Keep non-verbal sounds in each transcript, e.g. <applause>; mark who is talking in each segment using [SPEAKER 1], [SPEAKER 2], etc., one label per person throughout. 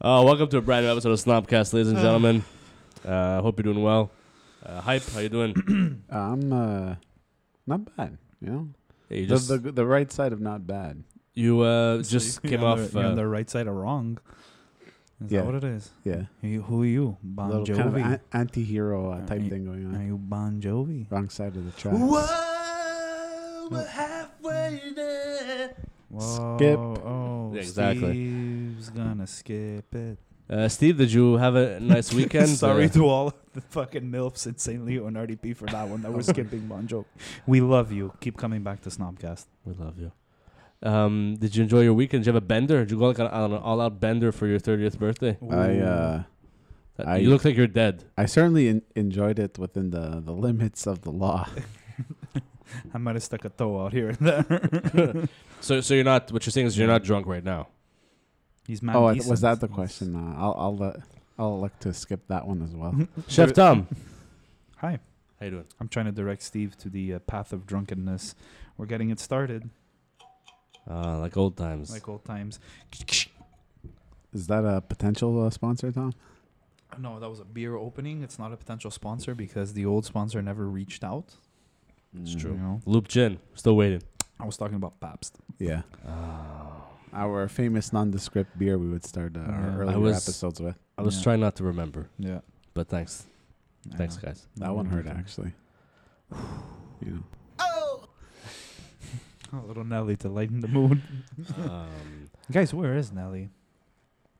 [SPEAKER 1] Oh, welcome to a brand new episode of Snobcast, ladies and gentlemen. Uh, hope you're doing well. Uh, hype, how you
[SPEAKER 2] <coughs>
[SPEAKER 1] doing?
[SPEAKER 3] I'm uh, not bad. You know,
[SPEAKER 1] Hey, you
[SPEAKER 3] the,
[SPEAKER 1] just,
[SPEAKER 3] the the right side of not bad.
[SPEAKER 1] you, uh, just
[SPEAKER 2] You're
[SPEAKER 1] came
[SPEAKER 2] on
[SPEAKER 1] off.
[SPEAKER 2] the, you're on
[SPEAKER 1] Uh,
[SPEAKER 2] the right side of wrong. Is
[SPEAKER 3] Yeah.
[SPEAKER 2] that what it is?
[SPEAKER 3] Yeah,
[SPEAKER 2] Are you, who are you, Bon
[SPEAKER 3] little
[SPEAKER 2] Jovi?
[SPEAKER 3] kind of an- anti-hero uh,
[SPEAKER 2] Uh,
[SPEAKER 3] type
[SPEAKER 2] you-
[SPEAKER 3] thing going
[SPEAKER 2] are
[SPEAKER 3] on.
[SPEAKER 2] you Bon Jovi?
[SPEAKER 3] Wrong side of the track.
[SPEAKER 1] Whoa, we're halfway there.
[SPEAKER 2] Whoa,
[SPEAKER 3] Skip.
[SPEAKER 2] Oh,
[SPEAKER 1] Yeah, exactly.
[SPEAKER 2] Steve's gonna skip it.
[SPEAKER 1] Uh, Steve, did you have a nice weekend?
[SPEAKER 2] <laughs> Sorry
[SPEAKER 1] Uh,
[SPEAKER 2] to all the <laughs> fucking milfs in St. Leo and RDP for that one that <laughs> we're skipping Bon Jovi. We love you. Keep coming back to Snobcast.
[SPEAKER 1] we love you. Um, did you enjoy your weekend? Did you have a bender? Did you go like on, on an all-out bender for your 30th birthday?
[SPEAKER 3] I uh, I-
[SPEAKER 1] you look like you're dead.
[SPEAKER 3] I certainly en- enjoyed it within the the limits of the law.
[SPEAKER 2] I might have stuck a toe out here <laughs> and there.
[SPEAKER 1] So, so you're not. What you're saying is you're not drunk right now.
[SPEAKER 2] He's mad.
[SPEAKER 3] oh, I-
[SPEAKER 2] decent.
[SPEAKER 3] was that the question? Uh, I'll I'll let I'll elect to skip that one as
[SPEAKER 2] Mm-hmm.
[SPEAKER 3] well.
[SPEAKER 1] Chef Tom,
[SPEAKER 2] Hi.
[SPEAKER 1] how you doing?
[SPEAKER 2] I'm trying to direct Steve to the uh, path of drunkenness. We're getting it started
[SPEAKER 1] Uh, like old times.
[SPEAKER 2] like old times.
[SPEAKER 3] Is that a potential uh, sponsor, Tom?
[SPEAKER 2] No, that was a beer opening. It's not a potential sponsor because the old sponsor never reached out.
[SPEAKER 1] it's
[SPEAKER 2] You
[SPEAKER 1] true.
[SPEAKER 2] know,
[SPEAKER 1] Loop gin, still waiting.
[SPEAKER 2] I was talking about Pabst.
[SPEAKER 3] Yeah. Oh. Our famous nondescript beer we would start uh,
[SPEAKER 2] Yeah.
[SPEAKER 3] our
[SPEAKER 2] I
[SPEAKER 3] earlier
[SPEAKER 1] was-
[SPEAKER 3] episodes with.
[SPEAKER 1] I was
[SPEAKER 2] Yeah.
[SPEAKER 1] trying not to remember,
[SPEAKER 2] Yeah.
[SPEAKER 1] but thanks, thanks guys.
[SPEAKER 3] That one
[SPEAKER 2] Mm-hmm.
[SPEAKER 3] hurt
[SPEAKER 2] <sighs>
[SPEAKER 3] actually. you know.
[SPEAKER 2] A little Nelly to lighten the mood. <laughs>
[SPEAKER 1] um,
[SPEAKER 2] Guys, where is Nelly?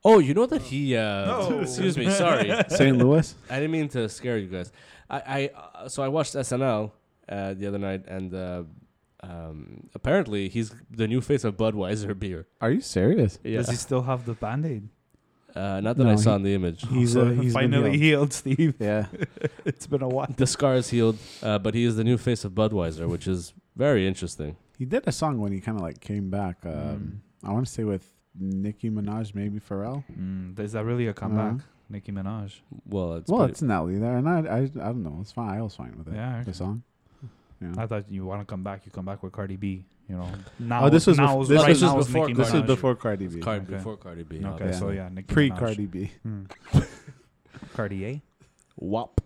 [SPEAKER 1] oh, you know that he. Uh,
[SPEAKER 2] No.
[SPEAKER 1] <laughs> Excuse me. Sorry, I
[SPEAKER 3] St. Louis.
[SPEAKER 1] didn't mean to scare you guys. I, I uh, so I watched SNL uh, the other night, and uh, um, apparently he's the new face of Budweiser beer.
[SPEAKER 3] Are you serious?
[SPEAKER 1] Yeah.
[SPEAKER 2] <laughs> Does he still have the band aid?
[SPEAKER 1] Uh, not that
[SPEAKER 3] No,
[SPEAKER 1] I saw
[SPEAKER 3] he-
[SPEAKER 1] in the image.
[SPEAKER 3] He's uh, he's been
[SPEAKER 2] finally
[SPEAKER 3] healed.
[SPEAKER 2] healed, <laughs> Steve.
[SPEAKER 3] yeah.
[SPEAKER 2] It's been a while.
[SPEAKER 1] <laughs> The scar is healed, uh, but he is the new face of Budweiser, which is very interesting.
[SPEAKER 3] He did a song when he kind of like came back. Um, I want to say with Nicki Minaj, maybe Pharrell.
[SPEAKER 2] Mm, is that really a comeback?
[SPEAKER 3] Uh-huh.
[SPEAKER 2] Nicki Minaj.
[SPEAKER 1] Well, it's
[SPEAKER 3] well,
[SPEAKER 1] pretty-
[SPEAKER 3] it's Nelly there, and I, I I don't know. It's fine. I was fine with it.
[SPEAKER 2] Yeah, okay.
[SPEAKER 3] The song. Yeah.
[SPEAKER 2] I thought you want to come back, you come back with Cardi B. You know, now
[SPEAKER 3] Oh, this was
[SPEAKER 2] now
[SPEAKER 3] bef-
[SPEAKER 2] is
[SPEAKER 3] this
[SPEAKER 2] right
[SPEAKER 3] was
[SPEAKER 2] now
[SPEAKER 1] before-
[SPEAKER 2] is Nicki
[SPEAKER 3] this was
[SPEAKER 2] Minaj.
[SPEAKER 3] before Cardi B.
[SPEAKER 1] Card
[SPEAKER 2] Okay.
[SPEAKER 1] before Cardi B.
[SPEAKER 2] Okay,
[SPEAKER 1] obviously.
[SPEAKER 2] so yeah, Nicki
[SPEAKER 3] Pre
[SPEAKER 2] Minaj.
[SPEAKER 3] Cardi B. <laughs>
[SPEAKER 2] Mm. Cartier.
[SPEAKER 1] WAP.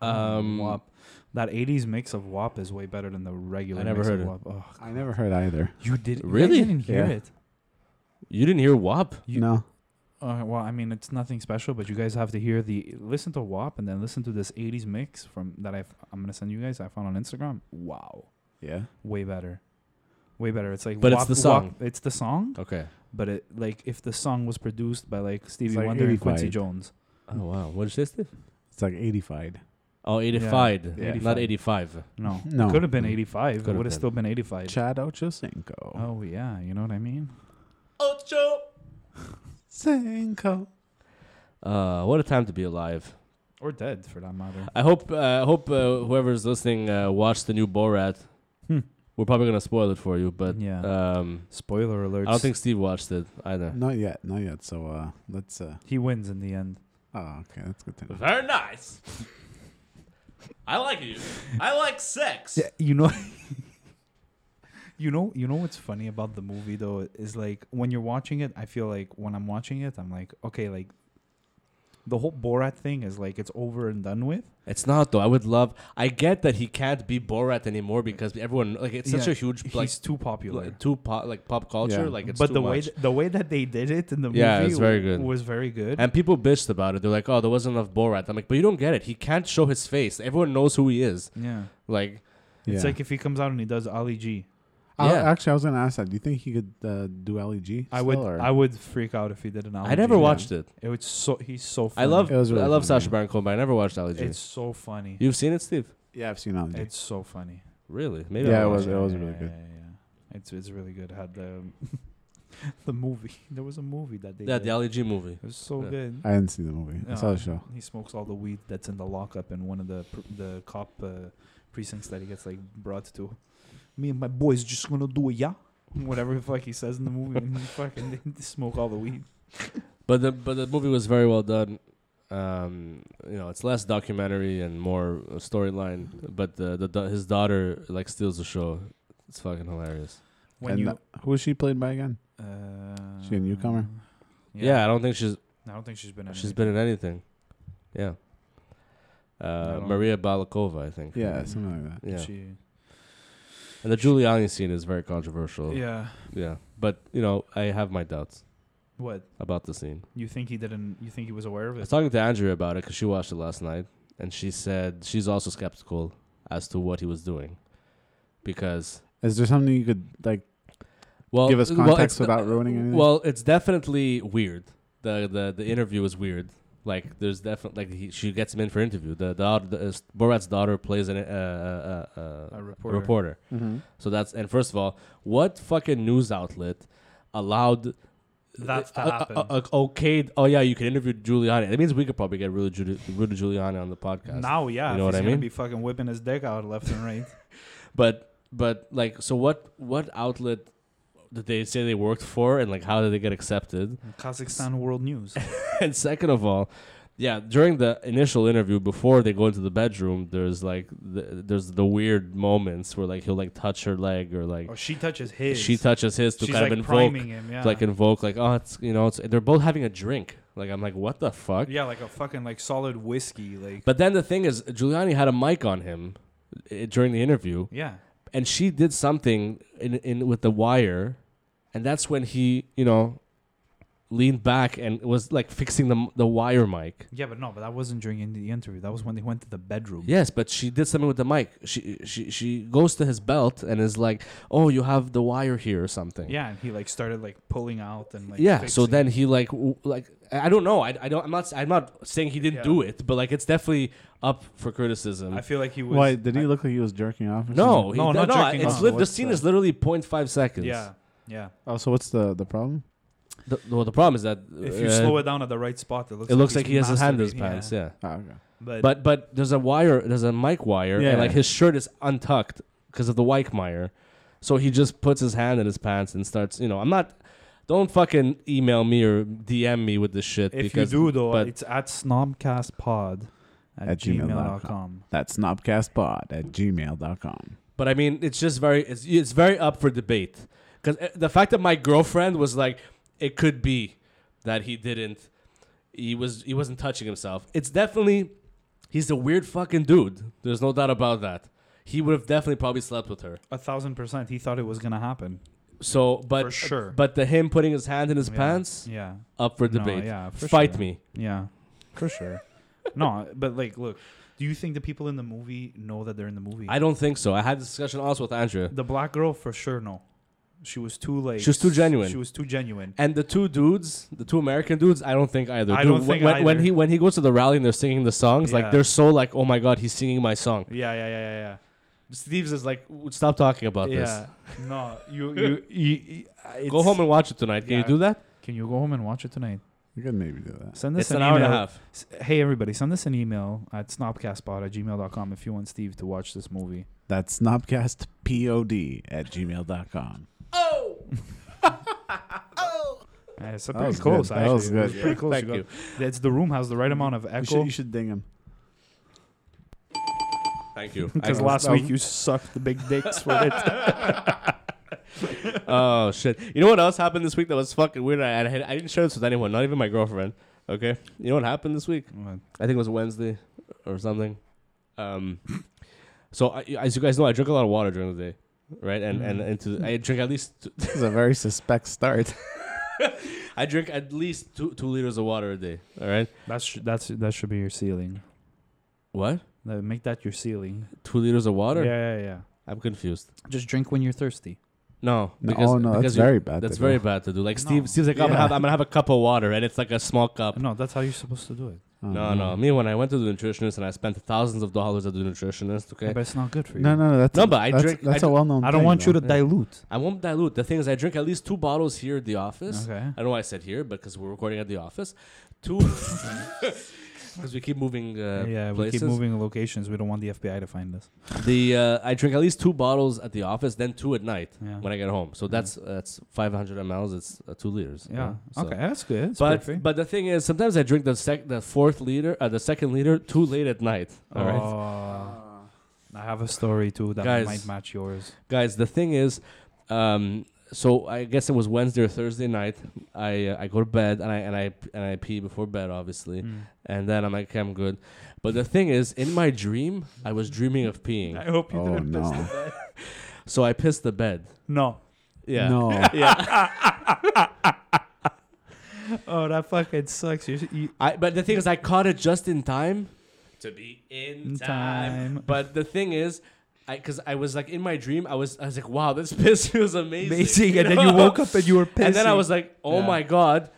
[SPEAKER 1] Um,
[SPEAKER 2] WAP. That '80s mix of WAP is way better than the regular.
[SPEAKER 1] never
[SPEAKER 2] mix
[SPEAKER 1] heard
[SPEAKER 2] of
[SPEAKER 1] it.
[SPEAKER 2] WAP. Oh,
[SPEAKER 3] I never heard either.
[SPEAKER 2] you did you
[SPEAKER 1] Really?
[SPEAKER 2] didn't hear
[SPEAKER 3] Yeah.
[SPEAKER 2] it.
[SPEAKER 1] You didn't hear WAP?
[SPEAKER 2] You-
[SPEAKER 3] no.
[SPEAKER 2] Uh, well, I mean, it's nothing special, but you guys have to hear the listen to WAP and then listen to this '80s mix from that I've, I'm gonna send you guys. I found on Instagram. Wow,
[SPEAKER 3] Yeah.
[SPEAKER 2] way better, way better. It's like
[SPEAKER 1] But it's the song.
[SPEAKER 2] WAP- it's the song,
[SPEAKER 1] Okay.
[SPEAKER 2] but it like if the song was produced by like Stevie
[SPEAKER 3] like
[SPEAKER 2] Wonder and Quincy
[SPEAKER 3] 85.
[SPEAKER 2] Jones.
[SPEAKER 1] Oh, wow. What did you say, Steve?
[SPEAKER 3] It's like 85.
[SPEAKER 1] Oh, 85.
[SPEAKER 3] Yeah.
[SPEAKER 1] Not 85. <laughs>
[SPEAKER 2] No,
[SPEAKER 3] No.
[SPEAKER 2] could have been '85.
[SPEAKER 1] Mm.
[SPEAKER 2] It
[SPEAKER 1] Could've
[SPEAKER 2] would have
[SPEAKER 1] been.
[SPEAKER 2] still been '85.
[SPEAKER 3] Chad Ochocinco.
[SPEAKER 2] oh yeah, you know what I mean.
[SPEAKER 3] Cinco.
[SPEAKER 1] Uh, what a time to be alive.
[SPEAKER 2] Or dead, for that matter.
[SPEAKER 1] I hope uh, I hope uh, whoever's listening uh, watched the new Borat.
[SPEAKER 2] Hmm.
[SPEAKER 1] We're probably going to spoil it for you, but
[SPEAKER 2] Yeah.
[SPEAKER 1] um,
[SPEAKER 2] Spoiler alert.
[SPEAKER 1] I don't think Steve watched it either.
[SPEAKER 3] Not yet. Not yet. So uh, let's. Uh,
[SPEAKER 2] he wins in the end.
[SPEAKER 3] oh, okay. That's good to know.
[SPEAKER 1] Very nice. I like you. I like sex.
[SPEAKER 2] Yeah, you know. <laughs> you know, you know what's funny about the movie though is like when you're watching it, I feel like when I'm watching it, I'm like, okay, like the whole Borat thing is like it's over and done with.
[SPEAKER 1] It's not though. I would love. I get that he can't be Borat anymore because everyone like it's such
[SPEAKER 2] Yeah.
[SPEAKER 1] a huge like
[SPEAKER 2] He's too popular.
[SPEAKER 1] like, too pop like pop culture
[SPEAKER 3] Yeah.
[SPEAKER 1] like it's
[SPEAKER 2] but
[SPEAKER 1] too
[SPEAKER 2] the way
[SPEAKER 1] much.
[SPEAKER 2] th- the way that they did it in the
[SPEAKER 1] Yeah,
[SPEAKER 2] movie
[SPEAKER 1] it's very good.
[SPEAKER 2] was very good.
[SPEAKER 1] and people bitched about it. They're like, "Oh, there wasn't enough Borat." I'm like, "But you don't get it. He can't show his face. Everyone knows who he is."
[SPEAKER 2] yeah.
[SPEAKER 1] Like,
[SPEAKER 2] It's
[SPEAKER 3] Yeah.
[SPEAKER 2] like if he comes out and he does Ali G.
[SPEAKER 3] I-
[SPEAKER 1] Yeah.
[SPEAKER 3] actually, I was gonna ask that. Do you think he could uh, do LEG?
[SPEAKER 2] I would
[SPEAKER 3] still, or-
[SPEAKER 2] I would freak out if he did an Ali
[SPEAKER 1] I never
[SPEAKER 2] G.
[SPEAKER 1] watched it.
[SPEAKER 2] It was so he's so funny.
[SPEAKER 1] I love
[SPEAKER 3] It was really
[SPEAKER 1] I love
[SPEAKER 3] funny.
[SPEAKER 1] Sasha Baron Cohen, but I never watched Ali G.
[SPEAKER 2] it's so funny.
[SPEAKER 1] You've seen it, Steve?
[SPEAKER 3] yeah, I've seen E LEG.
[SPEAKER 2] It's so funny.
[SPEAKER 1] Really? Maybe
[SPEAKER 3] Yeah,
[SPEAKER 1] I'll
[SPEAKER 3] it
[SPEAKER 1] watch
[SPEAKER 3] was- it was really
[SPEAKER 2] yeah,
[SPEAKER 3] good.
[SPEAKER 2] Yeah, yeah. It's it's really good. Had the <laughs> the movie. There was a movie that they
[SPEAKER 1] Yeah,
[SPEAKER 2] did.
[SPEAKER 1] the Ali G movie.
[SPEAKER 2] it was so
[SPEAKER 1] Yeah.
[SPEAKER 2] good.
[SPEAKER 3] I didn't see the movie. I saw
[SPEAKER 2] Oh.
[SPEAKER 3] the show.
[SPEAKER 2] He smokes all the weed that's in the lockup in one of the pr- the cop uh, precincts that he gets like brought to. Me and my boys just gonna do a yeah, whatever the fuck he says in the movie, and
[SPEAKER 1] <laughs>
[SPEAKER 2] he fucking <laughs> they smoke all the weed.
[SPEAKER 1] But the but the movie was very well done. Um, you know, it's less documentary and more uh, storyline. But the, the da- his daughter like steals the show. It's fucking hilarious.
[SPEAKER 2] When
[SPEAKER 3] and
[SPEAKER 2] you,
[SPEAKER 3] uh, who was she played by
[SPEAKER 2] <laughs>
[SPEAKER 3] again?
[SPEAKER 2] uh,
[SPEAKER 3] she a newcomer?
[SPEAKER 1] Yeah, I don't think she's
[SPEAKER 2] I don't think she's been. in
[SPEAKER 1] she's
[SPEAKER 2] any-
[SPEAKER 1] been in anything. Yeah. Uh,
[SPEAKER 2] No.
[SPEAKER 1] Maria Balakova, I think.
[SPEAKER 3] Yeah,
[SPEAKER 2] Mhm.
[SPEAKER 3] something like that.
[SPEAKER 1] Yeah.
[SPEAKER 2] She,
[SPEAKER 1] And the Giuliani scene is very controversial.
[SPEAKER 2] yeah.
[SPEAKER 1] Yeah. But you know, I have my doubts
[SPEAKER 2] What
[SPEAKER 1] about the scene.
[SPEAKER 2] you think he didn't? You think he was aware of
[SPEAKER 1] I
[SPEAKER 2] it?
[SPEAKER 1] was talking to Andrea about it because she watched it last night, and she said she's also skeptical as to what he was doing, because
[SPEAKER 3] Is there something you could like?
[SPEAKER 1] well, uh,
[SPEAKER 3] Give us
[SPEAKER 1] well, it's-
[SPEAKER 3] context without ruining anything?
[SPEAKER 1] Well, it's definitely weird. the the The interview is weird. Like there's definitely like he, she gets him in for interview. The the, the uh, Borat's daughter plays an, uh, uh, uh,
[SPEAKER 2] A reporter.
[SPEAKER 1] reporter. reporter. So that's and first of all, what fucking news outlet allowed
[SPEAKER 2] That's to
[SPEAKER 1] uh, uh,
[SPEAKER 2] happen.
[SPEAKER 1] uh, uh, okay, oh yeah, you can interview Giuliani. That means we could probably get Rudy, Giul- Rudy Giuliani on the podcast.
[SPEAKER 2] Now, yeah,
[SPEAKER 1] You
[SPEAKER 2] if
[SPEAKER 1] know what
[SPEAKER 2] he's
[SPEAKER 1] I
[SPEAKER 2] gonna
[SPEAKER 1] mean?
[SPEAKER 2] Be fucking whipping his dick out left and right.
[SPEAKER 1] But but like, so what? What outlet did they say they worked for, and like, how did they get accepted? <laughs>
[SPEAKER 2] Kazakhstan World News.
[SPEAKER 1] and second of all, yeah, during the initial interview, before they go into the bedroom, there's like the, there's the weird moments where like he'll like touch her leg or like
[SPEAKER 2] Or she touches his.
[SPEAKER 1] she touches his to
[SPEAKER 2] She's
[SPEAKER 1] kind
[SPEAKER 2] like
[SPEAKER 1] of invoke,
[SPEAKER 2] priming him. Yeah.
[SPEAKER 1] to like invoke like oh it's you know it's they're both having a drink. Like I'm like what the fuck.
[SPEAKER 2] Yeah, like a fucking like solid whiskey, like
[SPEAKER 1] But then the thing is, Giuliani had a mic on him uh, during the interview,
[SPEAKER 2] yeah.
[SPEAKER 1] and she did something in, in with the wire, and that's when he, you know, leaned back and was like fixing the the wire mic.
[SPEAKER 2] Yeah, but no, but that wasn't during the interview. That was when they went to the bedroom.
[SPEAKER 1] Yes, but she did something with the mic. She she she goes to his belt and is like, "Oh, you have the wire here or something."
[SPEAKER 2] Yeah, and he like started like pulling out and like
[SPEAKER 1] yeah. So
[SPEAKER 2] fixing.
[SPEAKER 1] then he like w- like I I don't know. I, I don't. I'm not. I'm not saying he didn't
[SPEAKER 2] Yeah.
[SPEAKER 1] do it, but like it's definitely up for criticism.
[SPEAKER 2] I feel like he was
[SPEAKER 3] Why did he
[SPEAKER 2] I-
[SPEAKER 3] look like he was jerking off? or
[SPEAKER 1] No,
[SPEAKER 3] something?
[SPEAKER 1] he, no,
[SPEAKER 2] No, not
[SPEAKER 1] no.
[SPEAKER 2] jerking
[SPEAKER 1] It's
[SPEAKER 2] off.
[SPEAKER 1] lit the
[SPEAKER 3] What's
[SPEAKER 1] scene
[SPEAKER 3] that?
[SPEAKER 1] is literally 0.5 seconds.
[SPEAKER 2] Yeah. Yeah.
[SPEAKER 3] Oh, so what's the the problem?
[SPEAKER 1] The, well, the problem is that
[SPEAKER 2] If you
[SPEAKER 1] uh,
[SPEAKER 2] slow it down at the right spot, it looks
[SPEAKER 1] it looks
[SPEAKER 2] he's
[SPEAKER 1] like he has his hand in his
[SPEAKER 2] masturbating.
[SPEAKER 1] pants. Yeah.
[SPEAKER 3] Oh, okay.
[SPEAKER 2] But,
[SPEAKER 1] But but there's a wire. There's a mic wire,
[SPEAKER 3] Yeah.
[SPEAKER 1] and like his shirt is untucked because of the Weichmeyer. So he just puts his hand in his pants and starts. You know, I'm not. Don't fucking email me or DM me with this shit
[SPEAKER 2] if
[SPEAKER 1] because
[SPEAKER 2] you do though,
[SPEAKER 1] but-
[SPEAKER 2] it's at snobcastpod at,
[SPEAKER 3] At gmail dot
[SPEAKER 2] gmail.com.
[SPEAKER 3] That's snobcastpod at gmail.com.
[SPEAKER 1] But I mean, it's just very, it's, it's very up for debate. Because the fact that my girlfriend was like, it could be that he didn't, he was, he wasn't touching himself. It's definitely, he's a weird fucking dude. There's no doubt about that. He would have definitely probably slept with her.
[SPEAKER 2] A thousand percent. He thought it was gonna happen.
[SPEAKER 1] So, but
[SPEAKER 2] For sure.
[SPEAKER 1] but the him putting his hand in his
[SPEAKER 2] Yeah.
[SPEAKER 1] pants
[SPEAKER 2] Yeah.
[SPEAKER 1] up for
[SPEAKER 2] No,
[SPEAKER 1] debate.
[SPEAKER 2] yeah, for
[SPEAKER 1] Fight
[SPEAKER 2] sure.
[SPEAKER 1] me.
[SPEAKER 2] Yeah.
[SPEAKER 1] <laughs>
[SPEAKER 2] For sure. no, but like look, do you think the people in the movie know that they're in the movie?
[SPEAKER 1] I don't think so. I had this discussion also with Andrea.
[SPEAKER 2] The black girl for sure no. She was too like
[SPEAKER 1] She was too genuine.
[SPEAKER 2] She was too genuine.
[SPEAKER 1] And the two dudes, the two American dudes, I don't think either.
[SPEAKER 2] I
[SPEAKER 1] Dude,
[SPEAKER 2] don't
[SPEAKER 1] wh-
[SPEAKER 2] think
[SPEAKER 1] when, when
[SPEAKER 2] either.
[SPEAKER 1] he when he goes to the rally and they're singing the songs,
[SPEAKER 2] Yeah.
[SPEAKER 1] like they're so like, oh my god, he's singing my song.
[SPEAKER 2] Yeah, yeah, yeah, yeah, yeah.
[SPEAKER 1] Steve's is like, "W- stop talking about
[SPEAKER 2] yeah.
[SPEAKER 1] <laughs>
[SPEAKER 2] No, you <laughs> you, you, you uh,
[SPEAKER 1] this.
[SPEAKER 2] it's-
[SPEAKER 1] Go home and watch it tonight. Can
[SPEAKER 2] Yeah.
[SPEAKER 1] you do that?
[SPEAKER 2] Can you go home and watch it tonight?
[SPEAKER 3] You could maybe do that.
[SPEAKER 2] Send us
[SPEAKER 1] it's an, hour and a
[SPEAKER 2] email.
[SPEAKER 1] half.
[SPEAKER 2] S- Hey everybody, send us an email at snobcastpod at gmail.com if you want Steve to watch this movie.
[SPEAKER 3] That's snobcastpod at gmail.com.
[SPEAKER 2] Uh, it's a
[SPEAKER 3] That
[SPEAKER 2] pretty
[SPEAKER 3] was good.
[SPEAKER 2] close,
[SPEAKER 3] That
[SPEAKER 2] actually.
[SPEAKER 3] was
[SPEAKER 2] It was
[SPEAKER 3] good.
[SPEAKER 1] <laughs>
[SPEAKER 2] pretty close.
[SPEAKER 1] Thank
[SPEAKER 2] got-
[SPEAKER 1] you.
[SPEAKER 2] That's the room has the right amount of
[SPEAKER 3] You should,
[SPEAKER 2] echo.
[SPEAKER 3] you should ding him.
[SPEAKER 1] Thank
[SPEAKER 2] <laughs>
[SPEAKER 1] you.
[SPEAKER 2] Because
[SPEAKER 1] I-
[SPEAKER 2] last
[SPEAKER 3] that
[SPEAKER 2] week
[SPEAKER 3] was-
[SPEAKER 2] you sucked the big dicks for it.
[SPEAKER 1] oh shit. You know what else happened this week that was fucking weird? I, I, had- I didn't share this with anyone, not even my girlfriend. Okay. You know what happened this week?
[SPEAKER 2] What?
[SPEAKER 1] I think it was Wednesday or something. Um, so I, as you guys know, I drink a lot of water during the day, right? And and
[SPEAKER 3] Mm.
[SPEAKER 1] into I drink at least <laughs> two,
[SPEAKER 4] This is a very suspect start.
[SPEAKER 1] I drink at least two two liters of water a day. All right.
[SPEAKER 2] That's sh- that's that should be your ceiling.
[SPEAKER 1] What?
[SPEAKER 2] No, make that your ceiling.
[SPEAKER 1] Two liters of water?
[SPEAKER 2] Yeah, yeah, yeah.
[SPEAKER 1] I'm confused.
[SPEAKER 2] Just drink when you're thirsty.
[SPEAKER 1] No,
[SPEAKER 3] No,
[SPEAKER 1] because
[SPEAKER 3] oh no, that's
[SPEAKER 1] because you-
[SPEAKER 3] very bad.
[SPEAKER 1] That's
[SPEAKER 3] to
[SPEAKER 1] very
[SPEAKER 3] do.
[SPEAKER 1] bad to do. Like
[SPEAKER 2] No.
[SPEAKER 1] Steve, Steve's like, I'm, gonna
[SPEAKER 3] Yeah.
[SPEAKER 1] have, I'm gonna have a cup of water, and it's like a small cup.
[SPEAKER 2] No, that's how you're supposed to do it.
[SPEAKER 3] Oh,
[SPEAKER 1] No, no. Me, when I went to the nutritionist and I spent thousands of dollars at the nutritionist, okay,
[SPEAKER 2] But it's not good for you.
[SPEAKER 3] No, no, no. That's
[SPEAKER 1] No, but I
[SPEAKER 3] that's,
[SPEAKER 1] drink-
[SPEAKER 3] That's
[SPEAKER 1] I
[SPEAKER 3] a well-known.
[SPEAKER 2] I don't want you to
[SPEAKER 1] Yeah.
[SPEAKER 2] dilute.
[SPEAKER 1] I won't dilute. The thing is, I drink at least two bottles here at the office.
[SPEAKER 2] Okay.
[SPEAKER 1] I don't know why I said here, because we're recording at the office.
[SPEAKER 2] <laughs>
[SPEAKER 1] Two, because we keep moving. Uh,
[SPEAKER 2] yeah, we
[SPEAKER 1] places.
[SPEAKER 2] keep moving locations. We don't want the FBI to find us.
[SPEAKER 1] The uh, I drink at least two bottles at the office, then two at night
[SPEAKER 2] Yeah. Mm-hmm.
[SPEAKER 1] when I get home. So that's that's 500 mLs. It's uh, two liters. you
[SPEAKER 2] yeah.
[SPEAKER 1] know? So-
[SPEAKER 2] okay, that's good. It's
[SPEAKER 1] but
[SPEAKER 2] perfect.
[SPEAKER 1] but the thing is, sometimes I drink the sec the fourth liter, uh, the second liter, too late at night. All right,
[SPEAKER 2] Oh.
[SPEAKER 3] Ah.
[SPEAKER 2] I have a story too that
[SPEAKER 1] Guys.
[SPEAKER 2] might match yours.
[SPEAKER 1] guys. The thing is, um, so I guess it was Wednesday or Thursday night. I uh, I go to bed and I and I and I pee before bed, obviously, and then I'm like, okay, I'm good. But the thing is, in my dream, I was dreaming of peeing,
[SPEAKER 2] hope
[SPEAKER 3] Oh no.
[SPEAKER 1] so I pissed the bed.
[SPEAKER 2] No.
[SPEAKER 1] Yeah.
[SPEAKER 3] <laughs> No.
[SPEAKER 1] Yeah,
[SPEAKER 2] <laughs> Oh, that fucking sucks. You, you,
[SPEAKER 1] I, but the thing is, I caught it just in time to be in
[SPEAKER 2] In
[SPEAKER 1] time.
[SPEAKER 2] time.
[SPEAKER 1] But the thing is, I because I was like in my dream, I was I was like, wow, this <laughs> piss was amazing.
[SPEAKER 2] amazing. And then you woke up and you were pissed.
[SPEAKER 1] and then I was like, oh
[SPEAKER 2] Yeah.
[SPEAKER 1] my god.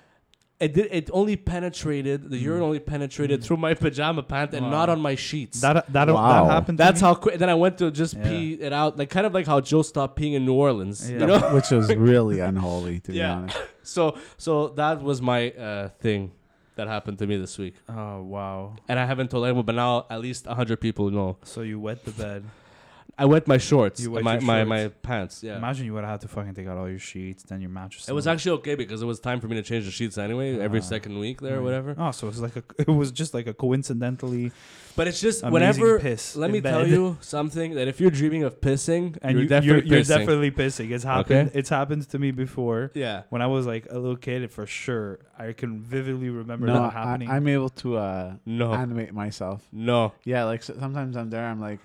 [SPEAKER 1] It did. It only penetrated. The urine only penetrated through my pajama pant and
[SPEAKER 2] Mm. Wow.
[SPEAKER 1] not on my sheets.
[SPEAKER 2] that that,
[SPEAKER 3] Wow.
[SPEAKER 2] that happened. to
[SPEAKER 1] That's
[SPEAKER 2] me.
[SPEAKER 1] how quick. Then I went to just
[SPEAKER 2] Yeah.
[SPEAKER 1] pee it out, like kind of like how Joe stopped peeing in New Orleans. You
[SPEAKER 2] Yeah.
[SPEAKER 1] know. <laughs>
[SPEAKER 3] Which was really unholy, to be
[SPEAKER 1] Yeah.
[SPEAKER 3] honest.
[SPEAKER 1] So so that was my uh, thing that happened to me this week,
[SPEAKER 2] Oh wow.
[SPEAKER 1] and I haven't told anyone, but now at least hundred people know.
[SPEAKER 2] So you wet the bed.
[SPEAKER 1] I wet my shorts,
[SPEAKER 2] You wet
[SPEAKER 1] my
[SPEAKER 2] your
[SPEAKER 1] my
[SPEAKER 2] shorts.
[SPEAKER 1] my pants. Yeah.
[SPEAKER 2] Imagine you would have had to fucking take out all your sheets, then your mattress.
[SPEAKER 1] it was actually okay because it was time for me to change the sheets anyway, every
[SPEAKER 2] Ah.
[SPEAKER 1] second week there or
[SPEAKER 2] Mm.
[SPEAKER 1] whatever.
[SPEAKER 2] Oh, so it was like a, <laughs> it was just like a coincidentally
[SPEAKER 1] But it's just
[SPEAKER 2] amazing
[SPEAKER 1] whenever
[SPEAKER 2] piss.
[SPEAKER 1] Let
[SPEAKER 2] in
[SPEAKER 1] me tell
[SPEAKER 2] bed.
[SPEAKER 1] you something that if you're dreaming of pissing,
[SPEAKER 2] and
[SPEAKER 1] you're,
[SPEAKER 2] you,
[SPEAKER 1] definitely
[SPEAKER 2] you're, you're
[SPEAKER 1] pissing.
[SPEAKER 2] definitely pissing. It's happened.
[SPEAKER 1] Okay.
[SPEAKER 2] It's happened to me before
[SPEAKER 1] yeah.
[SPEAKER 2] when I was like a little kid. For sure, I can vividly remember
[SPEAKER 3] No,
[SPEAKER 2] that
[SPEAKER 3] I,
[SPEAKER 2] happening.
[SPEAKER 3] I'm able to uh,
[SPEAKER 1] No.
[SPEAKER 3] animate myself.
[SPEAKER 1] no.
[SPEAKER 3] Yeah, like so- sometimes I'm there. I'm like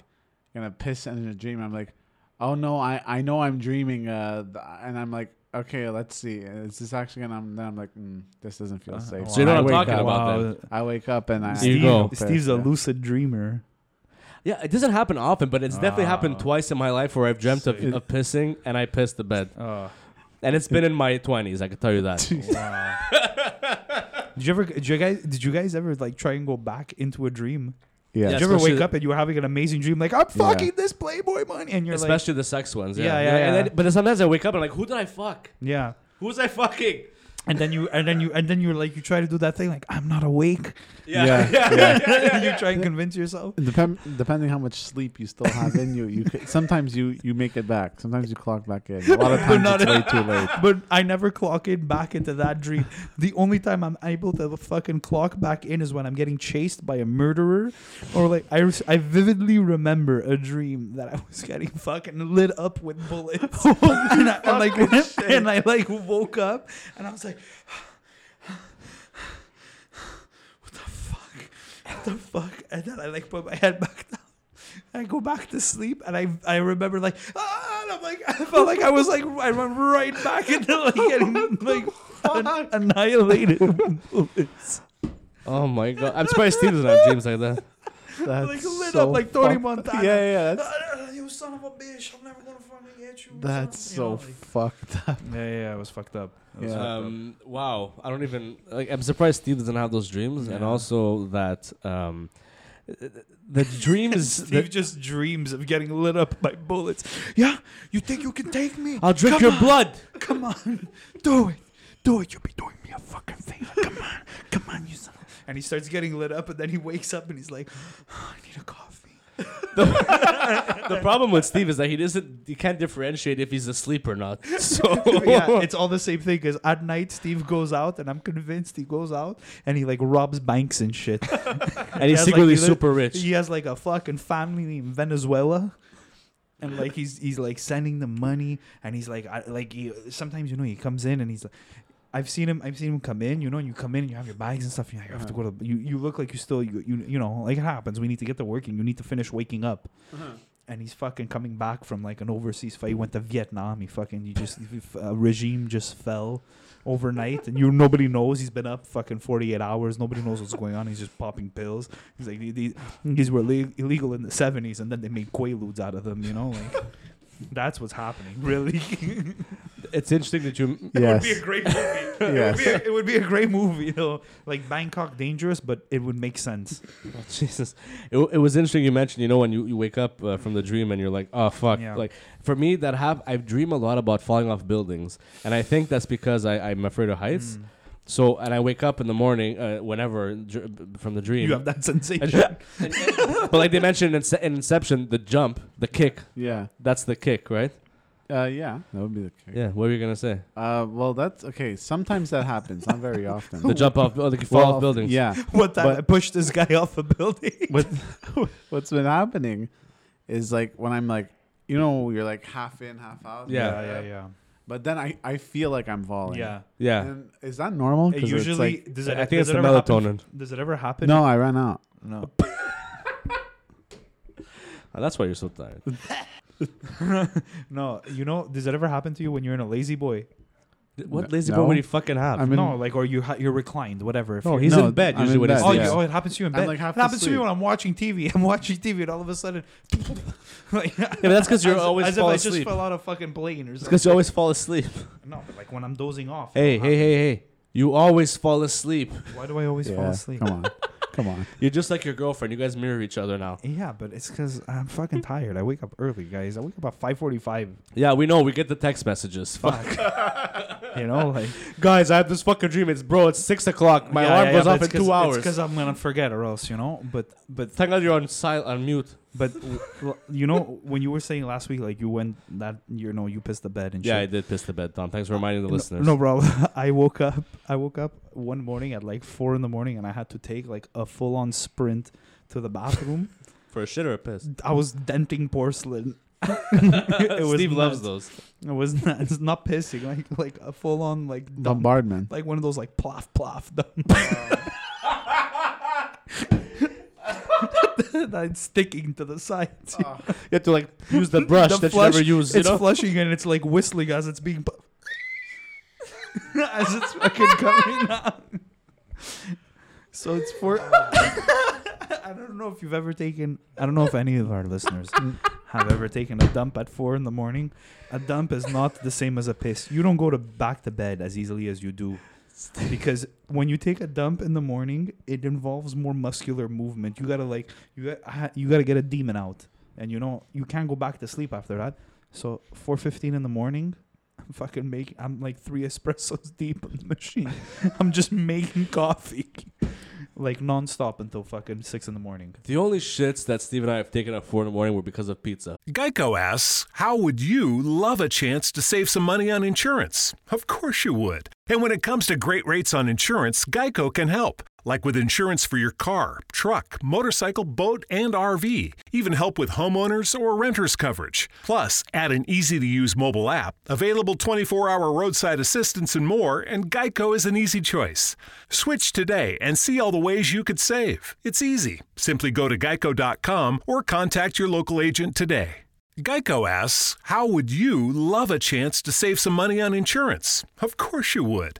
[SPEAKER 3] gonna piss in a dream. I'm like, oh no, I I know I'm dreaming. Uh, th- and I'm like, okay, let's see. Is this actually gonna? I'm, then I'm like, mm, this doesn't feel
[SPEAKER 2] Uh,
[SPEAKER 3] safe.
[SPEAKER 1] Uh-huh. So you know what
[SPEAKER 3] I
[SPEAKER 1] I'm
[SPEAKER 3] wake
[SPEAKER 1] talking
[SPEAKER 3] up.
[SPEAKER 1] about.
[SPEAKER 3] I wake up and I.
[SPEAKER 1] Steve-
[SPEAKER 3] I
[SPEAKER 1] you go.
[SPEAKER 3] piss,
[SPEAKER 2] Steve's a
[SPEAKER 3] yeah.
[SPEAKER 2] lucid dreamer.
[SPEAKER 1] Yeah, it doesn't happen often, but it's definitely happened
[SPEAKER 2] Ah.
[SPEAKER 1] twice in my life where I've dreamt of,
[SPEAKER 3] It-
[SPEAKER 1] of pissing and I pissed the bed.
[SPEAKER 2] Oh,
[SPEAKER 1] And it's been in my 20s, I can tell you that.
[SPEAKER 2] wow. did you ever? Did you guys? Did you guys ever like try and go back into a dream?
[SPEAKER 3] <laughs> Yeah.
[SPEAKER 1] Yeah.
[SPEAKER 2] did you ever wake
[SPEAKER 1] especially-
[SPEAKER 2] up and you were having an amazing dream? Like I'm
[SPEAKER 3] Yeah.
[SPEAKER 2] fucking this Playboy money, and <laughs> you're like,
[SPEAKER 1] Especially the sex ones. Yeah,
[SPEAKER 2] Yeah, yeah,
[SPEAKER 1] And
[SPEAKER 2] yeah.
[SPEAKER 1] then- but then sometimes I wake up and I'm like, who did I fuck?
[SPEAKER 2] yeah.
[SPEAKER 1] Who was I fucking?
[SPEAKER 2] And then you, and then you, and then you're like, you try to do that thing, like I'm
[SPEAKER 1] <laughs>
[SPEAKER 2] not awake. <laughs>
[SPEAKER 1] Yeah.
[SPEAKER 3] Yeah,
[SPEAKER 2] you try and convince yourself.
[SPEAKER 3] Depend, depending how much sleep you still have in you, you could, sometimes you you make it back. Sometimes you clock back in. A
[SPEAKER 1] <laughs>
[SPEAKER 3] lot of
[SPEAKER 2] But
[SPEAKER 3] times
[SPEAKER 2] not-
[SPEAKER 3] it's way too late.
[SPEAKER 2] But I never clock in back into that dream. The only time I'm able to fucking clock back in is when I'm getting chased by a murderer, or like I, res- I vividly remember a dream that I was getting fucking lit up with bullets, <laughs> and I and like <laughs> and I like woke up and I was like, <sighs> what the fuck, what the fuck, and then I like put my head back down. I go back to sleep and I I remember like ah, and I'm like <laughs> I felt like I was like I went right back into
[SPEAKER 3] <laughs>
[SPEAKER 2] like getting like an- annihilated. <laughs> bullets.
[SPEAKER 1] Oh my god. I'm surprised Steve doesn't have dreams like that.
[SPEAKER 3] That's
[SPEAKER 2] like lit
[SPEAKER 3] so
[SPEAKER 2] up like Tony
[SPEAKER 3] fucked- <laughs>
[SPEAKER 2] Montana.
[SPEAKER 3] Yeah, yeah,
[SPEAKER 1] <laughs>
[SPEAKER 3] that's,
[SPEAKER 2] Ah, you son of a bitch! I'm never gonna fucking get you.
[SPEAKER 3] that's so
[SPEAKER 2] son of-"
[SPEAKER 3] fucked up.
[SPEAKER 2] You know, like- yeah, yeah, I was fucked up. I was
[SPEAKER 3] Yeah.
[SPEAKER 1] <laughs>
[SPEAKER 2] fucked
[SPEAKER 1] Um, wow. I don't even. Like, I'm surprised Steve doesn't have those dreams. And
[SPEAKER 2] Yeah.
[SPEAKER 1] also that. Um, the dreams. that-
[SPEAKER 2] up. <laughs> Steve just dreams of getting lit up by bullets. Yeah, you think you can take me?
[SPEAKER 3] <laughs>
[SPEAKER 1] I'll drink
[SPEAKER 2] Come
[SPEAKER 1] your
[SPEAKER 2] on.
[SPEAKER 1] blood.
[SPEAKER 2] Come on, do it, do it. You'll be doing me a fucking favor. Come on, come on, you son. of-" And he starts getting lit up, and then he wakes up and he's like, "I need a coffee."
[SPEAKER 1] The problem with Steve is that he doesn't. He can't differentiate if he's asleep or not. <laughs> So
[SPEAKER 2] yeah, it's all the same thing. Cause at night Steve goes out, and I'm convinced he goes out and he like robs banks and shit.
[SPEAKER 1] and he's
[SPEAKER 2] has, like,
[SPEAKER 1] secretly
[SPEAKER 2] he li-
[SPEAKER 1] super rich.
[SPEAKER 2] he has like a fucking family in Venezuela. And like he's he's like sending them money, and he's like I, like he, sometimes you know he comes in and he's like, I've seen him. I've seen him come in. You know, and you come in and you have your bags and stuff. And you're like, you have to go to. The, you you look like you still you, you you know like it happens. We need to get to work and you need to finish waking up. And he's fucking coming back from like an overseas fight. He went to Vietnam. He fucking he just uh, regime just fell overnight, and you nobody knows. He's been up fucking forty eight hours. Nobody knows what's going on. He's just popping pills. He's like "The- the- these were le- illegal in the seventies, and then they made quaaludes out of them. You know, like that's what's happening. Really. <laughs>
[SPEAKER 1] It's interesting that you
[SPEAKER 2] It
[SPEAKER 4] Yes.
[SPEAKER 2] would be a great movie.
[SPEAKER 4] Yes.
[SPEAKER 2] it, would be a, it would be a great movie, though. Like Bangkok Dangerous, but it would make sense.
[SPEAKER 1] Oh, Jesus, it, w- it was interesting. You mentioned, you know, when you, you wake up uh, from the dream and you're like, oh fuck.
[SPEAKER 2] Yeah.
[SPEAKER 1] Like for me, that hap- I dream a lot about falling off buildings, and I think that's because I, I'm afraid of heights.
[SPEAKER 2] Mm.
[SPEAKER 1] So, and I wake up in the morning, uh, whenever dr- from the dream.
[SPEAKER 2] You
[SPEAKER 1] <laughs>
[SPEAKER 2] have that
[SPEAKER 1] And-
[SPEAKER 2] sensation.
[SPEAKER 1] and- but like they mentioned in, Ince- in Inception, the jump, the kick,
[SPEAKER 3] Yeah.
[SPEAKER 1] that's the kick, right?
[SPEAKER 3] Uh, yeah. That would be the case.
[SPEAKER 1] Yeah. What were you gonna say?
[SPEAKER 3] Uh, well, that's okay. Sometimes that happens. Not very
[SPEAKER 1] <laughs>
[SPEAKER 3] often.
[SPEAKER 1] The jump off, oh, the fall
[SPEAKER 3] Well,
[SPEAKER 1] off buildings.
[SPEAKER 3] Yeah.
[SPEAKER 2] What time
[SPEAKER 3] But-
[SPEAKER 2] I pushed this guy off a building?
[SPEAKER 3] what what's been happening is like when I'm like you know you're like half in half out
[SPEAKER 1] Yeah,
[SPEAKER 2] yeah,
[SPEAKER 3] but then I I feel like I'm falling
[SPEAKER 2] yeah.
[SPEAKER 1] Yeah.
[SPEAKER 3] and is that normal
[SPEAKER 2] It
[SPEAKER 3] 'Cause it's
[SPEAKER 2] usually
[SPEAKER 3] like-
[SPEAKER 2] does
[SPEAKER 1] I
[SPEAKER 2] it.
[SPEAKER 1] think it's
[SPEAKER 2] does it
[SPEAKER 1] the
[SPEAKER 2] ever happen-
[SPEAKER 1] melatonin.
[SPEAKER 2] Does it ever happen?
[SPEAKER 3] no I ran out
[SPEAKER 2] no.
[SPEAKER 1] Oh, that's why you're so tired.
[SPEAKER 2] no. You know, does it ever happen to you when you're in a lazy boy?
[SPEAKER 1] What
[SPEAKER 3] No.
[SPEAKER 1] lazy boy would he fucking have?
[SPEAKER 3] I'm in
[SPEAKER 2] no, like or you ha- you're reclined, whatever. If
[SPEAKER 1] Mm. no,
[SPEAKER 2] you're-
[SPEAKER 1] he's
[SPEAKER 3] No,
[SPEAKER 1] in bed
[SPEAKER 3] I'm
[SPEAKER 1] usually
[SPEAKER 3] in
[SPEAKER 1] when he's
[SPEAKER 3] bed,
[SPEAKER 2] Oh,
[SPEAKER 3] yeah.
[SPEAKER 2] you, oh, it happens to you in
[SPEAKER 3] I'm,
[SPEAKER 2] bed.
[SPEAKER 3] like, half
[SPEAKER 2] it happens to me
[SPEAKER 3] asleep.
[SPEAKER 2] when I'm watching TV. <laughs> I'm watching TV, and all of a sudden, <laughs> like,
[SPEAKER 1] Yeah, but that's 'cause <laughs> you're
[SPEAKER 2] as,
[SPEAKER 1] always
[SPEAKER 2] as
[SPEAKER 1] fall
[SPEAKER 2] if I just
[SPEAKER 1] asleep.
[SPEAKER 2] fell out of fucking plane or something.
[SPEAKER 1] because you always fall asleep.
[SPEAKER 2] No, but like when I'm dozing off.
[SPEAKER 1] Hey,
[SPEAKER 2] I'm
[SPEAKER 1] hey, hey, hey. You always fall asleep.
[SPEAKER 2] not- Why do I always fall
[SPEAKER 3] Yeah,
[SPEAKER 2] asleep?
[SPEAKER 3] come
[SPEAKER 1] <laughs>
[SPEAKER 3] on come on
[SPEAKER 1] You're just like your girlfriend. You guys mirror each other now.
[SPEAKER 2] Yeah, but it's because I'm fucking tired. I wake up early, guys. I wake up at 5:45.
[SPEAKER 1] Yeah, we know. We get the text messages. Fuck.
[SPEAKER 2] You know, like
[SPEAKER 1] <laughs> guys, I have this fucking dream. It's, bro, it's 6 o'clock. My
[SPEAKER 2] Yeah,
[SPEAKER 1] alarm
[SPEAKER 2] yeah,
[SPEAKER 1] goes
[SPEAKER 2] yeah,
[SPEAKER 1] off in
[SPEAKER 2] but it's 'cause-
[SPEAKER 1] two hours.
[SPEAKER 2] It's because I'm gonna forget, or else you know. But but
[SPEAKER 1] Thank God you're on, sil- on mute.
[SPEAKER 2] but w- l- you know when you were saying last week, like you went that you know you pissed the bed and
[SPEAKER 1] Yeah, I
[SPEAKER 2] shit.
[SPEAKER 1] did piss the bed, Tom. Thanks for reminding the
[SPEAKER 2] No-
[SPEAKER 1] listeners.
[SPEAKER 2] No, bro. <laughs> I woke up. I woke up one morning at like four in the morning, and I had to take like a full-on sprint to the bathroom.
[SPEAKER 1] <laughs> For a shit or a <laughs> piss.
[SPEAKER 2] I was denting porcelain. it
[SPEAKER 1] Steve loves
[SPEAKER 2] nuts.
[SPEAKER 1] those.
[SPEAKER 2] It was <laughs> not, it's not pissing like like a full-on like dump,
[SPEAKER 3] bombardment
[SPEAKER 2] like one of those like plof plof dump. <laughs> That's sticking to the sides. you
[SPEAKER 1] <laughs> You have to like use
[SPEAKER 3] <laughs>
[SPEAKER 1] the brush
[SPEAKER 2] The
[SPEAKER 1] that
[SPEAKER 2] flush-
[SPEAKER 1] you never use. You
[SPEAKER 2] it's
[SPEAKER 1] know?
[SPEAKER 2] flushing and it's like whistling as it's being pu- <laughs> as it's
[SPEAKER 1] <laughs>
[SPEAKER 2] fucking coming out. So it's for <laughs> I don't know if you've ever taken I don't know if any of our listeners have ever taken a dump at four in the morning. A dump is not the same as a piss. You don't go to back to bed as easily as you do. Because when you take a dump in the morning, it involves more muscular movement. You gotta like you got I ha- you gotta get a demon out, and you know you can't go back to sleep after that. So four fifteen in the morning, I'm fucking making. I'm like three <laughs> espressos deep in the machine. I'm just making coffee, like nonstop until fucking six in the morning.
[SPEAKER 1] The only shits that Steve and I have taken at four in the morning were because of pizza.
[SPEAKER 5] Geico asks, How would you love a chance to save some money on insurance? Of course you would. And when it comes to great rates on insurance, Geico can help. Like with insurance for your car, truck, motorcycle, boat, and RV. Even help with homeowners or renters coverage. Plus, add an easy to use mobile app, available 24 hour roadside assistance, and more, and Geico is an easy choice. Switch today and see all the ways you could save. It's easy. Simply go to geico.com or contact your local agent today. Geico asks, How would you love a chance to save some money on insurance? Of course you would.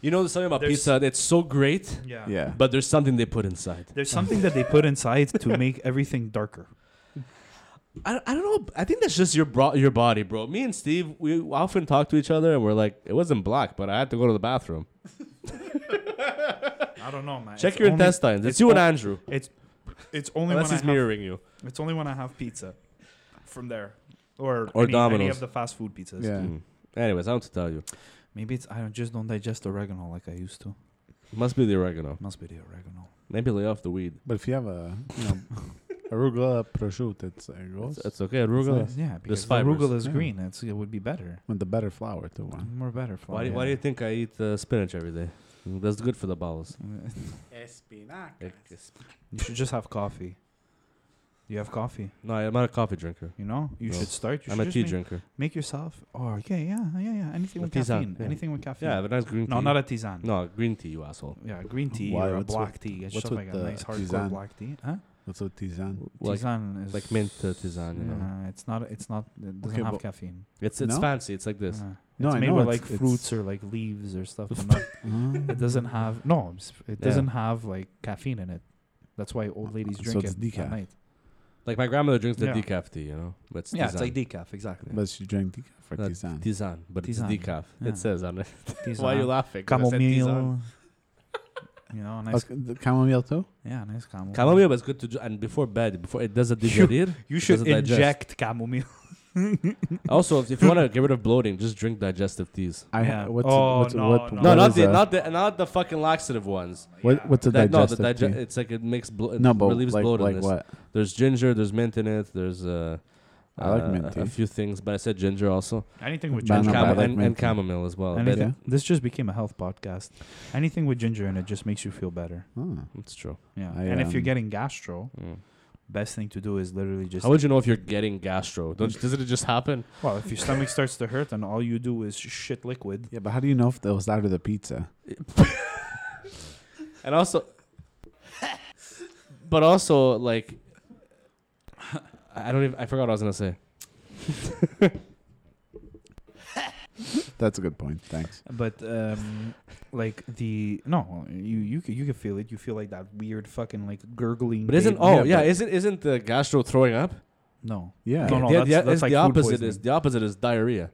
[SPEAKER 1] you know, there's something about
[SPEAKER 2] There's-
[SPEAKER 1] pizza. It's so great,
[SPEAKER 2] yeah.
[SPEAKER 3] yeah
[SPEAKER 1] but there's something they put inside.
[SPEAKER 2] There's something that they put inside to make everything darker.
[SPEAKER 1] I, I don't know. I think that's just your bro- your body, bro. Me and Steve, we often talk to each other, and we're like, it wasn't black, but I had to go to the bathroom.
[SPEAKER 2] I don't know, man.
[SPEAKER 1] Check
[SPEAKER 2] It's
[SPEAKER 1] your
[SPEAKER 2] only-
[SPEAKER 1] intestines. It's,
[SPEAKER 2] it's
[SPEAKER 1] you and
[SPEAKER 2] on-
[SPEAKER 1] Andrew,
[SPEAKER 2] It's it's only
[SPEAKER 1] unless
[SPEAKER 2] when I
[SPEAKER 1] he's
[SPEAKER 2] have
[SPEAKER 1] mirroring you.
[SPEAKER 2] It's only when I have pizza from there or
[SPEAKER 1] Or
[SPEAKER 2] any, any
[SPEAKER 1] Domino's.
[SPEAKER 2] of the fast food pizzas.
[SPEAKER 3] yeah
[SPEAKER 1] Mm. Hmm. Anyways, I want to tell you.
[SPEAKER 2] Maybe it's I don't, just don't digest oregano like I used to.
[SPEAKER 1] Must be the oregano.
[SPEAKER 2] Must be the oregano.
[SPEAKER 1] Maybe lay off the weed.
[SPEAKER 3] But if you have a
[SPEAKER 1] <laughs>
[SPEAKER 3] you know, arugula prosciutto, it's it goes
[SPEAKER 1] That's, okay. Arugula.
[SPEAKER 3] nice.
[SPEAKER 2] Yeah, because the
[SPEAKER 1] fibers.
[SPEAKER 2] arugula is
[SPEAKER 3] Yeah.
[SPEAKER 2] green. It's, it would be better.
[SPEAKER 3] with the better flour too. Huh?
[SPEAKER 2] More better for
[SPEAKER 1] Why, do, why do you think I eat uh, spinach every day? That's good for the bowels. Like, it's-
[SPEAKER 2] You should just have coffee. You have coffee.
[SPEAKER 1] No, I'm not a coffee drinker.
[SPEAKER 2] You know, you
[SPEAKER 1] No.
[SPEAKER 2] should start. You
[SPEAKER 1] I'm
[SPEAKER 2] should
[SPEAKER 1] a
[SPEAKER 2] just
[SPEAKER 1] tea
[SPEAKER 2] make,
[SPEAKER 1] drinker.
[SPEAKER 2] Make yourself. Oh yeah, yeah, yeah, yeah. Anything with
[SPEAKER 1] A tisane,
[SPEAKER 2] caffeine.
[SPEAKER 1] yeah.
[SPEAKER 2] Anything with caffeine.
[SPEAKER 1] Yeah, I have a nice green tea.
[SPEAKER 2] no, not a tisane.
[SPEAKER 1] no green tea, you asshole.
[SPEAKER 2] Yeah, green tea
[SPEAKER 3] Why?
[SPEAKER 2] or a
[SPEAKER 3] What's
[SPEAKER 2] black
[SPEAKER 3] with-
[SPEAKER 2] tea. It's
[SPEAKER 3] what's
[SPEAKER 2] just like a
[SPEAKER 3] with the
[SPEAKER 2] nice hardcore
[SPEAKER 3] tisane?
[SPEAKER 2] black tea. Huh?
[SPEAKER 3] What's with tisane?
[SPEAKER 1] Like,
[SPEAKER 2] tisane is
[SPEAKER 1] like mint uh, tisane. You know?
[SPEAKER 2] Yeah, it's not. It's not. It doesn't
[SPEAKER 3] Okay,
[SPEAKER 2] have
[SPEAKER 3] but-
[SPEAKER 2] caffeine.
[SPEAKER 1] It's it's
[SPEAKER 3] No? Uh-huh.
[SPEAKER 1] fancy. It's like this.
[SPEAKER 2] Uh,
[SPEAKER 3] No,
[SPEAKER 2] it's
[SPEAKER 3] I
[SPEAKER 2] made
[SPEAKER 3] know,
[SPEAKER 2] with
[SPEAKER 3] it's-
[SPEAKER 2] like
[SPEAKER 3] it's- <laughs>
[SPEAKER 2] fruits or like leaves or stuff. but not-
[SPEAKER 3] Mm.
[SPEAKER 2] it doesn't have. No, it's- it
[SPEAKER 1] Yeah.
[SPEAKER 2] doesn't have like caffeine in it. That's why old ladies
[SPEAKER 3] So
[SPEAKER 2] drink
[SPEAKER 3] it's
[SPEAKER 2] it
[SPEAKER 3] decaf.
[SPEAKER 2] at night.
[SPEAKER 1] Like my grandmother drinks the
[SPEAKER 2] Yeah.
[SPEAKER 1] decaf tea. You know, but it's
[SPEAKER 2] Yeah,
[SPEAKER 1] tisane.
[SPEAKER 2] it's like decaf exactly.
[SPEAKER 3] But she drank decaf for
[SPEAKER 1] Not
[SPEAKER 3] tisane.
[SPEAKER 1] tisane, but
[SPEAKER 2] Tisane.
[SPEAKER 1] it's decaf.
[SPEAKER 2] Yeah.
[SPEAKER 1] It says on it.
[SPEAKER 2] Tisane.
[SPEAKER 1] laughing?
[SPEAKER 2] chamomile. <laughs> you know, nice.
[SPEAKER 3] Okay, the chamomile too.
[SPEAKER 2] Yeah, nice chamomile.
[SPEAKER 1] Chamomile is good to ju- and before bed, before it
[SPEAKER 3] <laughs>
[SPEAKER 1] does a
[SPEAKER 2] You-
[SPEAKER 1] digerir.
[SPEAKER 2] You
[SPEAKER 1] should
[SPEAKER 2] should
[SPEAKER 1] digest.
[SPEAKER 2] inject chamomile.
[SPEAKER 1] <laughs>
[SPEAKER 2] <laughs>
[SPEAKER 1] also, if, if you want to get rid of bloating, just drink digestive teas.
[SPEAKER 3] I
[SPEAKER 2] Yeah.
[SPEAKER 3] what's,
[SPEAKER 2] Oh,
[SPEAKER 3] what's,
[SPEAKER 2] no,
[SPEAKER 3] what,
[SPEAKER 2] no.
[SPEAKER 3] what
[SPEAKER 1] No, not
[SPEAKER 3] is
[SPEAKER 1] the
[SPEAKER 3] a-
[SPEAKER 1] not the not the fucking laxative ones.
[SPEAKER 3] what, what's a
[SPEAKER 1] That- no, the
[SPEAKER 3] digestive
[SPEAKER 1] digestive.
[SPEAKER 3] tea?
[SPEAKER 1] It's like it makes blo- it
[SPEAKER 3] No, but
[SPEAKER 1] relieves
[SPEAKER 3] like,
[SPEAKER 1] bloatedness.
[SPEAKER 3] like what?
[SPEAKER 1] There's ginger. There's mint in it. There's uh,
[SPEAKER 3] I like
[SPEAKER 1] uh,
[SPEAKER 3] mint
[SPEAKER 1] a
[SPEAKER 3] tea.
[SPEAKER 1] few things, but I said ginger also,
[SPEAKER 2] Anything with
[SPEAKER 3] Banana
[SPEAKER 1] and,
[SPEAKER 2] ginger.
[SPEAKER 3] but I
[SPEAKER 1] chamo-
[SPEAKER 3] like
[SPEAKER 1] and,
[SPEAKER 3] mint
[SPEAKER 1] and
[SPEAKER 3] tea.
[SPEAKER 1] chamomile as well. But
[SPEAKER 2] Anything.
[SPEAKER 3] Okay.
[SPEAKER 2] This just became a health podcast. Anything with ginger in it just makes you feel better.
[SPEAKER 3] Oh.
[SPEAKER 1] it's true.
[SPEAKER 2] Yeah.
[SPEAKER 3] I,
[SPEAKER 2] and if you're
[SPEAKER 3] um,
[SPEAKER 2] getting gastro,
[SPEAKER 1] Mm.
[SPEAKER 2] best thing to do is literally just
[SPEAKER 1] How would you know if you're getting gastro? Don't, doesn't it just happen?
[SPEAKER 2] well, if your stomach starts to hurt and all you do is shit liquid.
[SPEAKER 3] Yeah, but how do you know if that was out of the pizza?
[SPEAKER 1] And also, <laughs> but also like, I don't even. I forgot what I was gonna say.
[SPEAKER 3] That's a good point. Thanks.
[SPEAKER 2] But um like the no, you you c- you can feel it. You feel like that weird fucking like gurgling.
[SPEAKER 1] But isn't
[SPEAKER 2] pain.
[SPEAKER 1] oh
[SPEAKER 3] yeah,
[SPEAKER 1] yeah,
[SPEAKER 3] but-
[SPEAKER 1] isn't isn't the gastro throwing up?
[SPEAKER 2] no.
[SPEAKER 3] Yeah.
[SPEAKER 2] No, no,
[SPEAKER 1] the,
[SPEAKER 2] that's-
[SPEAKER 1] the-
[SPEAKER 2] that's
[SPEAKER 1] it's
[SPEAKER 2] like
[SPEAKER 1] the
[SPEAKER 2] food
[SPEAKER 1] opposite is
[SPEAKER 2] poisoning.
[SPEAKER 1] the opposite is diarrhea.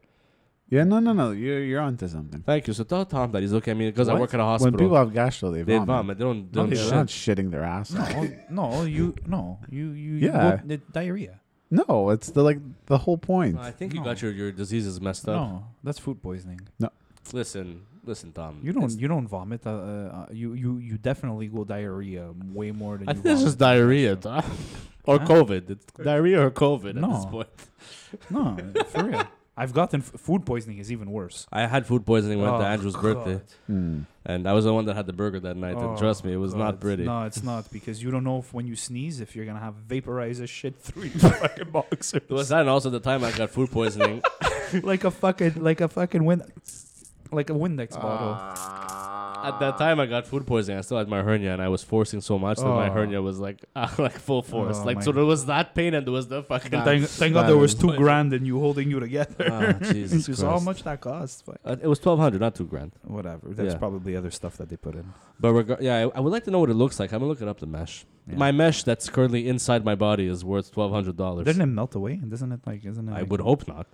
[SPEAKER 3] Yeah, no, no, no. You're you're onto something.
[SPEAKER 1] Thank you. So tell Tom that he's okay. I mean, because I
[SPEAKER 2] What?
[SPEAKER 1] work at a hospital.
[SPEAKER 3] When people have gastro, they
[SPEAKER 1] they
[SPEAKER 3] vomit.
[SPEAKER 1] vomit. They don't. They
[SPEAKER 2] No,
[SPEAKER 1] don't
[SPEAKER 2] they
[SPEAKER 3] They're
[SPEAKER 1] shit.
[SPEAKER 3] not shitting their ass. off.
[SPEAKER 2] No, <laughs> no, you no, you you you
[SPEAKER 3] Yeah.
[SPEAKER 2] will- the diarrhea.
[SPEAKER 3] No, it's the like the whole point.
[SPEAKER 1] No, I think you
[SPEAKER 2] No.
[SPEAKER 1] got your, your diseases messed up.
[SPEAKER 2] No, that's food poisoning.
[SPEAKER 1] Listen, listen, Tom.
[SPEAKER 2] You don't
[SPEAKER 1] It's-
[SPEAKER 2] you don't vomit. Uh, uh, you you you definitely go diarrhea way more than
[SPEAKER 1] I
[SPEAKER 2] you.
[SPEAKER 1] think <laughs> it's just
[SPEAKER 2] vomit.
[SPEAKER 1] diarrhea, Tom. or
[SPEAKER 2] Huh?
[SPEAKER 1] COVID. It's diarrhea or COVID at this
[SPEAKER 2] No.
[SPEAKER 1] point.
[SPEAKER 2] No, for
[SPEAKER 1] <laughs>
[SPEAKER 2] real. I've gotten f- food poisoning is even worse.
[SPEAKER 1] I had food poisoning when
[SPEAKER 2] Oh,
[SPEAKER 1] to Andrew's birthday,
[SPEAKER 2] God.
[SPEAKER 3] Hmm.
[SPEAKER 1] and I was the one that had the burger that night. and trust me, it was
[SPEAKER 2] Oh,
[SPEAKER 1] not
[SPEAKER 2] God.
[SPEAKER 1] pretty.
[SPEAKER 2] No, it's
[SPEAKER 1] <laughs>
[SPEAKER 2] not because you don't know if when you sneeze if you're gonna have vaporizer shit through your
[SPEAKER 1] <laughs>
[SPEAKER 2] fucking boxer,
[SPEAKER 1] It was that, and also the time I got food poisoning. <laughs>
[SPEAKER 2] like a fucking like a fucking wind, like a Windex
[SPEAKER 1] Ah,
[SPEAKER 2] bottle.
[SPEAKER 1] At that time, I got food poisoning. I still had my hernia, and I was forcing so much that my
[SPEAKER 2] Oh.
[SPEAKER 1] hernia was like, <laughs> uh, like full force.
[SPEAKER 2] Oh,
[SPEAKER 1] like
[SPEAKER 2] my
[SPEAKER 1] so, there was that pain, and there was the fucking.
[SPEAKER 2] And thank, thank God
[SPEAKER 3] that
[SPEAKER 2] there was
[SPEAKER 3] is-
[SPEAKER 2] two grand and you holding you together. <laughs>
[SPEAKER 1] Ah, Jesus
[SPEAKER 2] Just how
[SPEAKER 1] Christ.
[SPEAKER 2] much that cost? Fuck.
[SPEAKER 1] Uh, it was twelve hundred, not two grand.
[SPEAKER 2] Whatever. There's
[SPEAKER 1] Yeah.
[SPEAKER 2] probably other stuff that they put in.
[SPEAKER 1] But reg- yeah, I, I would like to know what it looks like. I'm gonna look it up. The mesh.
[SPEAKER 2] Yeah.
[SPEAKER 1] My mesh that's currently inside my body is worth twelve hundred dollars.
[SPEAKER 2] Doesn't it melt away? And doesn't it like? Isn't it?
[SPEAKER 1] I
[SPEAKER 2] like-
[SPEAKER 1] would hope not.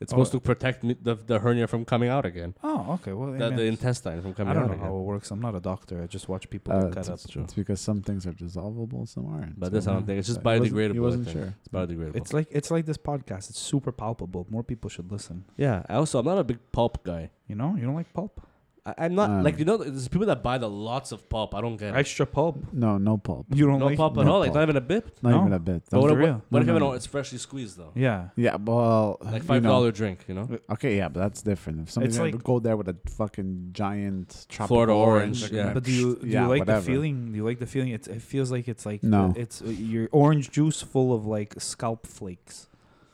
[SPEAKER 1] It's
[SPEAKER 2] Oh.
[SPEAKER 1] supposed to protect me, the, the hernia from coming out again,
[SPEAKER 2] Oh, okay. Well, I
[SPEAKER 1] the, the
[SPEAKER 2] mean,
[SPEAKER 1] intestine from coming
[SPEAKER 2] I don't
[SPEAKER 1] out
[SPEAKER 2] know
[SPEAKER 1] again.
[SPEAKER 2] how it works. I'm not a doctor. I just watch people
[SPEAKER 3] Uh,
[SPEAKER 2] get cut up.
[SPEAKER 3] it's, it's because some things are dissolvable, some aren't.
[SPEAKER 1] But this I don't think it's just
[SPEAKER 3] He wasn't-
[SPEAKER 1] biodegradable.
[SPEAKER 3] He wasn't
[SPEAKER 1] I think.
[SPEAKER 3] sure.
[SPEAKER 1] It's biodegradable.
[SPEAKER 2] It's like it's like this podcast. It's super palpable. More people should listen.
[SPEAKER 1] yeah. I Also, I'm not a big pulp guy.
[SPEAKER 2] You know, you don't like pulp?
[SPEAKER 1] I, I'm not
[SPEAKER 3] Um,
[SPEAKER 1] like you know. There's people that buy the lots of pulp. I don't get it.
[SPEAKER 2] Extra pulp.
[SPEAKER 3] No, no pulp.
[SPEAKER 2] You don't
[SPEAKER 1] No
[SPEAKER 2] like
[SPEAKER 1] pulp at
[SPEAKER 3] no
[SPEAKER 1] all. Like
[SPEAKER 3] pulp.
[SPEAKER 1] not even a bit.
[SPEAKER 3] Not
[SPEAKER 2] No.
[SPEAKER 3] even a bit.
[SPEAKER 1] But
[SPEAKER 3] Don't-
[SPEAKER 1] what,
[SPEAKER 2] for
[SPEAKER 1] what,
[SPEAKER 2] real.
[SPEAKER 1] what if
[SPEAKER 3] No,
[SPEAKER 1] you have
[SPEAKER 3] no,
[SPEAKER 1] an-
[SPEAKER 3] no.
[SPEAKER 1] It's freshly squeezed though.
[SPEAKER 2] Yeah.
[SPEAKER 3] yeah, well,
[SPEAKER 1] Like
[SPEAKER 3] you
[SPEAKER 1] five
[SPEAKER 3] know.
[SPEAKER 1] dollar drink. You know.
[SPEAKER 3] Okay, yeah, but that's different. If somebody's gonna
[SPEAKER 2] like-
[SPEAKER 3] go there with a fucking giant tropical
[SPEAKER 1] Florida orange,
[SPEAKER 3] orange
[SPEAKER 1] yeah.
[SPEAKER 3] like,
[SPEAKER 2] But do you do
[SPEAKER 3] yeah,
[SPEAKER 2] you like
[SPEAKER 3] whatever.
[SPEAKER 2] the feeling? Do you like the feeling? It's, it feels like it's like
[SPEAKER 3] No.
[SPEAKER 2] It's your orange juice full of like scalp flakes,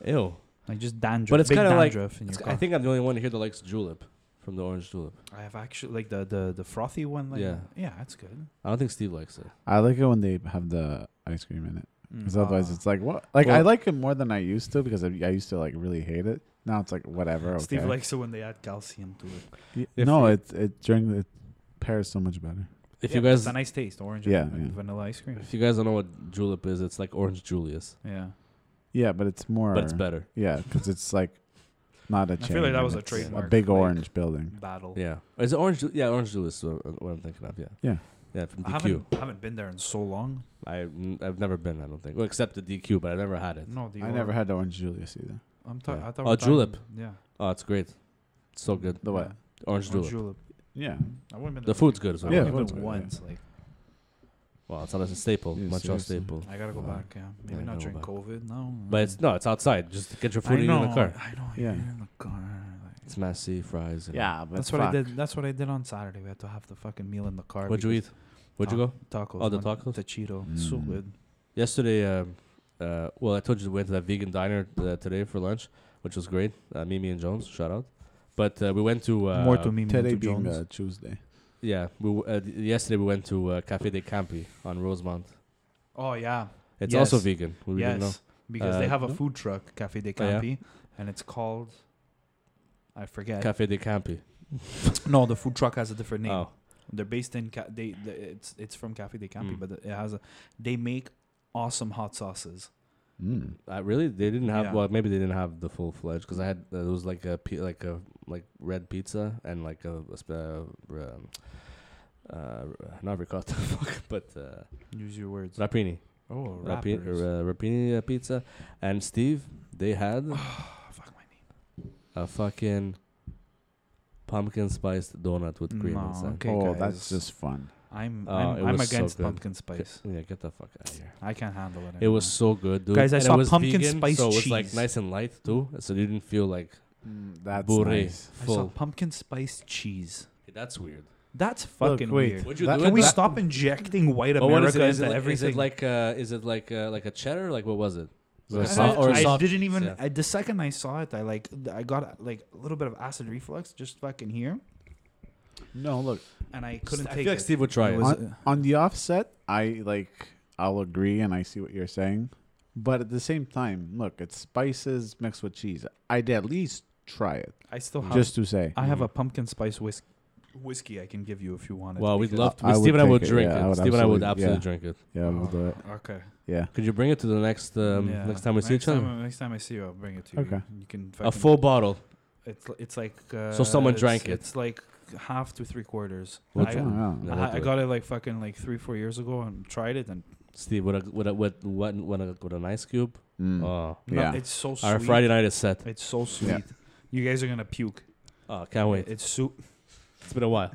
[SPEAKER 1] Ew.
[SPEAKER 2] like just dandruff.
[SPEAKER 1] But it's
[SPEAKER 2] big
[SPEAKER 1] kinda like-
[SPEAKER 2] dandruff in your
[SPEAKER 1] It's-
[SPEAKER 2] car.
[SPEAKER 1] I think I'm the only one here that likes julep from the orange julep.
[SPEAKER 2] I have actually like the the the frothy one. Like,
[SPEAKER 1] Yeah.
[SPEAKER 2] yeah, that's good.
[SPEAKER 1] I don't think Steve likes it.
[SPEAKER 3] I like it when they have the ice cream in it, because otherwise
[SPEAKER 2] Ah.
[SPEAKER 3] it's like what? Like I
[SPEAKER 1] Well-
[SPEAKER 3] like it more than I used to because I, I used to like really hate it. Now it's like whatever. Okay.
[SPEAKER 2] Steve likes it when they add calcium to it.
[SPEAKER 3] Y-
[SPEAKER 1] if
[SPEAKER 3] no,
[SPEAKER 1] you-
[SPEAKER 3] it it during it pairs so much better.
[SPEAKER 1] If
[SPEAKER 2] Yeah,
[SPEAKER 1] you
[SPEAKER 2] but
[SPEAKER 1] guys
[SPEAKER 2] it's a nice taste, orange
[SPEAKER 3] Yeah,
[SPEAKER 2] and
[SPEAKER 3] yeah.
[SPEAKER 2] vanilla ice cream.
[SPEAKER 1] If you guys don't know what julep is, it's like orange Julius,
[SPEAKER 2] Yeah.
[SPEAKER 3] Yeah, but it's more.
[SPEAKER 1] but it's better.
[SPEAKER 3] Yeah, because it's like not a.
[SPEAKER 2] feel
[SPEAKER 3] Chain,
[SPEAKER 2] like that
[SPEAKER 3] and
[SPEAKER 2] was a
[SPEAKER 3] it's
[SPEAKER 2] trademark,
[SPEAKER 3] A big
[SPEAKER 2] like-
[SPEAKER 3] orange building.
[SPEAKER 2] Battle.
[SPEAKER 1] Yeah, is it orange? Ju- Yeah, orange Julius is what what I'm thinking of. Yeah,
[SPEAKER 3] Yeah.
[SPEAKER 1] yeah. From
[SPEAKER 2] I
[SPEAKER 1] DQ,
[SPEAKER 2] haven't, I haven't been there in so long.
[SPEAKER 1] I have never been. I don't think, well, except the DQ, but I never had it.
[SPEAKER 2] No, the
[SPEAKER 3] I never had the orange Julius either.
[SPEAKER 2] I'm ta-
[SPEAKER 1] Yeah.
[SPEAKER 2] I thought
[SPEAKER 1] Oh,
[SPEAKER 2] we're talking-
[SPEAKER 1] julep.
[SPEAKER 2] Yeah.
[SPEAKER 1] Oh, it's great. It's so good.
[SPEAKER 3] The what?
[SPEAKER 1] Orange
[SPEAKER 2] Orange
[SPEAKER 1] Julep.
[SPEAKER 2] julep.
[SPEAKER 3] Yeah.
[SPEAKER 2] I wouldn't been
[SPEAKER 1] The food's good as well.
[SPEAKER 2] I wouldn't
[SPEAKER 3] Yeah,
[SPEAKER 2] been
[SPEAKER 3] food's good, yeah.
[SPEAKER 2] once. Like
[SPEAKER 1] Well, it's not as a staple,
[SPEAKER 3] Yeah,
[SPEAKER 1] Montreal
[SPEAKER 3] seriously.
[SPEAKER 1] staple.
[SPEAKER 2] I gotta go
[SPEAKER 3] Wow.
[SPEAKER 2] back. Yeah, maybe
[SPEAKER 1] I
[SPEAKER 2] not
[SPEAKER 1] gotta
[SPEAKER 2] during
[SPEAKER 1] go
[SPEAKER 2] COVID. No,
[SPEAKER 1] But it's no, it's outside. Just get your
[SPEAKER 2] I
[SPEAKER 1] food and eat in
[SPEAKER 2] know,
[SPEAKER 1] the car.
[SPEAKER 2] I know.
[SPEAKER 3] Yeah.
[SPEAKER 2] Yeah, in the car. Like,
[SPEAKER 1] It's messy fries. And
[SPEAKER 3] Yeah, but
[SPEAKER 2] that's what I did. That's what I did on Saturday. We had to have the fucking meal in the car.
[SPEAKER 1] What'd you eat? Where'd
[SPEAKER 2] because
[SPEAKER 1] you
[SPEAKER 2] ta-
[SPEAKER 1] go?
[SPEAKER 2] Tacos.
[SPEAKER 1] Oh, the
[SPEAKER 2] man.
[SPEAKER 1] tacos?
[SPEAKER 2] The Cheeto. So
[SPEAKER 4] Mm.
[SPEAKER 2] good.
[SPEAKER 1] Yesterday, um, uh, well, I told you we went to that vegan diner uh, today for lunch, which was great. Uh, Mimi and Jones, shout out. But uh, we went to uh,
[SPEAKER 2] More to me. than
[SPEAKER 3] Today
[SPEAKER 2] to
[SPEAKER 3] being
[SPEAKER 2] Jones.
[SPEAKER 3] uh, Tuesday.
[SPEAKER 1] Yeah, we w- uh, d- yesterday we went to uh, Cafe de Campi on Rosemont.
[SPEAKER 2] Oh yeah.
[SPEAKER 1] It's also
[SPEAKER 2] Yes.
[SPEAKER 1] vegan. We
[SPEAKER 2] yes.
[SPEAKER 1] didn't know.
[SPEAKER 2] Because
[SPEAKER 1] Uh,
[SPEAKER 2] they have a
[SPEAKER 1] no?
[SPEAKER 2] food truck, Cafe de
[SPEAKER 1] Oh, yeah.
[SPEAKER 2] Campi, and it's called. I forget.
[SPEAKER 1] Cafe de Campi.
[SPEAKER 2] no, the food truck has a different name.
[SPEAKER 1] Oh,
[SPEAKER 2] They're based in Ca- they, the it's it's from Cafe de Campi,
[SPEAKER 1] Mm.
[SPEAKER 2] but it has a they make awesome hot sauces.
[SPEAKER 3] Mm.
[SPEAKER 1] I really? They didn't have.
[SPEAKER 2] Yeah.
[SPEAKER 1] Well, maybe they didn't have the full fledged because I had uh, it was like a pi- like a like red pizza and like a, a sp- uh, r- um, uh, r- not ricotta, <laughs> fuck, but uh,
[SPEAKER 2] Use your words.
[SPEAKER 1] rapini,
[SPEAKER 2] Oh,
[SPEAKER 1] Rapi-
[SPEAKER 2] rappers. <sighs>
[SPEAKER 1] uh, rapini uh, pizza, and Steve. They had
[SPEAKER 2] Oh, fuck my knee.
[SPEAKER 1] a fucking pumpkin spiced donut with cream
[SPEAKER 2] No,
[SPEAKER 1] inside.
[SPEAKER 2] okay,
[SPEAKER 3] oh,
[SPEAKER 2] guys.
[SPEAKER 3] that's just fun.
[SPEAKER 2] I'm
[SPEAKER 1] Uh, it
[SPEAKER 2] I'm, I'm
[SPEAKER 1] was so
[SPEAKER 2] against
[SPEAKER 1] good.
[SPEAKER 2] pumpkin
[SPEAKER 1] G-
[SPEAKER 2] spice.
[SPEAKER 1] Yeah, get the fuck out of here.
[SPEAKER 2] I can't handle it. Anymore.
[SPEAKER 1] It was so good, dude.
[SPEAKER 2] Guys, I
[SPEAKER 1] And
[SPEAKER 2] saw
[SPEAKER 1] it was
[SPEAKER 2] pumpkin
[SPEAKER 1] vegan,
[SPEAKER 2] spice
[SPEAKER 1] so it was like
[SPEAKER 2] cheese.
[SPEAKER 1] nice and light too, so you didn't feel like
[SPEAKER 3] Mm, that's
[SPEAKER 1] Bure.
[SPEAKER 3] nice.
[SPEAKER 2] I saw
[SPEAKER 1] full.
[SPEAKER 2] pumpkin spice cheese.
[SPEAKER 1] That's weird.
[SPEAKER 2] That's
[SPEAKER 3] Look,
[SPEAKER 2] fucking
[SPEAKER 3] wait.
[SPEAKER 2] weird.
[SPEAKER 1] Would you
[SPEAKER 3] That-
[SPEAKER 1] do
[SPEAKER 2] Can
[SPEAKER 1] it
[SPEAKER 2] we
[SPEAKER 1] that-
[SPEAKER 2] stop injecting white
[SPEAKER 1] But Oh, what is
[SPEAKER 2] America
[SPEAKER 1] it? Is it
[SPEAKER 2] into
[SPEAKER 1] like,
[SPEAKER 2] everything?
[SPEAKER 1] Is it like uh, is it like uh, like a cheddar? Like what was it? Was it
[SPEAKER 2] I
[SPEAKER 1] a soft, or a
[SPEAKER 2] I
[SPEAKER 1] soft?
[SPEAKER 2] didn't even.
[SPEAKER 1] yeah.
[SPEAKER 2] I, the second I saw it, I like I got like a little bit of acid reflux just fucking here,
[SPEAKER 3] No, look.
[SPEAKER 2] and I couldn't
[SPEAKER 1] I
[SPEAKER 2] take
[SPEAKER 1] feel like
[SPEAKER 2] it.
[SPEAKER 1] Steve would try
[SPEAKER 2] It
[SPEAKER 1] it.
[SPEAKER 2] was-
[SPEAKER 3] on, on the offset, I like I'll agree and I see what you're saying, but at the same time, look, it's spices mixed with cheese. I'd at least try it
[SPEAKER 2] I still have.
[SPEAKER 3] just to say.
[SPEAKER 2] I have
[SPEAKER 1] Mm-hmm.
[SPEAKER 2] a pumpkin spice whis- whiskey. I can give you if you want it.
[SPEAKER 1] Well, we'd
[SPEAKER 2] because-
[SPEAKER 1] love to.
[SPEAKER 3] I would
[SPEAKER 1] Steve and I
[SPEAKER 3] take
[SPEAKER 1] would
[SPEAKER 3] it,
[SPEAKER 1] drink
[SPEAKER 3] yeah,
[SPEAKER 1] it.
[SPEAKER 3] I would
[SPEAKER 1] Steve and I would absolutely
[SPEAKER 3] absolutely- yeah.
[SPEAKER 1] drink it.
[SPEAKER 3] yeah, we'll do it.
[SPEAKER 2] Ah, Okay.
[SPEAKER 3] Yeah.
[SPEAKER 1] Could you bring it to the next um,
[SPEAKER 2] Yeah.
[SPEAKER 1] next time we see
[SPEAKER 2] next
[SPEAKER 1] each other?
[SPEAKER 2] Time, next time I see you, I'll bring it to you.
[SPEAKER 3] Okay.
[SPEAKER 2] You can.
[SPEAKER 1] a
[SPEAKER 2] fucking-
[SPEAKER 1] full bottle.
[SPEAKER 2] It's li- it's like. Uh,
[SPEAKER 1] someone
[SPEAKER 2] it's-
[SPEAKER 1] drank it.
[SPEAKER 2] It's like half to three quarters.
[SPEAKER 1] We'll
[SPEAKER 2] I,
[SPEAKER 1] try.
[SPEAKER 3] Oh, wow.
[SPEAKER 1] No.
[SPEAKER 2] I,
[SPEAKER 1] we'll
[SPEAKER 2] I
[SPEAKER 1] do it.
[SPEAKER 2] got it like fucking like three four years ago and tried it and
[SPEAKER 1] Steve, with a with a with, what with, a, with an ice cube.
[SPEAKER 3] Mm.
[SPEAKER 1] Oh,
[SPEAKER 2] no,
[SPEAKER 3] Yeah.
[SPEAKER 2] it's so sweet.
[SPEAKER 1] our Friday night is set.
[SPEAKER 2] It's so sweet.
[SPEAKER 3] Yeah.
[SPEAKER 2] You guys are gonna puke.
[SPEAKER 1] Oh, can't wait.
[SPEAKER 2] It's so
[SPEAKER 1] It's been a while.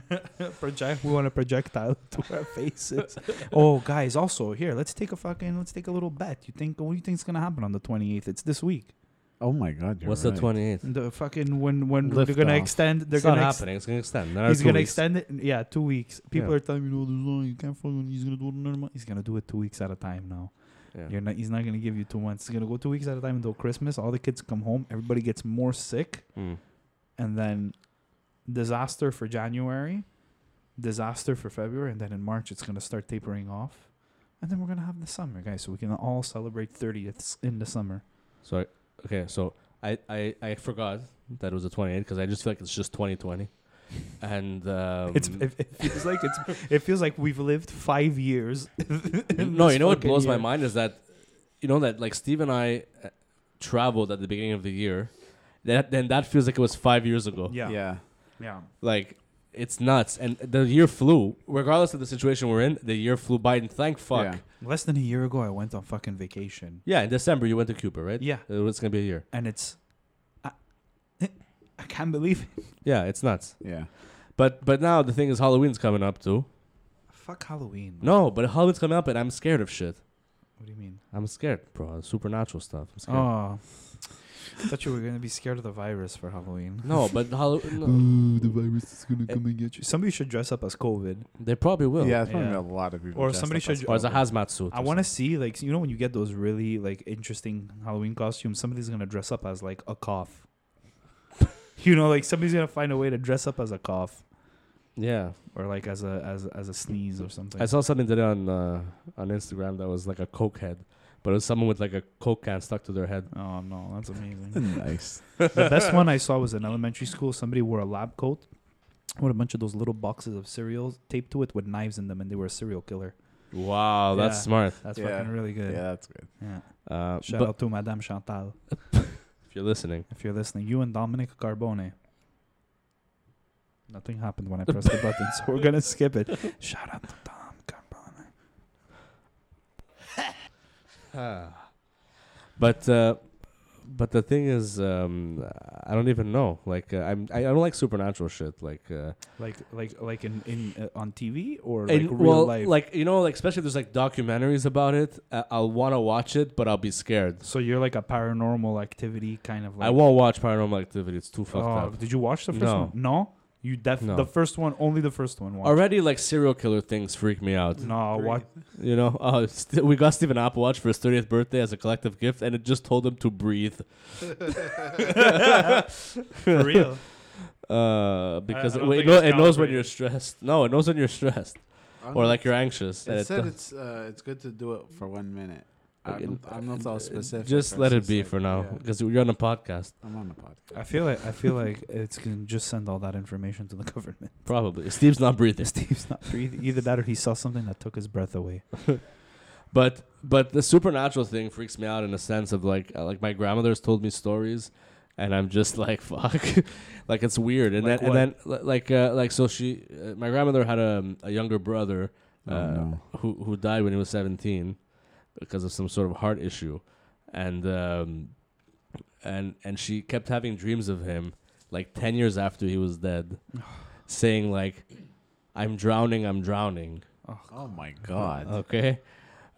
[SPEAKER 2] project. We want a projectile <laughs> to our faces. oh, guys! Also, here, let's take a fucking, let's take a little bet. You think? What do you think's gonna happen on the twenty eighth? It's this week.
[SPEAKER 3] Oh my god, you're
[SPEAKER 1] What's
[SPEAKER 3] right.
[SPEAKER 1] the twenty eighth?
[SPEAKER 2] The fucking when when
[SPEAKER 3] Lift
[SPEAKER 2] they're gonna
[SPEAKER 3] off.
[SPEAKER 2] extend, they're
[SPEAKER 1] It's not
[SPEAKER 2] gonna ex-
[SPEAKER 1] happening. It's gonna extend. Another
[SPEAKER 2] he's
[SPEAKER 1] two
[SPEAKER 2] gonna
[SPEAKER 1] weeks.
[SPEAKER 2] extend it. Yeah, two weeks. People
[SPEAKER 1] Yeah.
[SPEAKER 2] are telling me, no, there's no, you can't fucking. He's gonna do it another month. He's gonna do it two weeks at a time now.
[SPEAKER 1] Yeah.
[SPEAKER 2] You're not. He's not gonna give you two months. He's gonna go two weeks at a time until Christmas. All the kids come home. Everybody gets more sick.
[SPEAKER 1] Mm.
[SPEAKER 2] and then disaster for January, disaster for February, and then in March it's gonna start tapering off, and then we're gonna have the summer, guys. So we can all celebrate thirtieths in the summer.
[SPEAKER 1] So I, okay, so I, I I forgot that it was a 28 because I just feel like it's just 2020, and um, <laughs>
[SPEAKER 2] it's it, it feels like it's it feels like we've lived five years. <laughs> in
[SPEAKER 1] no,
[SPEAKER 2] this
[SPEAKER 1] you know what
[SPEAKER 2] fucking
[SPEAKER 1] blows my
[SPEAKER 2] year.
[SPEAKER 1] mind is that you know that like Steve and I uh, traveled at the beginning of the year, that then that feels like it was five years ago.
[SPEAKER 2] Yeah, yeah,
[SPEAKER 3] Yeah.
[SPEAKER 1] like it's nuts, and the year flew. Regardless of the situation we're in, the year flew by, and thank fuck.
[SPEAKER 3] Yeah.
[SPEAKER 2] Less than a year ago, I went on fucking vacation,
[SPEAKER 1] Yeah, in December you went to Cuba, right?
[SPEAKER 2] Yeah.
[SPEAKER 1] Uh, it's gonna be a year.
[SPEAKER 2] and it's. I, I can't believe it.
[SPEAKER 1] Yeah, it's nuts.
[SPEAKER 3] Yeah.
[SPEAKER 1] But but now the thing is Halloween's coming up too.
[SPEAKER 2] Fuck Halloween. man.
[SPEAKER 1] No, but Halloween's coming up, and I'm scared of shit.
[SPEAKER 2] What do you mean?
[SPEAKER 1] I'm scared, bro. Supernatural stuff. I'm scared.
[SPEAKER 2] Oh. I thought you were going to be scared of the virus for Halloween.
[SPEAKER 1] No, but Hall- no,
[SPEAKER 4] Ooh, the virus is gonna come and get you.
[SPEAKER 2] Somebody should dress up as COVID.
[SPEAKER 1] they probably will.
[SPEAKER 3] yeah, it's probably
[SPEAKER 2] Yeah.
[SPEAKER 3] a lot of people.
[SPEAKER 2] Or
[SPEAKER 3] dressed
[SPEAKER 2] somebody
[SPEAKER 3] up as
[SPEAKER 2] should-
[SPEAKER 1] Or as a
[SPEAKER 3] COVID.
[SPEAKER 1] hazmat suit.
[SPEAKER 2] I want to see, like, you know, when you get those really, like, interesting Halloween costumes, somebody's going to dress up as, like, a cough. <laughs> you know, like, somebody's going to find a way to dress up as a cough
[SPEAKER 1] Yeah,
[SPEAKER 2] or, like, as a as, as a sneeze or something.
[SPEAKER 1] I saw something today on uh, on Instagram that was like a coke head, but it was someone with like a coke can stuck to their head.
[SPEAKER 2] oh, no, that's amazing.
[SPEAKER 3] <laughs> nice.
[SPEAKER 2] the
[SPEAKER 3] <laughs>
[SPEAKER 2] best one I saw was in elementary school. Somebody wore a lab coat, with a bunch of those little boxes of cereals taped to it with knives in them, and they were a serial killer.
[SPEAKER 1] Wow, that's
[SPEAKER 2] Yeah.
[SPEAKER 1] smart.
[SPEAKER 2] That's
[SPEAKER 3] Yeah.
[SPEAKER 2] fucking really
[SPEAKER 3] Yeah,
[SPEAKER 2] good.
[SPEAKER 3] that's good.
[SPEAKER 2] Yeah.
[SPEAKER 1] Uh,
[SPEAKER 2] Shout
[SPEAKER 1] but
[SPEAKER 2] out to Madame Chantal
[SPEAKER 1] if you're listening,
[SPEAKER 2] if you're listening. You and Dominic Carbone. Nothing happened <laughs> when I pressed the button, so we're gonna skip it. Shout out to Dom Carbone.
[SPEAKER 1] <sighs> but uh, But the thing is, um, I don't even know. Like, uh, I'm I I don't like supernatural shit. Like, uh,
[SPEAKER 2] Like like like in in uh, on TV or like
[SPEAKER 1] and,
[SPEAKER 2] real
[SPEAKER 1] well,
[SPEAKER 2] life.
[SPEAKER 1] like you know, like especially if there's like documentaries about it. Uh, I'll want to watch it, but I'll be scared.
[SPEAKER 2] so you're like a paranormal activity kind of. Like,
[SPEAKER 1] I won't watch Paranormal Activity. It's too
[SPEAKER 2] Oh,
[SPEAKER 1] fucked up.
[SPEAKER 2] did you watch the first
[SPEAKER 1] No.
[SPEAKER 2] one? No, you def
[SPEAKER 1] No.
[SPEAKER 2] the first one only the first one. Watch.
[SPEAKER 1] Already, like serial killer things freak me out.
[SPEAKER 2] No, what?
[SPEAKER 1] You know, <laughs> uh, st- we got Stephen Applewatt for his 30th birthday as a collective gift, and it just told him to
[SPEAKER 3] <laughs>
[SPEAKER 1] breathe. <laughs>
[SPEAKER 2] <laughs> For real?
[SPEAKER 1] Uh, because
[SPEAKER 2] I
[SPEAKER 1] it,
[SPEAKER 2] don't
[SPEAKER 1] it,
[SPEAKER 2] think
[SPEAKER 1] know, it knows when
[SPEAKER 2] it's calibrated.
[SPEAKER 1] you're stressed. No, it knows when you're stressed or like you're anxious. and
[SPEAKER 3] It said
[SPEAKER 1] do-
[SPEAKER 3] it's uh, it's good to do it for one minute.
[SPEAKER 1] Like,
[SPEAKER 3] I'm, I'm not so specific.
[SPEAKER 1] Just
[SPEAKER 3] but
[SPEAKER 1] let it
[SPEAKER 3] it's
[SPEAKER 1] be
[SPEAKER 3] like,
[SPEAKER 1] for now,
[SPEAKER 3] yeah,
[SPEAKER 1] because you're on a podcast,
[SPEAKER 3] I'm on the podcast.
[SPEAKER 2] I feel like I feel like it's can just send all that information to the government. <laughs>
[SPEAKER 1] probably. Steve's not breathing.
[SPEAKER 2] Steve's not breathing. Either that or he saw something that took his breath away.
[SPEAKER 1] But but the supernatural thing freaks me out in a sense of like uh, like my grandmother's told me stories, and I'm just <laughs> like fuck, like it's weird. And
[SPEAKER 2] Like
[SPEAKER 1] then and then li- like uh, like so she uh, my grandmother had a, a younger brother uh,
[SPEAKER 3] Oh, no.
[SPEAKER 1] who who died when he was 17 because of some sort of heart issue, and um, and and she kept having dreams of him like 10 years after he was
[SPEAKER 3] <sighs>
[SPEAKER 1] dead, saying like, "I'm drowning, I'm drowning."
[SPEAKER 3] Oh my god.
[SPEAKER 1] Okay.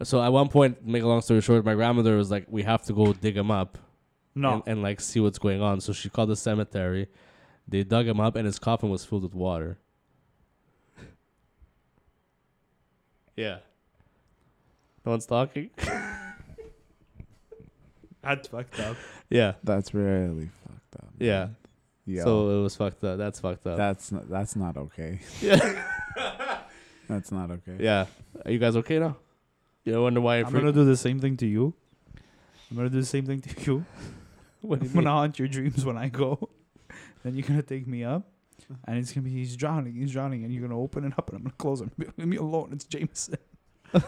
[SPEAKER 1] So at one point, make a long story short, my grandmother was like, "We have to go dig him up
[SPEAKER 2] No,
[SPEAKER 1] and, and like see what's going on." So she called the cemetery. They dug him up, and his coffin was filled with
[SPEAKER 2] <laughs>
[SPEAKER 1] water. yeah. No one's talking. <laughs>
[SPEAKER 2] that's fucked up.
[SPEAKER 1] Yeah,
[SPEAKER 3] <laughs> That's really fucked up.
[SPEAKER 1] yeah.
[SPEAKER 3] Yeah.
[SPEAKER 1] So it was fucked up. That's fucked up.
[SPEAKER 3] that's not, that's not <laughs> okay.
[SPEAKER 1] yeah.
[SPEAKER 3] <laughs> That's not okay.
[SPEAKER 1] yeah. Are you guys okay now? You wonder why it
[SPEAKER 2] I'm
[SPEAKER 1] freaked-
[SPEAKER 2] gonna do the same thing to you. I'm gonna do the same thing to you. <laughs>
[SPEAKER 1] What do
[SPEAKER 2] I'm
[SPEAKER 1] you mean?
[SPEAKER 2] gonna haunt your dreams when I go. <laughs> then you're gonna take me up, and it's gonna be he's drowning, he's drowning, and you're gonna open it up, and I'm gonna close him. Leave me alone. It's Jameson.
[SPEAKER 1] <laughs> no,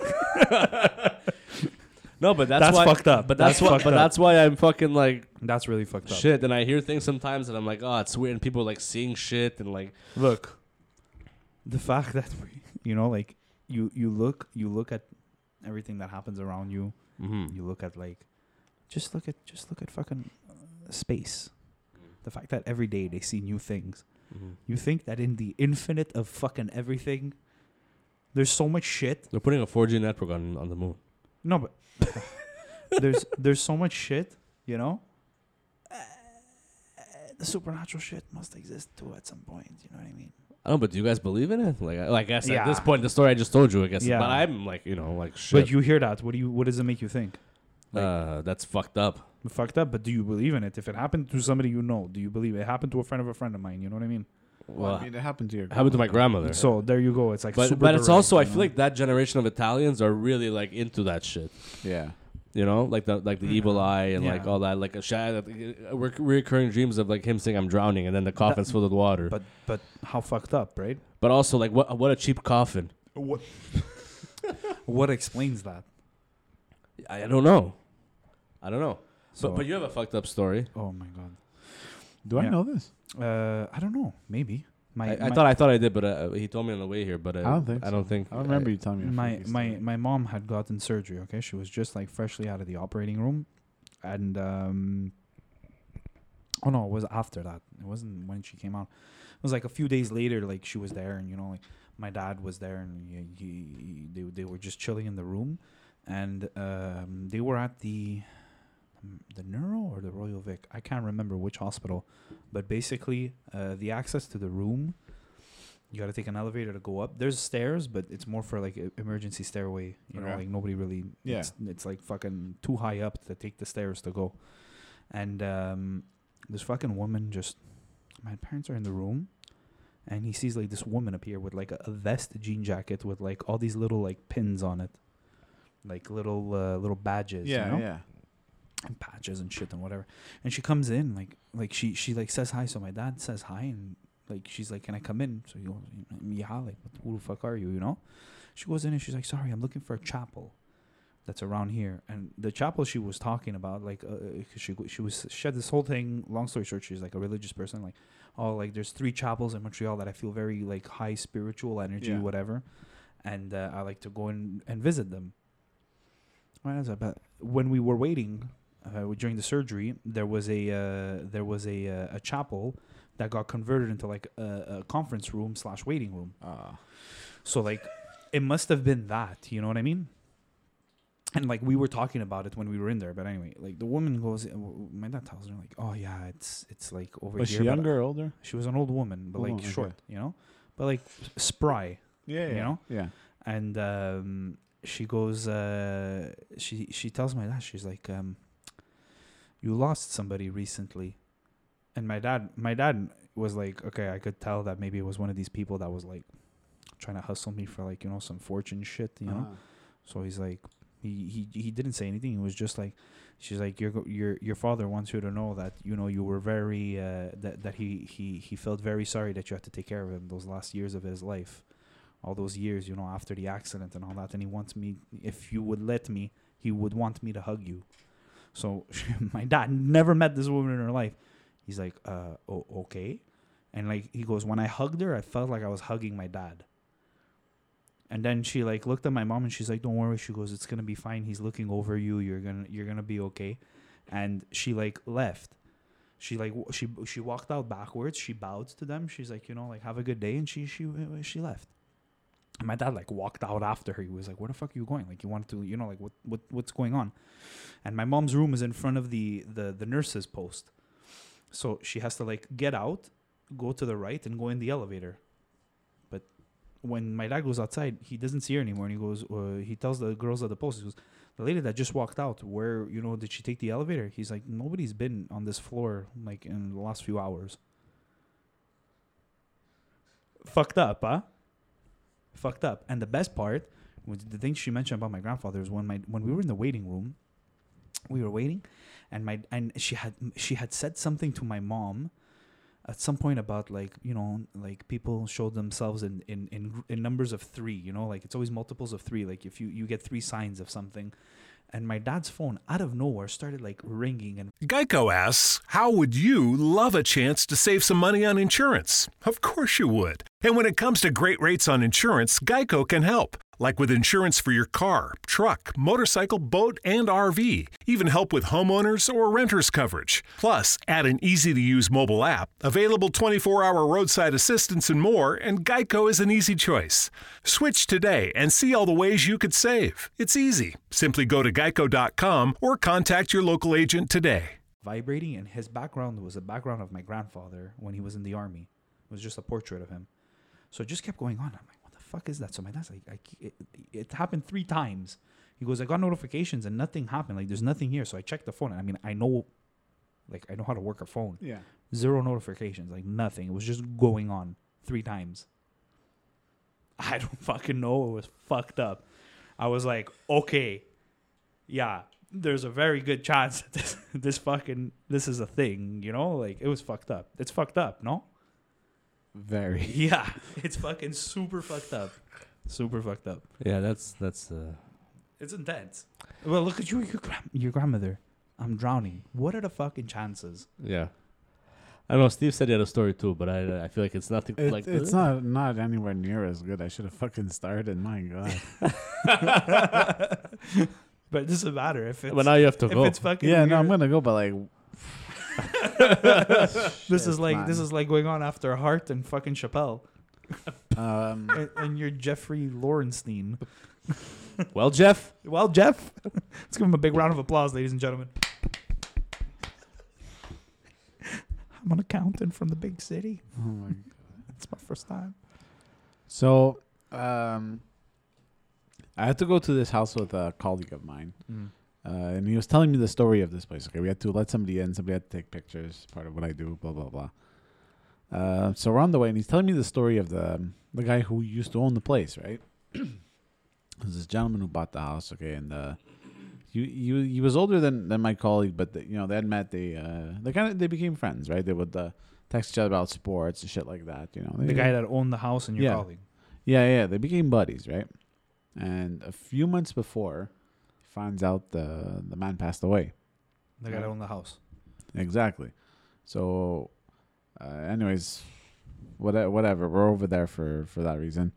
[SPEAKER 1] but that's,
[SPEAKER 2] That's
[SPEAKER 1] why,
[SPEAKER 2] fucked up.
[SPEAKER 1] But that's,
[SPEAKER 2] That's
[SPEAKER 1] why.
[SPEAKER 2] fucked
[SPEAKER 1] But
[SPEAKER 2] up.
[SPEAKER 1] that's why I'm fucking like
[SPEAKER 2] That's really fucked
[SPEAKER 1] shit. And I hear things sometimes, and I'm like, oh, it's weird. And people are like seeing shit, and like,
[SPEAKER 2] Look, the fact that we, you know, like you you look you look at everything that happens around you.
[SPEAKER 1] mhm.
[SPEAKER 2] You look at like, just look at just look at fucking uh, space. The fact that every day they see new things. You think that in the infinite of fucking everything, there's so much shit.
[SPEAKER 1] they're putting a 4G network on on the moon.
[SPEAKER 2] No, but <laughs> there's there's so much shit. You know, uh, the supernatural shit must exist too at some point. You know what I mean?
[SPEAKER 1] I don't. know, But do you guys believe in it? Like, I- like I guess at this
[SPEAKER 2] Yeah.
[SPEAKER 1] point, the story I just told you, I guess.
[SPEAKER 2] Yeah.
[SPEAKER 1] But I'm like, you know, like shit.
[SPEAKER 2] But you hear that? What do you? What does it make you think? like-
[SPEAKER 1] uh, that's fucked up.
[SPEAKER 2] Fucked up. But do you believe in it? If it happened to somebody you know, do you believe it happened to a friend of a friend of mine? You know what I mean?
[SPEAKER 3] Well,
[SPEAKER 1] Well,
[SPEAKER 3] I mean, it happened to your.
[SPEAKER 1] happened to my grandmother.
[SPEAKER 2] So there you go. It's like,
[SPEAKER 1] but
[SPEAKER 2] super
[SPEAKER 1] but it's
[SPEAKER 2] direct,
[SPEAKER 1] also I
[SPEAKER 2] you
[SPEAKER 1] feel
[SPEAKER 2] know?
[SPEAKER 1] like that generation of Italians are really like into that shit.
[SPEAKER 3] Yeah.
[SPEAKER 1] You know, like the like the evil eye and like
[SPEAKER 2] Mm-hmm. Yeah.
[SPEAKER 1] all that, like a shadow, rec- recurring dreams of like him saying I'm drowning and then the coffin's filled with water. But,
[SPEAKER 2] But but how fucked up, right?
[SPEAKER 1] also like what what a cheap coffin.
[SPEAKER 2] What? what explains that?
[SPEAKER 1] I, I don't know, I don't know.
[SPEAKER 2] So-
[SPEAKER 1] but but you have a fucked up story.
[SPEAKER 2] Oh my god.
[SPEAKER 3] Do I
[SPEAKER 2] Yeah.
[SPEAKER 3] know this?
[SPEAKER 2] Uh, I don't know. Maybe my
[SPEAKER 1] I, I
[SPEAKER 2] my,
[SPEAKER 1] thought I thought I did, but uh, he told me on the way here. But uh,
[SPEAKER 3] I don't think
[SPEAKER 1] I don't think uh,
[SPEAKER 3] I remember you telling me. a
[SPEAKER 2] my
[SPEAKER 3] freaky
[SPEAKER 2] my
[SPEAKER 3] story.
[SPEAKER 2] my mom had gotten surgery. Okay, she was just like freshly out of the operating room, and um, oh no, it was after that. It wasn't when she came out. It was like a few days later. Like she was there, and you know, like my dad was there, and he, he, they they were just chilling in the room, and um, they were at the the neuro or the Royal Vic. I can't remember which hospital, but basically, uh, the access to the room, you got to take an elevator to go up. There's stairs, but it's more for like e- emergency stairway. You know,
[SPEAKER 3] Okay.
[SPEAKER 2] like nobody really.
[SPEAKER 3] Yeah.
[SPEAKER 2] It's, it's like fucking too high up to take the stairs to go, and um, this fucking woman just. My parents are in the room, and he sees like this woman appear with like a, a vest jean jacket with like all these little like pins on it, like little uh, little badges.
[SPEAKER 3] Yeah,
[SPEAKER 2] you know?
[SPEAKER 3] yeah.
[SPEAKER 2] and patches and shit and whatever. And she comes in like like she she like says hi. So my dad says hi and like she's like, "Can I come in?" So he goes, "Yeah." Like, what, who the fuck are you? You know? She goes in and she's like, "Sorry, I'm looking for a chapel." That's around here, and the chapel she was talking about, like, uh, uh, 'cause she she was she had this whole thing. Long story short, she's like a religious person, like, oh, like there's three chapels in Montreal that I feel very like high spiritual energy,
[SPEAKER 3] Yeah.
[SPEAKER 2] whatever, and uh, I like to go in and visit them. Right, I was like, but when we were waiting, uh, during the surgery, there was a uh, there was a uh, a chapel that got converted into like a, a conference room slash waiting room.
[SPEAKER 3] Ah.
[SPEAKER 2] So like, it must have been that. You know what I mean? And like we were talking about it when we were in there, but anyway, like the woman goes, my dad tells her like, oh yeah, it's it's like over
[SPEAKER 3] Was
[SPEAKER 2] here.
[SPEAKER 3] she
[SPEAKER 2] but-
[SPEAKER 3] younger or older?
[SPEAKER 2] She was an old woman, but
[SPEAKER 3] Old
[SPEAKER 2] like
[SPEAKER 3] woman, okay.
[SPEAKER 2] short, you know, but like spry.
[SPEAKER 3] Yeah,
[SPEAKER 2] You know?
[SPEAKER 3] Yeah.
[SPEAKER 2] and um, she goes uh, she she tells my dad she's like um, you lost somebody recently and my dad my dad was like okay i could tell that maybe it was one of these people that was like trying to hustle me for like you know some fortune shit you know
[SPEAKER 3] Uh,
[SPEAKER 2] so he's like he, he he didn't say anything he was just like she's like your go- your your father wants you to know that you know you were very uh, that that he he he felt very sorry that you had to take care of him those last years of his life all those years you know after the accident and all that and he wants me if you would let me he would want me to hug you so <laughs> my dad never met this woman in her life he's like uh oh, okay and like he goes when i hugged her i felt like i was hugging my dad and then she like looked at my mom and she's like don't worry she goes it's gonna be fine he's looking over you you're gonna you're gonna be okay and she like left she like w- she she walked out backwards she bowed to them she's like you know like have a good day and she she she left and my dad like walked out after her he was like where the fuck are you going like you wanted to you know like what what what's going on and my mom's room is in front of the the the nurse's post so she has to like get out go to the right and go in the elevator but when my dad goes outside he doesn't see her anymore and he goes uh, he tells the girls at the post he goes the lady that just walked out where you know did she take the elevator he's like nobody's been on this floor like in the last few hours fucked up huh fucked up and the best part was the thing she mentioned about my grandfather is when my when we were in the waiting room we were waiting and my and she had she had said something to my mom at some point about like you know like people show themselves in in in, gr- in numbers of 3 you know like it's always multiples of 3 like if you you get 3 signs of something and my dad's phone out of nowhere started like ringing and
[SPEAKER 5] Geico asks, How would you love a chance to save some money on insurance? Of course you would. And when it comes to great rates on insurance, Geico can help. Like with insurance for your car, truck, motorcycle, boat, and RV. Even help with homeowners or renters coverage. Plus, add an easy to use mobile app, available 24 hour roadside assistance, and more, and Geico is an easy choice. Switch today and see all the ways you could save. It's easy. Simply go to geico.com or contact your local agent today.
[SPEAKER 2] vibrating and his background was the background of my grandfather when he was in the army it was just a portrait of him so it just kept going on i'm like what the fuck is that so my dad's like I, ke- it, it happened three times he goes i got notifications and nothing happened like there's nothing here so i checked the phone and i mean i know like i know how to work a phone
[SPEAKER 3] Yeah.
[SPEAKER 2] zero notifications, like nothing. It was just going on three times. <laughs> I don't fucking know. It was fucked up. I was like, okay, yeah, there's a very good chance <laughs> that this, this fucking this is a thing, you know? Like it was fucked up. It's fucked up, no? <laughs>
[SPEAKER 3] Very.
[SPEAKER 2] Yeah, it's fucking super fucked up. Super fucked up.
[SPEAKER 1] Yeah, that's that's uh,
[SPEAKER 2] It's intense. Well, look at you, your gram- your grandmother. I'm drowning. What are the fucking chances? <laughs>
[SPEAKER 1] yeah. I don't know. Steve said he had a story too, but I I feel like it's nothing
[SPEAKER 3] It,
[SPEAKER 1] like
[SPEAKER 3] it's not not anywhere near as good. I should have fucking started. My
[SPEAKER 2] <laughs>
[SPEAKER 3] God.
[SPEAKER 2] but it doesn't matter if it's
[SPEAKER 1] <laughs> But now you have to
[SPEAKER 2] if
[SPEAKER 1] go.
[SPEAKER 2] it's fucking
[SPEAKER 3] Oh. yeah. No, I'm
[SPEAKER 2] weird.
[SPEAKER 3] gonna go, but like,
[SPEAKER 2] <laughs>
[SPEAKER 3] <laughs>
[SPEAKER 2] this is
[SPEAKER 3] Shit,
[SPEAKER 2] like this
[SPEAKER 3] man.
[SPEAKER 2] is like going on after Hart and fucking Chappelle,
[SPEAKER 3] um, <laughs>
[SPEAKER 2] and, and you're Jeffrey Lorenstein.
[SPEAKER 1] Well,
[SPEAKER 3] <laughs>
[SPEAKER 1] Jeff,
[SPEAKER 2] Well, Jeff, <laughs> let's give him a big round of applause, ladies and gentlemen. I'm an accountant from the big city.
[SPEAKER 3] oh my God.
[SPEAKER 2] It's my first time.
[SPEAKER 3] So, um, I had to go to this house with a colleague of mine. Uh, and he was telling me the story of this place. Okay, we had to let somebody in. Somebody had to take pictures. Part of what I do. Blah blah blah. Uh, so we're on the way, and he's telling me the story of the um, the guy who used to own the place. Right, <clears throat> There's this gentleman who bought the house. Okay, and uh, you you he was older than than my colleague, but they- you know they had met. They uh, they kind of they became friends. Right, they would uh, text each other about sports and shit like that. You know,
[SPEAKER 2] The
[SPEAKER 3] They-
[SPEAKER 2] guy that owned the house and your
[SPEAKER 3] Yeah.
[SPEAKER 2] colleague.
[SPEAKER 3] yeah, yeah, they became buddies, right? And a few months before, he finds out the the man passed away.
[SPEAKER 2] The guy that owned the house.
[SPEAKER 3] Exactly. So, uh, anyways, whatever, whatever. We're over there for for that reason.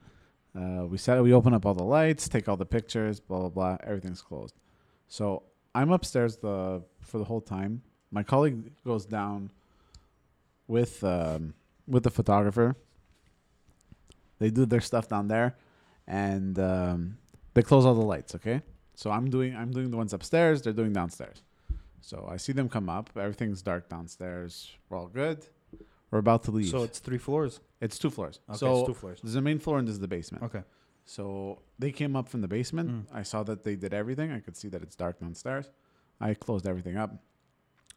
[SPEAKER 3] Uh, we set. We open up all the lights, take all the pictures, blah blah blah. Everything's closed. So I'm upstairs the for the whole time. My colleague goes down with um, with the photographer. They do their stuff down there, and um, they close all the lights. Okay, so I'm doing I'm doing the ones upstairs. They're doing downstairs. So I see them come up. Everything's dark downstairs. We're all good. We're about to leave.
[SPEAKER 2] So it's three floors.
[SPEAKER 3] It's two floors.
[SPEAKER 2] Okay,
[SPEAKER 3] so
[SPEAKER 2] it's two floors.
[SPEAKER 3] there's the main floor and there's the basement.
[SPEAKER 2] Okay.
[SPEAKER 3] So they came up from the basement.
[SPEAKER 2] Mm.
[SPEAKER 3] I saw that they did everything. I could see that it's dark downstairs. I closed everything up.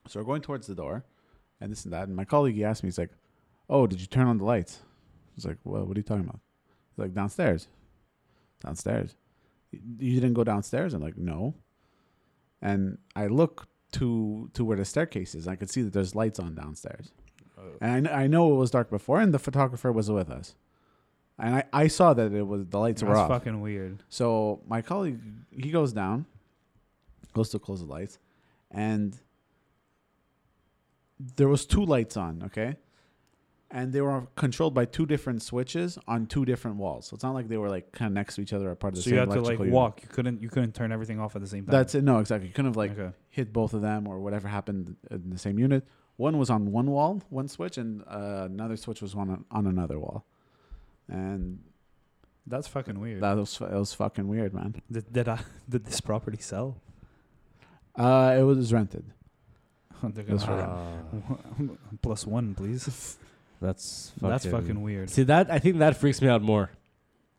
[SPEAKER 3] So we're going towards the door and this and that. And my colleague, he asked me, he's like, Oh, did you turn on the lights? I was like, Well, what are you talking about? He's like, Downstairs. Downstairs. "Y- You didn't go downstairs? I'm like, No. And I look to to where the staircase is. I could see that there's lights on downstairs. And I, kn- I know it was dark before, and the photographer was with us. And I, I saw that it was the lights were
[SPEAKER 2] That's
[SPEAKER 3] off.
[SPEAKER 2] fucking weird.
[SPEAKER 3] So my colleague, he goes down, goes to close the lights, and there was two lights on, okay? And they were controlled by two different switches on two different walls. So it's not like they were like kind of next to each other or part of the
[SPEAKER 2] So
[SPEAKER 3] same
[SPEAKER 2] you had to like
[SPEAKER 3] electrical unit.
[SPEAKER 2] walk. You couldn't. You couldn't turn everything off at the same time.
[SPEAKER 3] That's it. No, exactly. You couldn't have like
[SPEAKER 2] okay.
[SPEAKER 3] hit both of them or whatever happened in the same unit. One was on one wall, one switch, and uh, another switch was on on another wall. And
[SPEAKER 2] That's fucking weird.
[SPEAKER 3] that was it was fucking weird, man.
[SPEAKER 2] did, did I? <laughs> Did this property sell?
[SPEAKER 3] Uh, it was rented.
[SPEAKER 2] <laughs> They're gonna-
[SPEAKER 3] That's right.
[SPEAKER 1] Uh,
[SPEAKER 2] Plus one, please.
[SPEAKER 1] That's fucking,
[SPEAKER 2] That's fucking weird.
[SPEAKER 1] See that? I think that freaks me out more,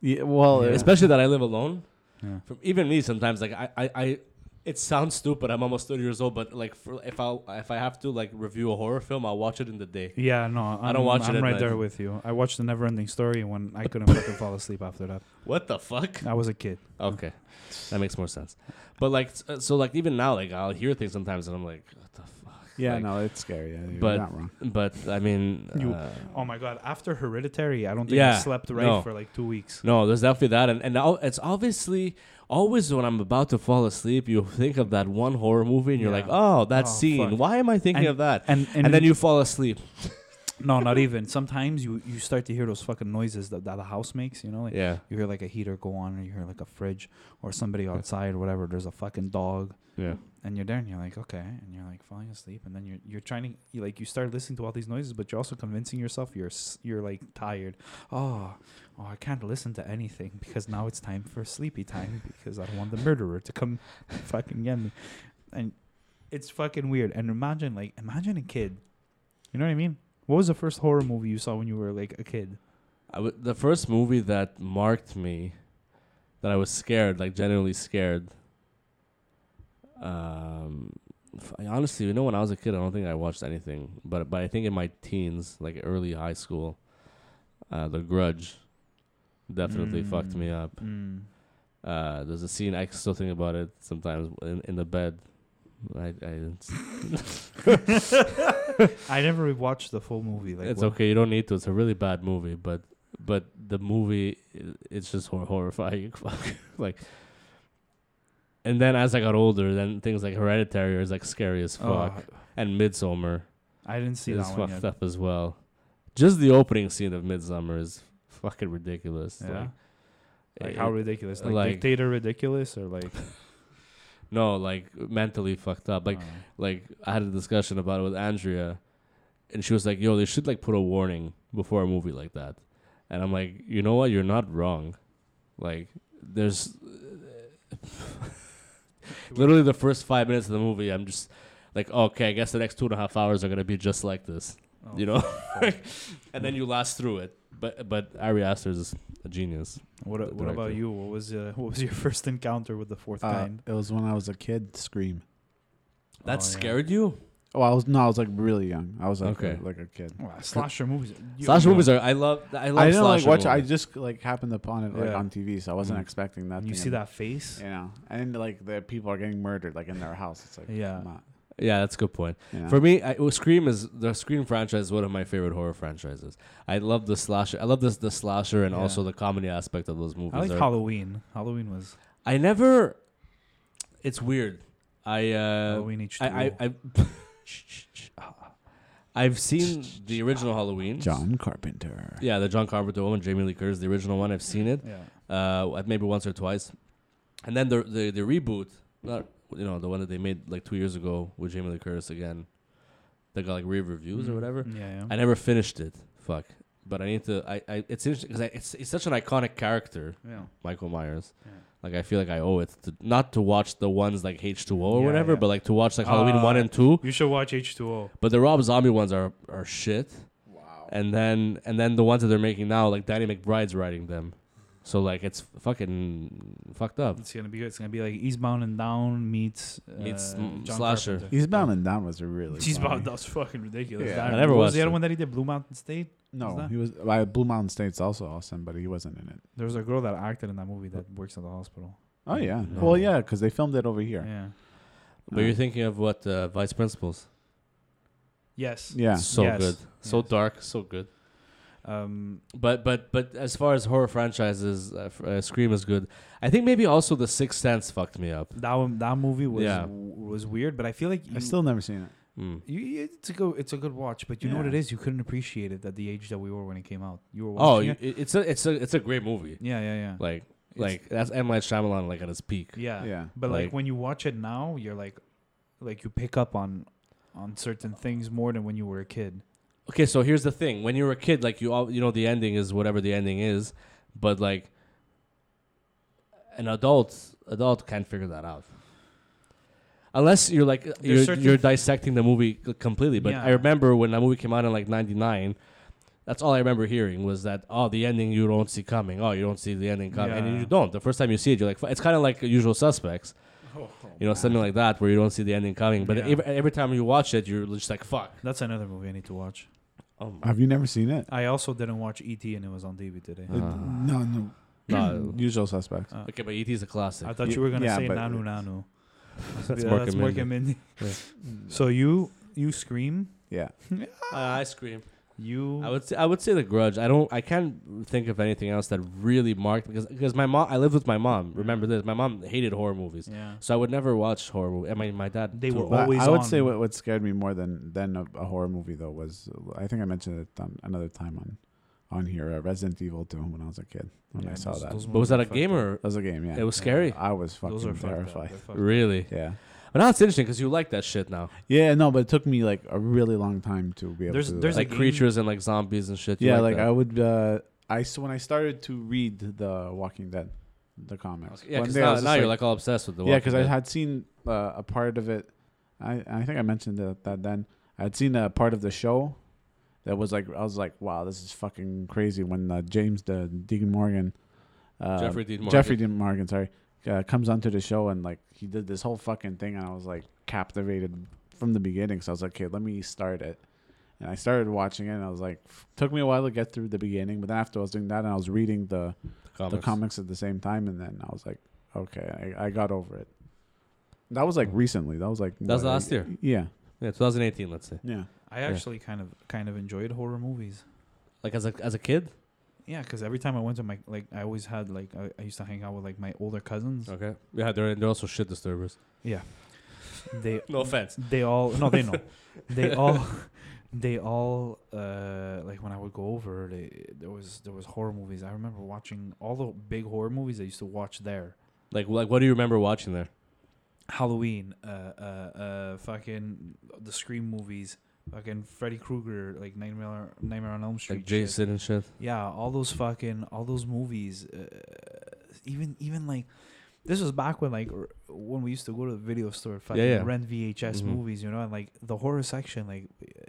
[SPEAKER 3] Yeah, well,
[SPEAKER 2] Yeah.
[SPEAKER 3] it-
[SPEAKER 1] especially that I live alone.
[SPEAKER 2] Yeah.
[SPEAKER 1] From even me, sometimes like I, I, I, it sounds stupid. I'm almost thirty years old, but like for, if I if I have to like review a horror film, I'll watch it in the day. <laughs>
[SPEAKER 2] Yeah, no, I'm,
[SPEAKER 1] I don't watch it
[SPEAKER 2] I'm
[SPEAKER 1] at
[SPEAKER 2] right
[SPEAKER 1] night.
[SPEAKER 2] there with you. I watched the Neverending Story when I couldn't fucking fall asleep after that.
[SPEAKER 1] What the
[SPEAKER 2] <laughs>
[SPEAKER 1] fuck?
[SPEAKER 2] I was a kid.
[SPEAKER 1] Okay, that makes more sense. But like, s- uh, so like even now, like I'll hear things sometimes, and I'm like, what the fuck?
[SPEAKER 3] Yeah,
[SPEAKER 1] Like,
[SPEAKER 3] no, it's scary. Yeah, you're
[SPEAKER 1] but-
[SPEAKER 3] not wrong.
[SPEAKER 1] But I mean,
[SPEAKER 2] You-
[SPEAKER 1] uh,
[SPEAKER 2] Oh my god! After Hereditary, I don't think I
[SPEAKER 1] Yeah,
[SPEAKER 2] slept right
[SPEAKER 1] no.
[SPEAKER 2] for like two weeks.
[SPEAKER 1] No, there's definitely that, and and al- it's obviously always when I'm about to fall asleep, you think of that one horror movie, and you're
[SPEAKER 2] Yeah.
[SPEAKER 1] like, oh, that
[SPEAKER 2] Oh,
[SPEAKER 1] scene.
[SPEAKER 2] fuck.
[SPEAKER 1] Why am I thinking
[SPEAKER 2] And-
[SPEAKER 1] of that?
[SPEAKER 2] And
[SPEAKER 1] And, then you fall asleep.
[SPEAKER 2] no, not even. Sometimes you you start to hear those fucking noises that, that the house makes. You know, like
[SPEAKER 1] Yeah,
[SPEAKER 2] you hear like a heater go on, or you hear like a fridge, or somebody outside, or whatever. There's a fucking dog,
[SPEAKER 1] yeah.
[SPEAKER 2] and you're there, and you're like, okay, and you're like falling asleep, and then you're you're trying to you like you start listening to all these noises, but you're also convincing yourself you're s- you're like tired. Oh, oh, I can't listen to anything because now it's time for sleepy time because I don't want the murderer to come <laughs> fucking get me, and it's fucking weird. And imagine like imagine a kid, you know what I mean? What was the first horror movie you saw when you were like a kid?
[SPEAKER 1] I w- the first movie that marked me, that I was scared, like genuinely scared. Um, f- I honestly, you know, when I was a kid, I don't think I watched anything, but but I think in my teens, like early high school, uh, The Grudge, definitely fucked
[SPEAKER 2] Mm.
[SPEAKER 1] me up.
[SPEAKER 2] Mm.
[SPEAKER 1] Uh, there's a scene I still think about it sometimes in, in the bed. I, I it's,
[SPEAKER 2] I never watched the full movie. Like
[SPEAKER 1] it's
[SPEAKER 2] what-
[SPEAKER 1] okay. You don't need to. It's a really bad movie, but but the movie i- it's just hor- horrifying. <laughs> Fuck, like. And then as I got older, then things like Hereditary is like scary as fuck,
[SPEAKER 2] Oh,
[SPEAKER 1] and Midsummer
[SPEAKER 2] I didn't see
[SPEAKER 1] is
[SPEAKER 2] that one
[SPEAKER 1] fucked
[SPEAKER 2] yet.
[SPEAKER 1] up as well. Just the opening scene of Midsummer is fucking ridiculous.
[SPEAKER 2] Yeah.
[SPEAKER 1] Like,
[SPEAKER 2] Like
[SPEAKER 1] it-
[SPEAKER 2] how ridiculous? Like,
[SPEAKER 1] like-
[SPEAKER 2] dictator ridiculous or like
[SPEAKER 1] no, like mentally fucked up. <laughs> Like
[SPEAKER 2] uh,
[SPEAKER 1] like I had a discussion about it with Andrea, and she was like, "Yo, they should like put a warning before a movie like that," and I'm like, "You know what? You're not wrong. Like, there's <laughs> literally the first five minutes of the movie. I'm just like, okay, I guess the next two and a half hours are gonna be just like this, <laughs>
[SPEAKER 2] oh,
[SPEAKER 1] you know?
[SPEAKER 2] fuck.
[SPEAKER 1] and then you last through it. But but Ari Aster is a genius.
[SPEAKER 2] What,
[SPEAKER 1] the
[SPEAKER 2] what about
[SPEAKER 1] director.
[SPEAKER 2] you? What was uh, what was your <laughs> first encounter with the fourth
[SPEAKER 3] Uh,
[SPEAKER 2] kind?
[SPEAKER 3] it was when I was a kid. Scream.
[SPEAKER 1] That
[SPEAKER 2] Oh, yeah.
[SPEAKER 1] scared you?
[SPEAKER 3] Oh, I was no, I was like really young. I was like,
[SPEAKER 1] Okay.
[SPEAKER 3] like a kid.
[SPEAKER 2] Wow, slasher movies. You-
[SPEAKER 1] Slash
[SPEAKER 2] you-
[SPEAKER 1] movies are. I love. I love.
[SPEAKER 3] I didn't like
[SPEAKER 1] slasher
[SPEAKER 3] watch. it. I
[SPEAKER 1] movies.
[SPEAKER 3] just like happened upon it like
[SPEAKER 2] Yeah.
[SPEAKER 3] on TV, so I wasn't
[SPEAKER 2] Mm.
[SPEAKER 3] expecting that.
[SPEAKER 2] You
[SPEAKER 3] thing
[SPEAKER 2] see
[SPEAKER 3] in-
[SPEAKER 2] that face?
[SPEAKER 3] you know, and like the people are getting murdered like in their house. It's like
[SPEAKER 2] Yeah.
[SPEAKER 3] I'm not-
[SPEAKER 1] yeah, that's a good point.
[SPEAKER 3] you know.
[SPEAKER 1] For me, I, well, Scream is the Scream franchise is one of my favorite horror franchises. I love the slasher. I love this the slasher and
[SPEAKER 2] Yeah.
[SPEAKER 1] also the comedy aspect of those movies.
[SPEAKER 2] I like
[SPEAKER 1] They're-
[SPEAKER 2] Halloween. Halloween was
[SPEAKER 1] I never. It's weird. I uh,
[SPEAKER 2] Halloween each.
[SPEAKER 1] I I. I <laughs> I've seen the original Halloween.
[SPEAKER 3] John Carpenter.
[SPEAKER 1] Yeah, the John Carpenter one, Jamie Lee Curtis, the original one. I've seen it
[SPEAKER 2] yeah.
[SPEAKER 1] uh, maybe once or twice, and then the the, the reboot. Not you know, the one that they made like two years ago with Jamie Lee Curtis again, that got like rave reviews
[SPEAKER 2] Mm-hmm.
[SPEAKER 1] or whatever.
[SPEAKER 2] Mm, Yeah,
[SPEAKER 1] I never finished it. Fuck. But I need to. I. I it's interesting because it's, it's such an iconic character,
[SPEAKER 2] yeah. yeah.
[SPEAKER 1] Michael Myers.
[SPEAKER 2] Yeah.
[SPEAKER 1] Like I feel like I owe it to not to watch the ones like H two O or
[SPEAKER 2] Yeah,
[SPEAKER 1] whatever,
[SPEAKER 2] yeah.
[SPEAKER 1] but like to watch like Halloween
[SPEAKER 2] Uh,
[SPEAKER 1] one and two.
[SPEAKER 2] You should watch H2O.
[SPEAKER 1] But the Rob Zombie ones are are shit.
[SPEAKER 3] Wow.
[SPEAKER 1] And then and then the ones that they're making now, like Danny McBride's writing them. So like it's fucking fucked up.
[SPEAKER 2] It's gonna be good. It's gonna be like Eastbound and Down meets uh,
[SPEAKER 1] Meets, mm,
[SPEAKER 2] John
[SPEAKER 1] Slasher.
[SPEAKER 2] Carpenter.
[SPEAKER 3] Eastbound and Down was really.
[SPEAKER 2] Eastbound
[SPEAKER 3] funny.
[SPEAKER 2] that was fucking ridiculous.
[SPEAKER 3] Yeah.
[SPEAKER 2] That-
[SPEAKER 1] I never
[SPEAKER 2] what was
[SPEAKER 1] watched
[SPEAKER 2] the other
[SPEAKER 1] it.
[SPEAKER 2] one that he did Blue Mountain State. Was
[SPEAKER 3] No,
[SPEAKER 2] that-
[SPEAKER 3] he was. Well, Blue Mountain State's also awesome, but he wasn't in it.
[SPEAKER 2] There was a girl that acted in that movie that works at the hospital.
[SPEAKER 3] Oh yeah.
[SPEAKER 1] No.
[SPEAKER 3] Well, yeah, because they filmed it over here.
[SPEAKER 2] Yeah.
[SPEAKER 1] But you're thinking of what uh, Vice Principals?
[SPEAKER 2] Yes.
[SPEAKER 3] Yeah.
[SPEAKER 1] So
[SPEAKER 2] Yes.
[SPEAKER 1] good. So
[SPEAKER 2] Yes.
[SPEAKER 1] dark. So good.
[SPEAKER 2] Um.
[SPEAKER 1] But but but as far as horror franchises, uh, f- uh, Scream is good. I think maybe also The Sixth Sense fucked me up.
[SPEAKER 2] That one, that movie was
[SPEAKER 1] Yeah.
[SPEAKER 2] was weird, but I feel like you,
[SPEAKER 3] I still never seen it.
[SPEAKER 1] Mm.
[SPEAKER 2] you- you- it's a good it's a good watch. But you know what
[SPEAKER 3] Yeah.
[SPEAKER 2] it is, you couldn't appreciate it at the age that we were when it came out. You were watching
[SPEAKER 1] Oh,
[SPEAKER 2] it.
[SPEAKER 1] you, it- it's a it's a it's a great movie.
[SPEAKER 2] yeah, yeah, yeah,
[SPEAKER 1] Like
[SPEAKER 2] It's-
[SPEAKER 1] like that's M Night Shyamalan like at his peak.
[SPEAKER 2] yeah,
[SPEAKER 3] Yeah.
[SPEAKER 2] But like,
[SPEAKER 1] Like-
[SPEAKER 2] when you watch it now, you're like, like you pick up on on certain things more than when you were a kid.
[SPEAKER 1] Okay, so here's the thing: when you were a kid, like you all you know the ending is whatever the ending is, but like an adult adult can't figure that out. Unless you're like you're,
[SPEAKER 2] certain-
[SPEAKER 1] you're dissecting the movie c- completely, but I
[SPEAKER 2] Yeah.
[SPEAKER 1] remember when that movie came out in like '99, that's all I remember hearing was that oh the ending you don't see coming, oh you don't see the ending coming, and
[SPEAKER 2] Yeah.
[SPEAKER 1] you don't. The first time you see it, you're like fu- it's kind of like Usual Suspects, you know something like that where you don't see the ending coming, but
[SPEAKER 2] Oh, Yeah.
[SPEAKER 1] every, every time you watch it, you're just like fuck.
[SPEAKER 2] That's another movie I need to watch.
[SPEAKER 1] Oh my.
[SPEAKER 3] Have you never seen it?
[SPEAKER 2] I also didn't watch ET, and it was on TV today.
[SPEAKER 1] Uh,
[SPEAKER 3] no, no.
[SPEAKER 1] no.
[SPEAKER 3] <clears throat> Usual suspects.
[SPEAKER 1] Okay, but ET is a classic.
[SPEAKER 2] I thought
[SPEAKER 3] Y-
[SPEAKER 2] you were gonna
[SPEAKER 3] yeah,
[SPEAKER 2] say
[SPEAKER 3] but
[SPEAKER 2] Nanu
[SPEAKER 3] it's-
[SPEAKER 2] Nanu.
[SPEAKER 1] That's
[SPEAKER 2] Yeah,
[SPEAKER 1] Mork and
[SPEAKER 2] Mork
[SPEAKER 1] Mindy.
[SPEAKER 2] and Mindy.
[SPEAKER 3] Mm.
[SPEAKER 2] <laughs> So you you scream
[SPEAKER 3] yeah. uh,
[SPEAKER 1] I scream.
[SPEAKER 2] you.
[SPEAKER 1] I would say I would say The Grudge. I don't. I can't think of anything else that really marked because because my mom. I lived with my mom. Remember this? My mom hated horror movies,
[SPEAKER 2] yeah.
[SPEAKER 1] so I would never watch horror movies. I mean, my dad.
[SPEAKER 2] They
[SPEAKER 1] too.
[SPEAKER 2] were
[SPEAKER 3] But
[SPEAKER 2] always
[SPEAKER 3] I would
[SPEAKER 2] on.
[SPEAKER 3] say what, what scared me more than than a, a horror movie though was I think I mentioned it on, another time on on here uh, Resident Evil 2 when I was a kid when
[SPEAKER 2] Yeah,
[SPEAKER 3] I saw
[SPEAKER 2] those-
[SPEAKER 3] that.
[SPEAKER 2] those
[SPEAKER 3] That
[SPEAKER 1] But was that a
[SPEAKER 2] fucked
[SPEAKER 1] game
[SPEAKER 2] up.
[SPEAKER 1] or?
[SPEAKER 3] was a game, yeah.
[SPEAKER 1] It was scary.
[SPEAKER 3] I was
[SPEAKER 2] Those are
[SPEAKER 3] fucking
[SPEAKER 2] fucked up. <laughs>
[SPEAKER 3] terrified.
[SPEAKER 2] They're fucked up.
[SPEAKER 1] Really?
[SPEAKER 3] Yeah.
[SPEAKER 1] But now it's interesting because you like that shit now,
[SPEAKER 3] Yeah, no, but it took me like a really long time to be able
[SPEAKER 2] There's-
[SPEAKER 3] to do
[SPEAKER 2] there's
[SPEAKER 3] that.
[SPEAKER 2] a
[SPEAKER 1] like
[SPEAKER 2] game-
[SPEAKER 1] creatures and like zombies and shit. You
[SPEAKER 3] Yeah, like,
[SPEAKER 1] that.
[SPEAKER 3] I would uh I s- when I started to read the Walking Dead the comics.
[SPEAKER 1] Yeah,
[SPEAKER 3] one
[SPEAKER 1] because
[SPEAKER 3] day I
[SPEAKER 1] now,
[SPEAKER 3] was just
[SPEAKER 1] now you're like all obsessed with the.
[SPEAKER 3] yeah,
[SPEAKER 1] Walking
[SPEAKER 3] because I
[SPEAKER 1] Dead.
[SPEAKER 3] had seen uh, a part of it. I I think I mentioned that, that then I had seen a part of the show that was like I was like, wow, this is fucking crazy. When uh, James the Deacon Morgan, uh,
[SPEAKER 1] Jeffrey Dean Morgan.
[SPEAKER 3] Jeffrey Dean Morgan, sorry, uh, comes onto the show and like he did this whole fucking thing, and I was like captivated from the beginning. So I was like, okay, let me start it. And I started watching it, and I was like, took me a while to get through the beginning, but then after I was doing that, and I was reading the the comics at the same time, and then I was like, okay, I, I got over it. That was like recently. That was like
[SPEAKER 1] That was
[SPEAKER 3] what,
[SPEAKER 1] last
[SPEAKER 3] like-
[SPEAKER 1] year.
[SPEAKER 3] Yeah,
[SPEAKER 1] Yeah, 2018. Let's say.
[SPEAKER 3] yeah.
[SPEAKER 2] I actually kind of kind of enjoyed horror movies.
[SPEAKER 1] Like as a as a kid.
[SPEAKER 2] Yeah, because every time I went to my like, I always had like I, I used to hang out with like my older cousins.
[SPEAKER 3] Oh.
[SPEAKER 1] Okay. Yeah, they're they're also shit disturbers.
[SPEAKER 2] Yeah, they
[SPEAKER 1] No offense.
[SPEAKER 2] they all no they know
[SPEAKER 3] <laughs>
[SPEAKER 2] they all they all uh like when I would go over they, there was there was horror movies. I remember watching all the big horror movies I used to watch there.
[SPEAKER 1] Like like what do you remember watching there?
[SPEAKER 2] Halloween, uh, uh, uh, fucking the Scream movies, fucking Freddy Krueger, like Nightmare Nightmare on Elm Street,
[SPEAKER 1] Like
[SPEAKER 2] shit.
[SPEAKER 1] Jason and shit.
[SPEAKER 2] Yeah, all those fucking all those movies. Uh, even even like this was back when like r- when we used to go to the video store, fucking
[SPEAKER 1] yeah.
[SPEAKER 2] rent VHS
[SPEAKER 1] Mhm.
[SPEAKER 2] movies, you know, and like the horror section. Like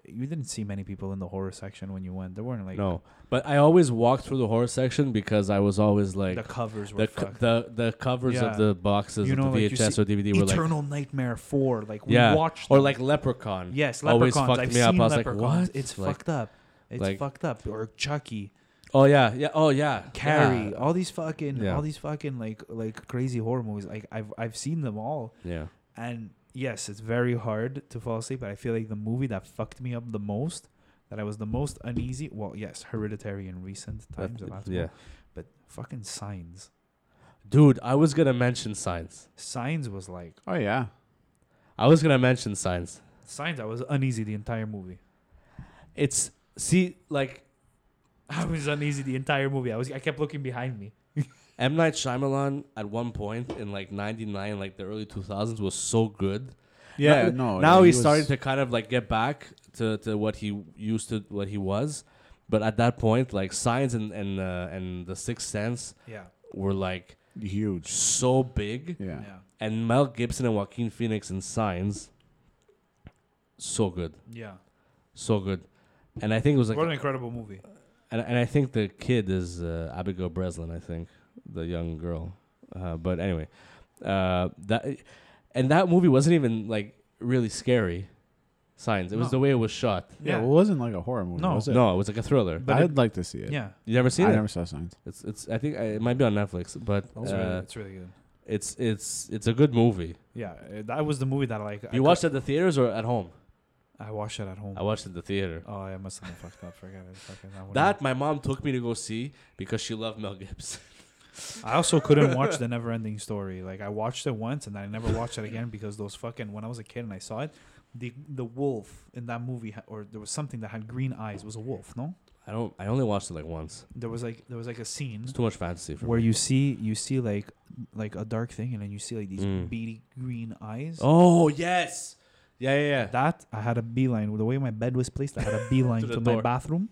[SPEAKER 2] you didn't see many people in the horror section when you went. There weren't like
[SPEAKER 1] no, but I always walked through the horror section because I was always like
[SPEAKER 2] the
[SPEAKER 1] the
[SPEAKER 2] covers were
[SPEAKER 1] the co-
[SPEAKER 2] fucked.
[SPEAKER 1] the, the covers
[SPEAKER 2] Yeah.
[SPEAKER 1] of the boxes
[SPEAKER 2] You know,
[SPEAKER 1] of the
[SPEAKER 2] like, you
[SPEAKER 1] VHS or DVD were like
[SPEAKER 2] Eternal Nightmare Four, like we
[SPEAKER 1] Yeah,
[SPEAKER 2] watched
[SPEAKER 1] or
[SPEAKER 2] them.
[SPEAKER 1] like Leprechaun.
[SPEAKER 2] yes,
[SPEAKER 1] always
[SPEAKER 2] leprechauns.
[SPEAKER 1] fucked
[SPEAKER 2] I've
[SPEAKER 1] me up.
[SPEAKER 2] seen
[SPEAKER 1] I was like,
[SPEAKER 2] leprechauns.
[SPEAKER 1] what?
[SPEAKER 2] It's
[SPEAKER 1] Like-
[SPEAKER 2] fucked up. It's
[SPEAKER 1] like-
[SPEAKER 2] fucked up. Or Chucky.
[SPEAKER 1] Oh yeah, yeah. Oh yeah.
[SPEAKER 2] Carrie,
[SPEAKER 1] Yeah.
[SPEAKER 2] all these fucking,
[SPEAKER 1] Yeah.
[SPEAKER 2] all these fucking like like crazy horror movies. Like I've I've seen them all,
[SPEAKER 1] Yeah.
[SPEAKER 2] and yes, it's very hard to fall asleep. But I feel like the movie that fucked me up the most, that I was the most uneasy. Well, yes, Hereditary in recent times, the last
[SPEAKER 1] yeah.
[SPEAKER 2] one, but fucking Signs.
[SPEAKER 1] Dude, I was gonna mention signs.
[SPEAKER 2] Signs was like
[SPEAKER 3] Oh yeah.
[SPEAKER 1] I was gonna mention signs.
[SPEAKER 2] Signs. I was uneasy the entire movie. <laughs>
[SPEAKER 1] It's see like
[SPEAKER 2] I was uneasy the entire movie. I was I kept looking behind me.
[SPEAKER 1] M Night Shyamalan at one point in like '99, like the early 2000s, was so good.
[SPEAKER 3] Yeah,
[SPEAKER 1] Now-
[SPEAKER 3] no.
[SPEAKER 1] Now
[SPEAKER 3] he
[SPEAKER 1] he's
[SPEAKER 3] was-
[SPEAKER 1] starting to kind of like get back to, to what he used to, what he was. But at that point, like Signs and and uh, and The Sixth Sense
[SPEAKER 2] Yeah.
[SPEAKER 1] were like
[SPEAKER 3] huge.
[SPEAKER 1] so big,
[SPEAKER 3] Yeah.
[SPEAKER 2] Yeah.
[SPEAKER 1] and Mel Gibson and Joaquin Phoenix in Signs, so good,
[SPEAKER 2] Yeah.
[SPEAKER 1] so good. And I think it was like
[SPEAKER 2] what an incredible movie.
[SPEAKER 1] And, and I think the kid is uh, Abigail Breslin, I think, the young girl. Uh, but anyway, uh, that and that movie wasn't even like really scary. Signs. It was
[SPEAKER 2] No.
[SPEAKER 1] the way it was shot.
[SPEAKER 3] Yeah, well, it wasn't like a horror movie,
[SPEAKER 2] No.
[SPEAKER 3] was it?
[SPEAKER 1] No, it was like a thriller.
[SPEAKER 2] But
[SPEAKER 3] I'd like to see it.
[SPEAKER 2] Yeah.
[SPEAKER 1] you never seen
[SPEAKER 3] I
[SPEAKER 1] it?
[SPEAKER 3] never saw Signs.
[SPEAKER 1] It's it's. I think I, it might be on Netflix, but
[SPEAKER 2] It's, really,
[SPEAKER 1] uh,
[SPEAKER 2] it's really good.
[SPEAKER 1] it's it's it's a good movie.
[SPEAKER 2] Yeah. uh, That was the movie that like I
[SPEAKER 1] You watched it at the theaters or at home?
[SPEAKER 2] I watched it at home.
[SPEAKER 1] I watched it at the theater.
[SPEAKER 2] oh, I must have been fucked up. Forget it. Fucking, I wouldn't-
[SPEAKER 1] That my mom took me to go see because she loved Mel <laughs> Gibson.
[SPEAKER 2] I also couldn't watch the Never Ending Story. Like I watched it once and I never watched it again because those fucking when I was a kid and I saw it, the the wolf in that movie ha- or there was something that had green eyes. It was a wolf, no?
[SPEAKER 1] I don't. I only watched it like once.
[SPEAKER 2] There was like there was like a scene
[SPEAKER 1] It's too much fantasy for
[SPEAKER 2] where
[SPEAKER 1] me.
[SPEAKER 2] you see you see like like a dark thing and then you see like these
[SPEAKER 1] Mm.
[SPEAKER 2] beady green eyes.
[SPEAKER 1] Oh yes, yeah, yeah, yeah.
[SPEAKER 2] That I had a beeline. The way my bed was placed, I had <laughs> a beeline
[SPEAKER 1] To
[SPEAKER 2] to,
[SPEAKER 1] the
[SPEAKER 2] my
[SPEAKER 1] door.
[SPEAKER 2] bathroom.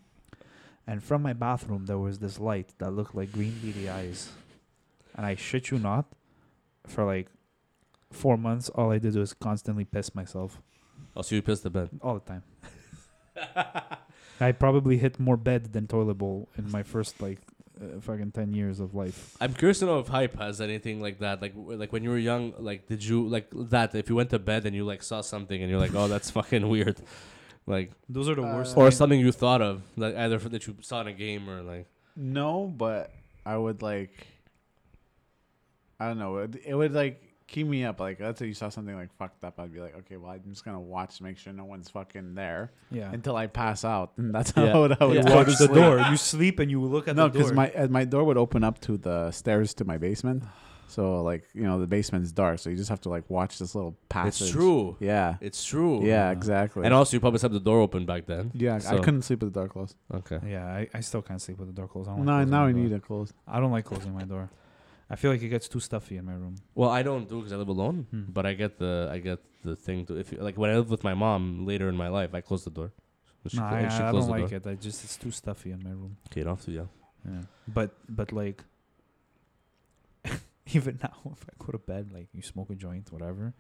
[SPEAKER 2] And from my bathroom, there was this light that looked like green beady eyes. And I shit you not, for like four months, all I did was constantly piss myself
[SPEAKER 1] Oh, so you pissed the bed.
[SPEAKER 2] all the <laughs> time. I probably hit more bed than toilet bowl in my first like uh, fucking 10 years of life.
[SPEAKER 1] I'm curious to know if hype has anything like that. Like, w- like when you were young, like did you like that? If you went to bed and you like saw something and you're like, oh, that's <laughs> fucking weird, like,
[SPEAKER 2] Those are the worst.
[SPEAKER 3] Uh,
[SPEAKER 1] or
[SPEAKER 2] things.
[SPEAKER 1] something you thought of, like either f- that you saw in a game or like.
[SPEAKER 3] No, but I would like. I don't know. It, it would like keep me up. Like let's say you saw something like fucked up, I'd be like, okay, well, I'm just gonna watch, to make sure no one's fucking there
[SPEAKER 2] Yeah.
[SPEAKER 3] until I pass out, <laughs> and that's how
[SPEAKER 1] Yeah.
[SPEAKER 3] I would. I would
[SPEAKER 1] You
[SPEAKER 3] go
[SPEAKER 2] Watch
[SPEAKER 3] to
[SPEAKER 2] the
[SPEAKER 3] sleep.
[SPEAKER 2] door. You sleep and you look at
[SPEAKER 3] No,
[SPEAKER 2] the
[SPEAKER 3] because
[SPEAKER 2] door.
[SPEAKER 3] my uh, my door would open up to the stairs to my basement. So like you know the basement's dark, so you just have to like watch this little passage.
[SPEAKER 1] It's true.
[SPEAKER 3] Yeah.
[SPEAKER 1] It's true.
[SPEAKER 3] yeah. Exactly.
[SPEAKER 1] And also, you probably had the door open back then.
[SPEAKER 3] yeah, I
[SPEAKER 1] so-
[SPEAKER 3] couldn't sleep with the door closed.
[SPEAKER 1] Okay.
[SPEAKER 2] yeah, I, I still can't sleep with the door closed. I don't like
[SPEAKER 3] No,
[SPEAKER 2] closing
[SPEAKER 3] now
[SPEAKER 2] my
[SPEAKER 3] I
[SPEAKER 2] door.
[SPEAKER 3] need it closed.
[SPEAKER 2] I don't like closing my door. I feel like it gets too stuffy in my room.
[SPEAKER 1] Well, I don't do because I live alone,
[SPEAKER 2] Hmm.
[SPEAKER 1] but I get the I get the thing to if you, like when I lived with my mom later in my life, I closed the door. She
[SPEAKER 2] no,
[SPEAKER 1] clo-
[SPEAKER 2] I,
[SPEAKER 1] and she
[SPEAKER 2] I
[SPEAKER 1] closed
[SPEAKER 2] don't
[SPEAKER 1] the
[SPEAKER 2] like
[SPEAKER 1] door.
[SPEAKER 2] it. I just it's too stuffy in my room.
[SPEAKER 1] Okay, you don't have to yell.
[SPEAKER 2] Yeah. But but like <laughs> even now if I go to bed, like you smoke a joint, whatever,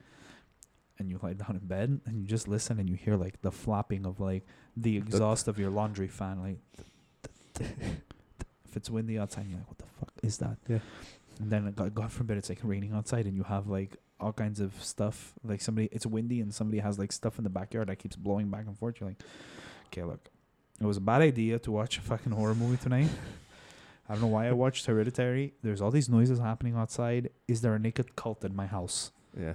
[SPEAKER 2] and you lie down in bed and you just listen and you hear like the flapping of like the exhaust of your laundry fan, like if it's windy outside, you're like, what the fuck is that?
[SPEAKER 1] Yeah.
[SPEAKER 2] And then God, God forbid it's like raining outside and you have like all kinds of stuff. Like somebody, it's windy and somebody has like stuff in the backyard that keeps blowing back and forth. You're like, okay, look, it was a bad idea to watch a fucking horror movie tonight. I don't know why I watched Hereditary. There's all these noises happening outside. Is there a naked cult in my house?
[SPEAKER 1] Yeah.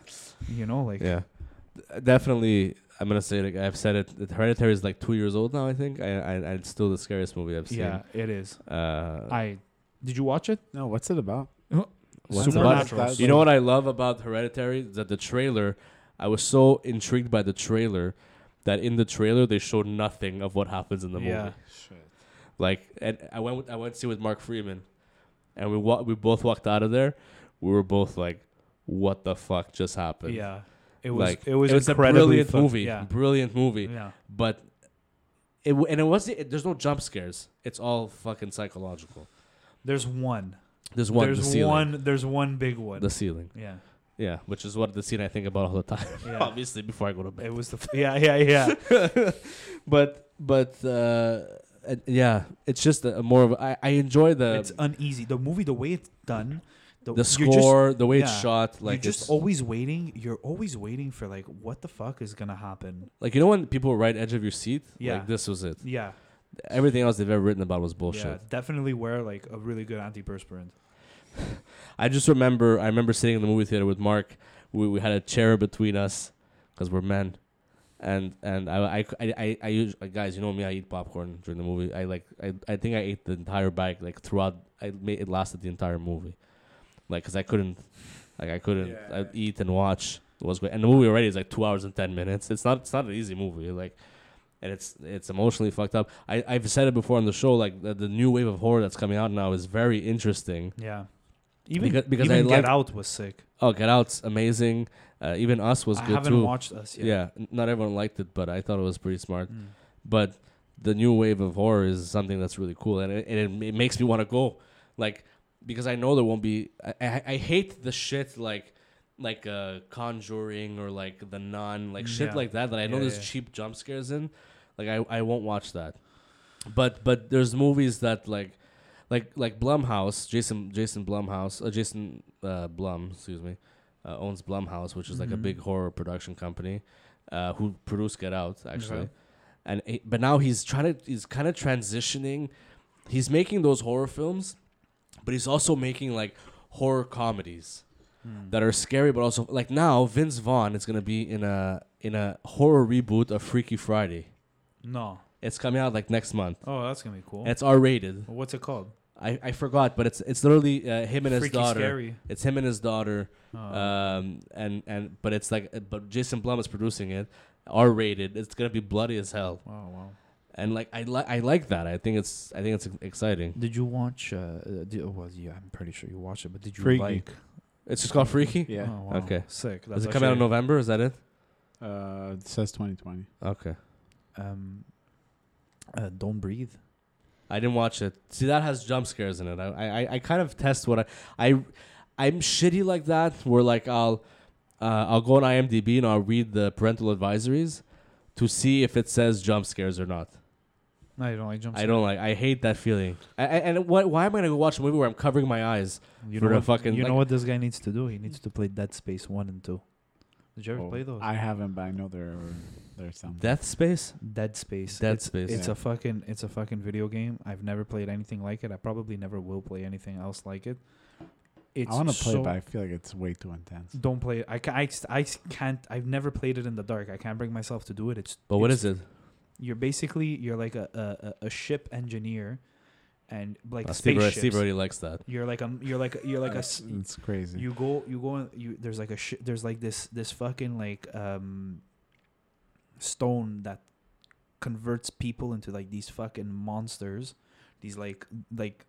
[SPEAKER 2] You know, like
[SPEAKER 1] Yeah, D- definitely. I'm gonna say like I've said it. that Hereditary is like two years old now. I think. I, I it's still the scariest movie I've seen.
[SPEAKER 2] yeah, it is.
[SPEAKER 1] Uh,
[SPEAKER 2] I did you watch it?
[SPEAKER 3] No, what's it about?
[SPEAKER 1] what's
[SPEAKER 3] That's
[SPEAKER 1] the
[SPEAKER 3] not
[SPEAKER 1] buzz?
[SPEAKER 2] Supernatural.
[SPEAKER 3] that-
[SPEAKER 1] You know what I love about Hereditary is that the trailer. I was so intrigued by the trailer that in the trailer they showed nothing of what happens in the
[SPEAKER 2] Yeah.
[SPEAKER 1] movie. Like, and I went with, I went to see with Mark Freeman, and we wa- we both walked out of there. We were both like, "What the fuck just happened?"
[SPEAKER 2] Yeah, it was.
[SPEAKER 1] Like,
[SPEAKER 2] it was
[SPEAKER 1] it's a
[SPEAKER 2] incredibly
[SPEAKER 1] brilliant
[SPEAKER 2] fun-
[SPEAKER 1] movie.
[SPEAKER 2] Yeah.
[SPEAKER 1] Brilliant movie.
[SPEAKER 2] yeah.
[SPEAKER 1] but it w- and it wasn't. It, there's no jump scares. It's all fucking psychological.
[SPEAKER 2] There's one.
[SPEAKER 1] There's one. the
[SPEAKER 2] there's
[SPEAKER 1] ceiling.
[SPEAKER 2] one. There's one big one.
[SPEAKER 1] The ceiling.
[SPEAKER 2] yeah.
[SPEAKER 1] Yeah, which is what the scene I think about all the time. <laughs>
[SPEAKER 2] Yeah.
[SPEAKER 1] Obviously, before I go to
[SPEAKER 2] it
[SPEAKER 1] bed.
[SPEAKER 2] was the. <laughs> F- yeah. Yeah.
[SPEAKER 1] <laughs>
[SPEAKER 2] Yeah.
[SPEAKER 1] but but uh, and- yeah, it's just a, a more of a- I, I enjoy the
[SPEAKER 2] it's uneasy. The movie, the way it's done,
[SPEAKER 1] Um, the
[SPEAKER 2] you're just-
[SPEAKER 1] score, the way it's
[SPEAKER 2] yeah.
[SPEAKER 1] shot. Like
[SPEAKER 2] you're
[SPEAKER 1] it's-
[SPEAKER 2] just always waiting. You're always waiting for like what the fuck is gonna happen.
[SPEAKER 1] like you know when people write edge of your seat.
[SPEAKER 2] Yeah.
[SPEAKER 1] Like this was it.
[SPEAKER 2] Yeah.
[SPEAKER 1] Everything else they've ever written about was
[SPEAKER 2] Yeah.
[SPEAKER 1] bullshit.
[SPEAKER 2] Definitely wear like a really good antiperspirant.
[SPEAKER 1] I just remember I remember sitting in the movie theater with Mark. We, we had a chair between us because we're men, and and I I I, I, I usu- like, guys you know me I eat popcorn during the movie. I like I, I think I ate the entire bag like throughout. I made it lasted the entire movie, like because I couldn't like I couldn't
[SPEAKER 3] Yeah.
[SPEAKER 1] i eat and watch what was going. And the movie already is like two hours and ten minutes. It's not it's not an easy movie like. And it's it's emotionally fucked up. I, I've said it before on the show. Like the, the new wave of horror that's coming out now is very interesting
[SPEAKER 2] Yeah. Even
[SPEAKER 1] Because- because
[SPEAKER 2] even
[SPEAKER 1] I
[SPEAKER 2] Get
[SPEAKER 1] like-
[SPEAKER 2] Out was sick.
[SPEAKER 1] Oh, Get Out's amazing. Uh, even Us was
[SPEAKER 2] I
[SPEAKER 1] good
[SPEAKER 2] haven't
[SPEAKER 1] too.
[SPEAKER 2] watched us yet.
[SPEAKER 1] yeah, n- not everyone liked it, but I thought it was pretty smart.
[SPEAKER 2] Mm.
[SPEAKER 1] But the new wave of horror is something that's really cool, and it, and it, it makes me want to go, like, because I know there won't be. I, I, I hate the shit like, like uh, Conjuring or like The Nun, like shit
[SPEAKER 2] Yeah.
[SPEAKER 1] like that that I know
[SPEAKER 2] Yeah,
[SPEAKER 1] there's
[SPEAKER 2] yeah.
[SPEAKER 1] cheap jump scares in. Like I, I won't watch that. But but there's movies that like like like Blumhouse, Jason Jason Blumhouse, uh, Jason uh, Blum, excuse me, uh, owns Blumhouse, which is like a
[SPEAKER 2] Mhm.
[SPEAKER 1] big horror production company, uh, who produced Get Out actually,
[SPEAKER 2] Okay.
[SPEAKER 1] and he, but now he's trying to he's kind of transitioning, he's making those horror films, but he's also making like horror comedies
[SPEAKER 2] Mm.
[SPEAKER 1] that are scary, but also like now Vince Vaughn is gonna be in a in a horror reboot of Freaky Friday.
[SPEAKER 2] No.
[SPEAKER 1] It's coming out like next month.
[SPEAKER 2] Oh, that's gonna be cool.
[SPEAKER 1] It's R rated.
[SPEAKER 2] What's it called?
[SPEAKER 1] I, I forgot, but it's it's literally uh, him and his
[SPEAKER 2] Freaky
[SPEAKER 1] daughter.
[SPEAKER 2] Scary.
[SPEAKER 1] It's him and his daughter.
[SPEAKER 2] Oh.
[SPEAKER 1] Um, and and but it's like but Jason Blum is producing it, R rated. It's gonna be bloody as hell.
[SPEAKER 2] oh wow.
[SPEAKER 1] And like I like I like that. I think it's I think it's exciting.
[SPEAKER 2] Did you watch? Uh, uh, di- well, yeah, I'm pretty sure you watched it, but did you
[SPEAKER 3] Freaky.
[SPEAKER 2] like?
[SPEAKER 1] It's just called Freaky.
[SPEAKER 3] Yeah.
[SPEAKER 2] Oh, wow.
[SPEAKER 1] Okay.
[SPEAKER 2] Sick.
[SPEAKER 1] Does
[SPEAKER 2] That's
[SPEAKER 1] it come out in
[SPEAKER 2] actually-
[SPEAKER 1] November? Is that it?
[SPEAKER 3] Uh, it says 2020.
[SPEAKER 1] Okay.
[SPEAKER 2] Um, uh, don't breathe.
[SPEAKER 1] I didn't watch it. See, that has jump scares in it. I, I, I- I kind of test what I, I, I'm shitty like that. Where like I'll, uh, I'll go on IMDb and I'll read the parental advisories, to see if it says jump scares or not.
[SPEAKER 2] No, you don't like jump.
[SPEAKER 1] I don't like. I hate that feeling. I, I, and why, why am I gonna go watch a movie where I'm covering my eyes?
[SPEAKER 2] You
[SPEAKER 1] for
[SPEAKER 2] know
[SPEAKER 1] a
[SPEAKER 2] what,
[SPEAKER 1] fucking,
[SPEAKER 2] You know
[SPEAKER 1] like-
[SPEAKER 2] what this guy needs to do? He needs to play Dead Space one and two. Did you ever
[SPEAKER 3] Oh,
[SPEAKER 2] play those?
[SPEAKER 3] I haven't, but I know there there's some.
[SPEAKER 1] Death Space.
[SPEAKER 2] Dead Space.
[SPEAKER 1] Dead
[SPEAKER 2] it's,
[SPEAKER 1] Space.
[SPEAKER 2] It's
[SPEAKER 3] Yeah.
[SPEAKER 2] a fucking. It's a fucking video game. I've never played anything like it. I probably never will play anything else like it. It's
[SPEAKER 3] I want to play,
[SPEAKER 2] so-
[SPEAKER 3] it, but I feel like it's way too intense.
[SPEAKER 2] Don't play it. I, ca- I, s- I s- can't. I've never played it in the dark. I can't bring myself to do it. It's.
[SPEAKER 1] But what
[SPEAKER 2] it's
[SPEAKER 1] is it?
[SPEAKER 2] you're basically you're like a a, a- a ship engineer, and like
[SPEAKER 1] Uh, Steve, already-
[SPEAKER 2] spaceships.
[SPEAKER 1] Steve already likes that.
[SPEAKER 2] You're like a you're like a, you're like a
[SPEAKER 1] Uh,
[SPEAKER 2] s-
[SPEAKER 3] It's crazy.
[SPEAKER 2] you go you go in- you there's like a sh- there's like this this fucking like um stone that converts people into like these fucking monsters these like like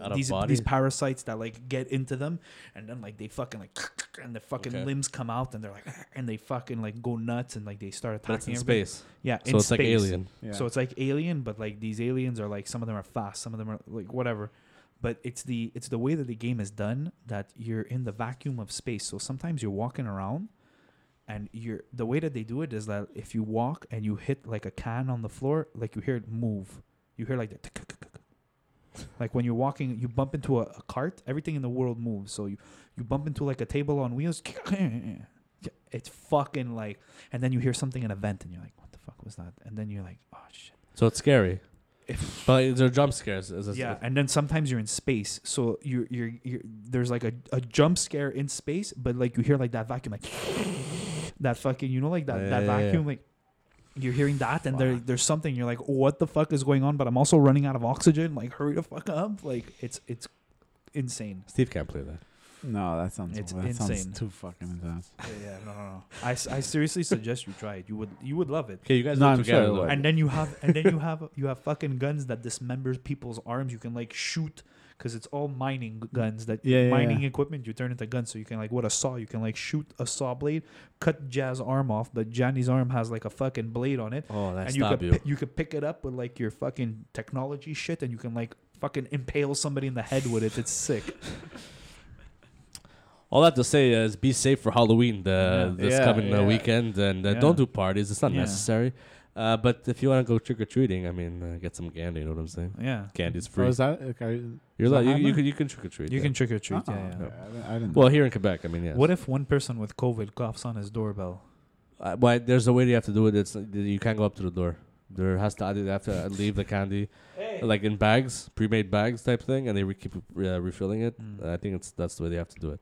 [SPEAKER 1] Out of
[SPEAKER 2] these
[SPEAKER 1] body?
[SPEAKER 2] these parasites that like get into them and then like they fucking like <laughs> and the fucking
[SPEAKER 1] Okay.
[SPEAKER 2] limbs come out and they're like <laughs> and they fucking like go nuts and like they start attacking
[SPEAKER 1] But it's in
[SPEAKER 2] everybody.
[SPEAKER 1] space,
[SPEAKER 2] yeah
[SPEAKER 1] so
[SPEAKER 2] in
[SPEAKER 1] it's like
[SPEAKER 2] space.
[SPEAKER 1] Alien.
[SPEAKER 3] yeah.
[SPEAKER 2] So it's like Alien, but like these aliens are like some of them are fast, some of them are like whatever. But it's the it's the way that the game is done that you're in the vacuum of space. So sometimes you're walking around, and you're the way that they do it is that if you walk and you hit like a can on the floor, like you hear it move, you hear like the tick, tick, tick, tick. like when you're walking, you bump into a, a cart. Everything in the world moves. So you you bump into like a table on wheels. <laughs> It's fucking like, and then you hear something in a vent, and you're like, "What the fuck was that?" And then you're like, "Oh shit."
[SPEAKER 1] So it's scary.
[SPEAKER 2] If-
[SPEAKER 1] But there are jump scares. Is this-
[SPEAKER 2] yeah, and then sometimes you're in space, so you're you're, you're there's like a, a jump scare in space, but like you hear like that vacuum, like <laughs> that fucking you know like that
[SPEAKER 1] Yeah,
[SPEAKER 2] that
[SPEAKER 1] yeah, yeah.
[SPEAKER 2] vacuum, like you're hearing that, and there
[SPEAKER 3] Fuck.
[SPEAKER 2] there's something you're like, what the fuck is going on? But I'm also running out of oxygen. Like hurry the fuck up! Like it's it's insane.
[SPEAKER 1] Steve can't play that.
[SPEAKER 3] no, that sounds
[SPEAKER 2] It's
[SPEAKER 3] that
[SPEAKER 2] insane.
[SPEAKER 3] sounds too fucking intense.
[SPEAKER 2] Yeah, yeah, no, no, no. I, s- I seriously suggest you try it. You would you would love it.
[SPEAKER 1] Okay, you guys
[SPEAKER 3] No,
[SPEAKER 1] no,
[SPEAKER 3] I'm sure
[SPEAKER 1] together.
[SPEAKER 3] I
[SPEAKER 1] though.
[SPEAKER 3] would.
[SPEAKER 2] and then you have and then you have you have fucking guns that dismembers people's arms you can like shoot because it's all mining g- guns that
[SPEAKER 3] Yeah, yeah,
[SPEAKER 2] mining
[SPEAKER 3] yeah.
[SPEAKER 2] equipment you turn into guns so you can like what a saw you can like shoot a saw blade cut jazz arm off but johnny's arm has like a fucking blade on it
[SPEAKER 1] oh, that's
[SPEAKER 2] and you
[SPEAKER 1] stop
[SPEAKER 2] could
[SPEAKER 1] you.
[SPEAKER 2] pi- you could pick it up with like your fucking technology shit and you can like fucking impale somebody in the head with it it's sick
[SPEAKER 3] <laughs>
[SPEAKER 1] All I have to say is be safe for Halloween the,
[SPEAKER 2] Yeah.
[SPEAKER 1] this
[SPEAKER 3] Yeah,
[SPEAKER 1] coming uh,
[SPEAKER 3] yeah.
[SPEAKER 1] weekend, and uh,
[SPEAKER 2] Yeah.
[SPEAKER 1] don't do parties. It's not
[SPEAKER 2] Yeah.
[SPEAKER 1] necessary. Uh, but if you want to go trick or treating, I mean, uh, get some candy. You know what I'm saying?
[SPEAKER 2] yeah
[SPEAKER 1] Candy's
[SPEAKER 3] Oh,
[SPEAKER 1] free.
[SPEAKER 3] is that okay?
[SPEAKER 1] You're
[SPEAKER 3] is that
[SPEAKER 1] allowed- you, you
[SPEAKER 3] happening?
[SPEAKER 1] can you can trick or treat.
[SPEAKER 2] you
[SPEAKER 1] yeah.
[SPEAKER 2] can trick or treat
[SPEAKER 3] Oh,
[SPEAKER 2] yeah, yeah.
[SPEAKER 3] okay. I didn't- I didn't.
[SPEAKER 1] Well, here in Quebec, I mean, yes.
[SPEAKER 2] what if one person with covid coughs on his doorbell
[SPEAKER 1] Uh, but there's a way you have to do it. It's uh, you can't go up to the door. There has to they have to leave the candy, like in bags, pre-made bags type thing, and they re- keep uh, refilling it.
[SPEAKER 2] Mm.
[SPEAKER 1] Uh, I think it's that's the way they have to do it.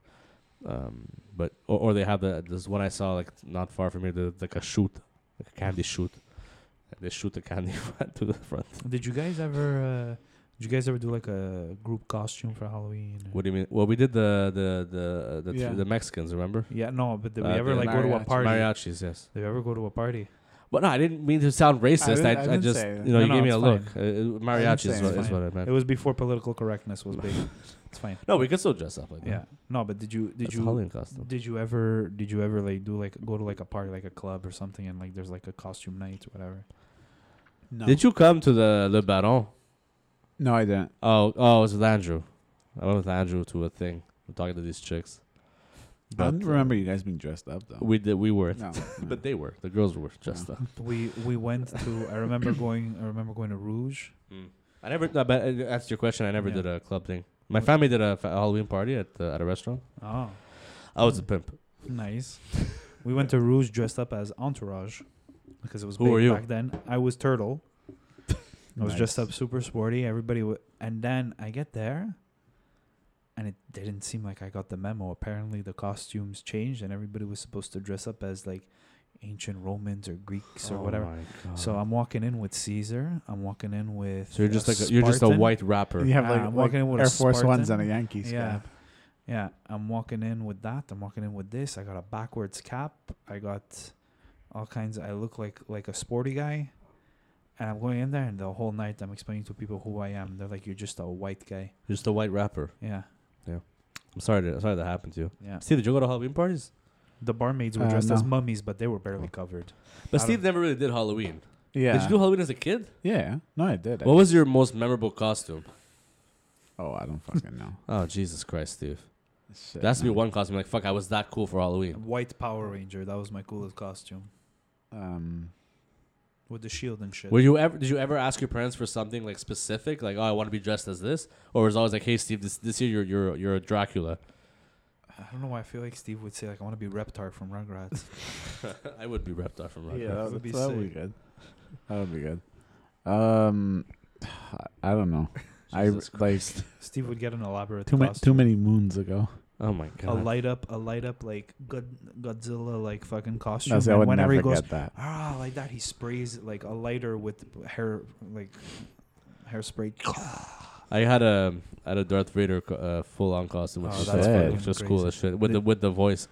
[SPEAKER 1] Um, but or, or they have the this one I saw like not far from here, the, like a shoot, like a candy shoot. They shoot the candy <laughs> to the
[SPEAKER 2] <laughs>
[SPEAKER 1] front.
[SPEAKER 2] Did you guys ever? Uh, did you guys ever do like a group costume for Halloween? or-
[SPEAKER 1] What do you mean? Well, we did the the the uh, the, th-
[SPEAKER 3] Yeah.
[SPEAKER 1] the Mexicans, remember?
[SPEAKER 2] Yeah, no, but did we
[SPEAKER 1] Uh,
[SPEAKER 2] ever
[SPEAKER 1] the
[SPEAKER 2] like go to a
[SPEAKER 3] mariachi.
[SPEAKER 2] party?
[SPEAKER 1] Mariachis, yes.
[SPEAKER 2] Did we ever go to a party?
[SPEAKER 1] But no, I didn't mean to sound racist.
[SPEAKER 3] didn't-
[SPEAKER 1] I,
[SPEAKER 3] I
[SPEAKER 1] I,
[SPEAKER 3] didn't
[SPEAKER 1] just
[SPEAKER 3] say
[SPEAKER 1] you
[SPEAKER 3] it.
[SPEAKER 1] know
[SPEAKER 2] No,
[SPEAKER 1] you
[SPEAKER 2] no,
[SPEAKER 1] gave me a
[SPEAKER 2] it's
[SPEAKER 1] look.
[SPEAKER 2] fine.
[SPEAKER 1] Uh, mariachis
[SPEAKER 3] say
[SPEAKER 1] is
[SPEAKER 3] it.
[SPEAKER 1] what, is
[SPEAKER 2] It's
[SPEAKER 1] what I meant. <laughs>
[SPEAKER 2] It was before political correctness was big. It's fine.
[SPEAKER 1] No, we can still dress up like that.
[SPEAKER 2] Yeah. No, but did you did
[SPEAKER 1] That's
[SPEAKER 2] you
[SPEAKER 1] Halloween costume.
[SPEAKER 2] did you ever did you ever like do like go to like a party like a club or something and like there's like a costume night or whatever?
[SPEAKER 3] No.
[SPEAKER 1] Did you come to the Le Baron?
[SPEAKER 3] No, I didn't.
[SPEAKER 1] Oh, oh, it was with Andrew. I went with Andrew to a thing. I'm talking to these chicks.
[SPEAKER 3] I
[SPEAKER 1] But, uh,
[SPEAKER 3] don't remember you guys being dressed up though.
[SPEAKER 1] We did. We were,
[SPEAKER 3] no, no.
[SPEAKER 1] but they were. The girls were dressed up.
[SPEAKER 2] We we went to I remember going I remember going to Rouge.
[SPEAKER 1] I never. No, but uh, that's your question. I never
[SPEAKER 2] Yeah.
[SPEAKER 1] did a club thing. My family did a fa- Halloween party at uh, at a restaurant.
[SPEAKER 2] Oh,
[SPEAKER 1] I was a pimp.
[SPEAKER 2] nice. we went to Rouge dressed up as Entourage because it was
[SPEAKER 1] Who
[SPEAKER 2] big
[SPEAKER 1] were you?
[SPEAKER 2] back then. I was Turtle. I was dressed
[SPEAKER 3] Nice.
[SPEAKER 2] up super sporty. Everybody w- and then I get there, and it didn't seem like I got the memo. Apparently, the costumes changed, and everybody was supposed to dress up as like ancient Romans or Greeks
[SPEAKER 1] Oh
[SPEAKER 2] or Oh whatever. So I'm walking in with Caesar. I'm walking in with.
[SPEAKER 1] So you're just like a, you're just a
[SPEAKER 2] Spartan.
[SPEAKER 1] white rapper.
[SPEAKER 3] You have
[SPEAKER 2] Ah,
[SPEAKER 3] like,
[SPEAKER 2] I'm
[SPEAKER 3] like
[SPEAKER 2] walking in with a
[SPEAKER 3] Air Force Ones and
[SPEAKER 2] Spartan.
[SPEAKER 3] a Yankees
[SPEAKER 2] Yeah.
[SPEAKER 3] cap.
[SPEAKER 2] Yeah, I'm walking in with that. I'm walking in with this. I got a backwards cap. I got all kinds. I look like like a sporty guy, and I'm going in there, and the whole night I'm explaining to people who I am. They're like, "You're just a white guy."
[SPEAKER 1] Just a white rapper.
[SPEAKER 2] Yeah,
[SPEAKER 1] I'm sorry. To, sorry that happened to you.
[SPEAKER 2] yeah.
[SPEAKER 1] Steve, did you go to Halloween parties?
[SPEAKER 2] The barmaids were
[SPEAKER 3] Uh,
[SPEAKER 2] dressed as
[SPEAKER 3] no.
[SPEAKER 2] mummies, but they were barely covered. I
[SPEAKER 1] But
[SPEAKER 2] don't-
[SPEAKER 1] Steve never really did Halloween.
[SPEAKER 3] Yeah.
[SPEAKER 1] Did you do Halloween as a kid?
[SPEAKER 3] yeah. No, I did. I
[SPEAKER 1] What was your most memorable costume?
[SPEAKER 3] Oh, I don't fucking know.
[SPEAKER 1] Oh Jesus Christ, Steve.
[SPEAKER 3] Shit,
[SPEAKER 1] That's to be
[SPEAKER 3] no.
[SPEAKER 1] one costume. Like fuck, I was that cool for Halloween.
[SPEAKER 2] White Power Ranger. That was my coolest costume
[SPEAKER 3] Um,
[SPEAKER 2] with the shield and shit.
[SPEAKER 1] Were you ever? Did you ever ask your parents for something like specific? Like, oh, I want to be dressed as this, or was it always like, hey, Steve, this this year you're you're you're a <laughs> Dracula.
[SPEAKER 2] I don't know why I feel like Steve would say like, "I want to be Reptar from
[SPEAKER 3] <laughs>
[SPEAKER 2] Rugrats."
[SPEAKER 1] I would be Reptar from Rock.
[SPEAKER 3] yeah,
[SPEAKER 2] that
[SPEAKER 3] that
[SPEAKER 2] would
[SPEAKER 3] would
[SPEAKER 2] be
[SPEAKER 3] be, that would be
[SPEAKER 2] sick.
[SPEAKER 3] good. That would be good. Um, I don't know. I
[SPEAKER 1] Jesus
[SPEAKER 3] like
[SPEAKER 2] Steve would get an elaborate
[SPEAKER 3] too many
[SPEAKER 2] costume.
[SPEAKER 3] too many moons ago.
[SPEAKER 1] Oh my
[SPEAKER 2] a
[SPEAKER 1] god.
[SPEAKER 2] light up, a light up like God, Godzilla like fucking costume.
[SPEAKER 3] No, see, I
[SPEAKER 2] and
[SPEAKER 3] would
[SPEAKER 2] whenever
[SPEAKER 3] never
[SPEAKER 2] he goes,
[SPEAKER 3] get that.
[SPEAKER 2] ah, like that, he sprays like a lighter with hair, like hairspray.
[SPEAKER 1] I had a I had a Darth Vader co- uh, full on costume, which
[SPEAKER 2] Oh,
[SPEAKER 1] was
[SPEAKER 3] that's
[SPEAKER 1] just,
[SPEAKER 3] fucking
[SPEAKER 1] which was cool
[SPEAKER 2] crazy.
[SPEAKER 1] as shit with the
[SPEAKER 2] Did-
[SPEAKER 1] with the voice.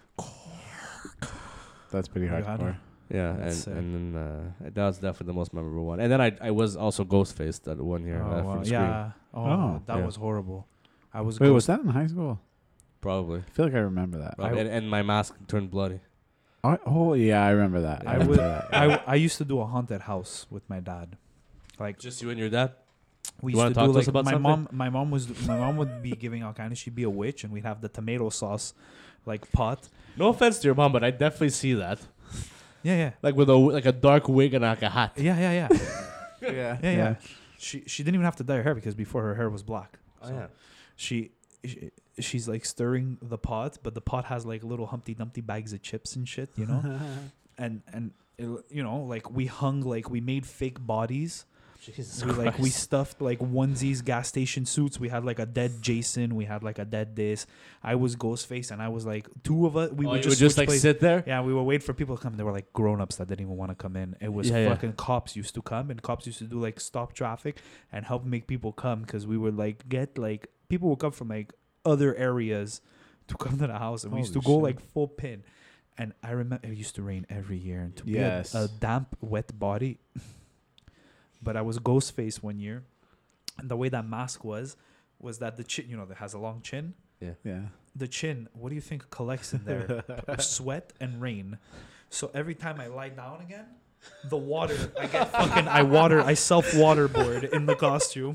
[SPEAKER 3] That's pretty
[SPEAKER 2] You had
[SPEAKER 3] hardcore.
[SPEAKER 2] one?
[SPEAKER 1] Yeah, and,
[SPEAKER 2] That's sick.
[SPEAKER 1] and then uh, that was definitely the most memorable one. And then I I was also Ghostface that one year
[SPEAKER 2] Oh,
[SPEAKER 1] uh,
[SPEAKER 2] wow.
[SPEAKER 1] from Scream.
[SPEAKER 2] yeah. Oh,
[SPEAKER 3] Oh.
[SPEAKER 2] that
[SPEAKER 1] Yeah.
[SPEAKER 2] was horrible. I was.
[SPEAKER 3] Wait,
[SPEAKER 2] ghost-
[SPEAKER 3] was that in high school?
[SPEAKER 1] Probably.
[SPEAKER 3] I feel like I remember that.
[SPEAKER 1] Probably. and, and my mask turned bloody.
[SPEAKER 3] Oh, oh yeah, I remember that.
[SPEAKER 1] I
[SPEAKER 3] I remember
[SPEAKER 2] would-
[SPEAKER 3] that.
[SPEAKER 2] <laughs> I, I used to do a haunted house with my dad. Like
[SPEAKER 1] Just you and your dad.
[SPEAKER 2] we
[SPEAKER 1] You
[SPEAKER 2] used
[SPEAKER 1] wanna
[SPEAKER 2] to
[SPEAKER 1] talk
[SPEAKER 2] do
[SPEAKER 1] to us
[SPEAKER 2] like
[SPEAKER 1] about
[SPEAKER 2] my
[SPEAKER 1] something?
[SPEAKER 2] mom. My mom was my mom would be giving out kind of. She'd be a witch, and we'd have the tomato sauce, like
[SPEAKER 1] <laughs>
[SPEAKER 2] pot.
[SPEAKER 1] No offense to your mom, but I definitely see that.
[SPEAKER 2] Yeah, yeah,
[SPEAKER 1] Like with a like a dark wig and like a hat.
[SPEAKER 2] yeah, yeah, yeah,
[SPEAKER 3] <laughs> yeah,
[SPEAKER 2] yeah, yeah. She she didn't even have to dye her hair because before her hair was black.
[SPEAKER 1] Oh,
[SPEAKER 2] So- she, she she's like stirring the pot, but the pot has like little Humpty Dumpty bags of chips and shit, you
[SPEAKER 1] <laughs>
[SPEAKER 2] know. and and it, you know, like we hung like we made fake bodies.
[SPEAKER 1] Jesus
[SPEAKER 2] We, like we stuffed like onesies, gas station suits. We had like a dead Jason. We had like a dead this. I was Ghostface, and I was like two of us.
[SPEAKER 1] we
[SPEAKER 2] We would
[SPEAKER 1] Oh, would
[SPEAKER 2] just,
[SPEAKER 1] just
[SPEAKER 2] switch
[SPEAKER 1] like
[SPEAKER 2] places.
[SPEAKER 1] sit there.
[SPEAKER 2] Yeah, we were waiting for people to come. They were like grown ups that didn't even want to come in. It was
[SPEAKER 1] Yeah, yeah.
[SPEAKER 2] fucking cops used to come, and cops used to do like stop traffic and help make people come because we would like get like people would come from like other areas to come to the house, and we used to
[SPEAKER 3] Holy
[SPEAKER 2] go
[SPEAKER 3] shit.
[SPEAKER 2] like full pin. And I remember it used to rain every year, and to
[SPEAKER 3] Yes.
[SPEAKER 2] be a- a, damp, wet body. <laughs> but I was ghost face one year, and the way that mask was was that the chin, you know, that has a long chin.
[SPEAKER 3] <laughs> yeah.
[SPEAKER 2] The chin, what do you think collects in there? <laughs> sweat and rain. So every time I lie down again, the water I get fucking I water I self waterboard in the costume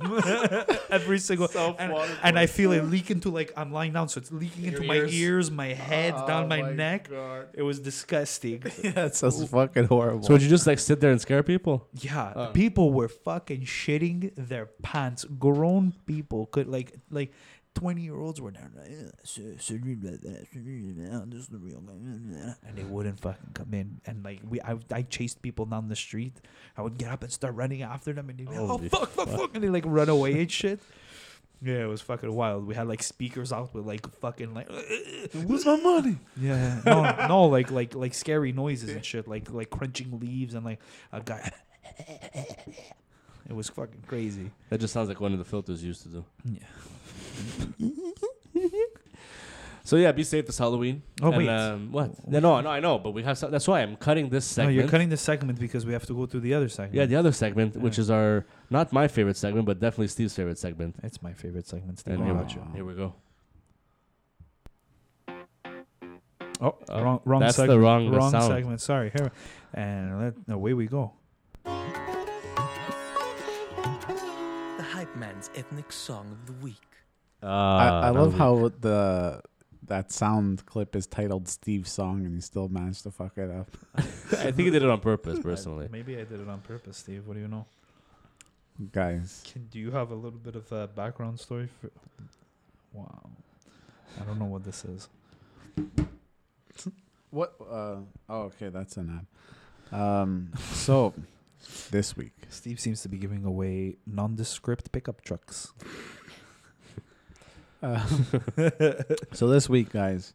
[SPEAKER 2] <laughs> every single and, and I feel it leak into like I'm lying down, so it's leaking into my ears, my head,
[SPEAKER 3] Oh
[SPEAKER 2] down my, neck. <laughs> It was disgusting.
[SPEAKER 3] yeah, that sounds fucking horrible.
[SPEAKER 1] So would you just like sit there and scare people?
[SPEAKER 2] Yeah,
[SPEAKER 3] Um,
[SPEAKER 1] Uh.
[SPEAKER 2] people were fucking shitting their pants. Grown people could like like twenty year olds were down like, "Yeah, sur- surgery, blah, blah, surgery, blah, oh, this is the real guy, blah, blah," and they wouldn't fucking come in. And like we, I, I chased people down the street. I would get up and start running after them, and they'd be like, "Oh
[SPEAKER 1] Holy
[SPEAKER 2] fuck, fuck, fuck!" and they like run away and shit. Yeah, it was fucking wild. We had like speakers out with like fucking like,
[SPEAKER 3] Where's my money?
[SPEAKER 2] yeah, no, no, like like like scary noises and shit, like like crunching leaves and like a guy. it was fucking crazy.
[SPEAKER 1] <laughs> That just sounds like one of the filters you used to do.
[SPEAKER 2] Yeah.
[SPEAKER 1] So yeah, be safe this Halloween.
[SPEAKER 2] Oh,
[SPEAKER 1] And,
[SPEAKER 2] wait.
[SPEAKER 1] Um, what? No, no, no, I know, but we have. Some, that's why I'm cutting this
[SPEAKER 2] No,
[SPEAKER 1] segment.
[SPEAKER 2] you're cutting the segment because we have to go to the other segment.
[SPEAKER 1] yeah, the other segment, which
[SPEAKER 2] Yeah.
[SPEAKER 1] is our not my favorite segment, but definitely Steve's favorite segment.
[SPEAKER 2] it's my favorite segment. Steve.
[SPEAKER 1] And here,
[SPEAKER 3] Wow.
[SPEAKER 1] we, here we go.
[SPEAKER 2] Oh,
[SPEAKER 1] Oh,
[SPEAKER 2] wrong, wrong
[SPEAKER 1] that's
[SPEAKER 2] segment.
[SPEAKER 1] the wrong,
[SPEAKER 2] wrong
[SPEAKER 1] sound.
[SPEAKER 2] segment. Sorry. Here, and let, away we go.
[SPEAKER 6] The Hype Man's ethnic song of the week.
[SPEAKER 1] Uh,
[SPEAKER 3] I, I
[SPEAKER 1] that
[SPEAKER 3] love
[SPEAKER 1] would be-
[SPEAKER 3] how the that sound clip is titled Steve's song, and he still managed to fuck it up.
[SPEAKER 1] I think he did it on purpose,
[SPEAKER 3] <laughs>
[SPEAKER 1] personally.
[SPEAKER 2] Uh, maybe I did it on purpose, Steve. What do you know?
[SPEAKER 3] Guys,
[SPEAKER 2] Can, do you have a little bit of a background story for? Wow, I don't know what this is.
[SPEAKER 3] what? Uh, oh, okay, that's an ad. Um, <laughs> so this week,
[SPEAKER 2] Steve seems to be giving away nondescript pickup trucks.
[SPEAKER 3] uh, <laughs> so this week, guys,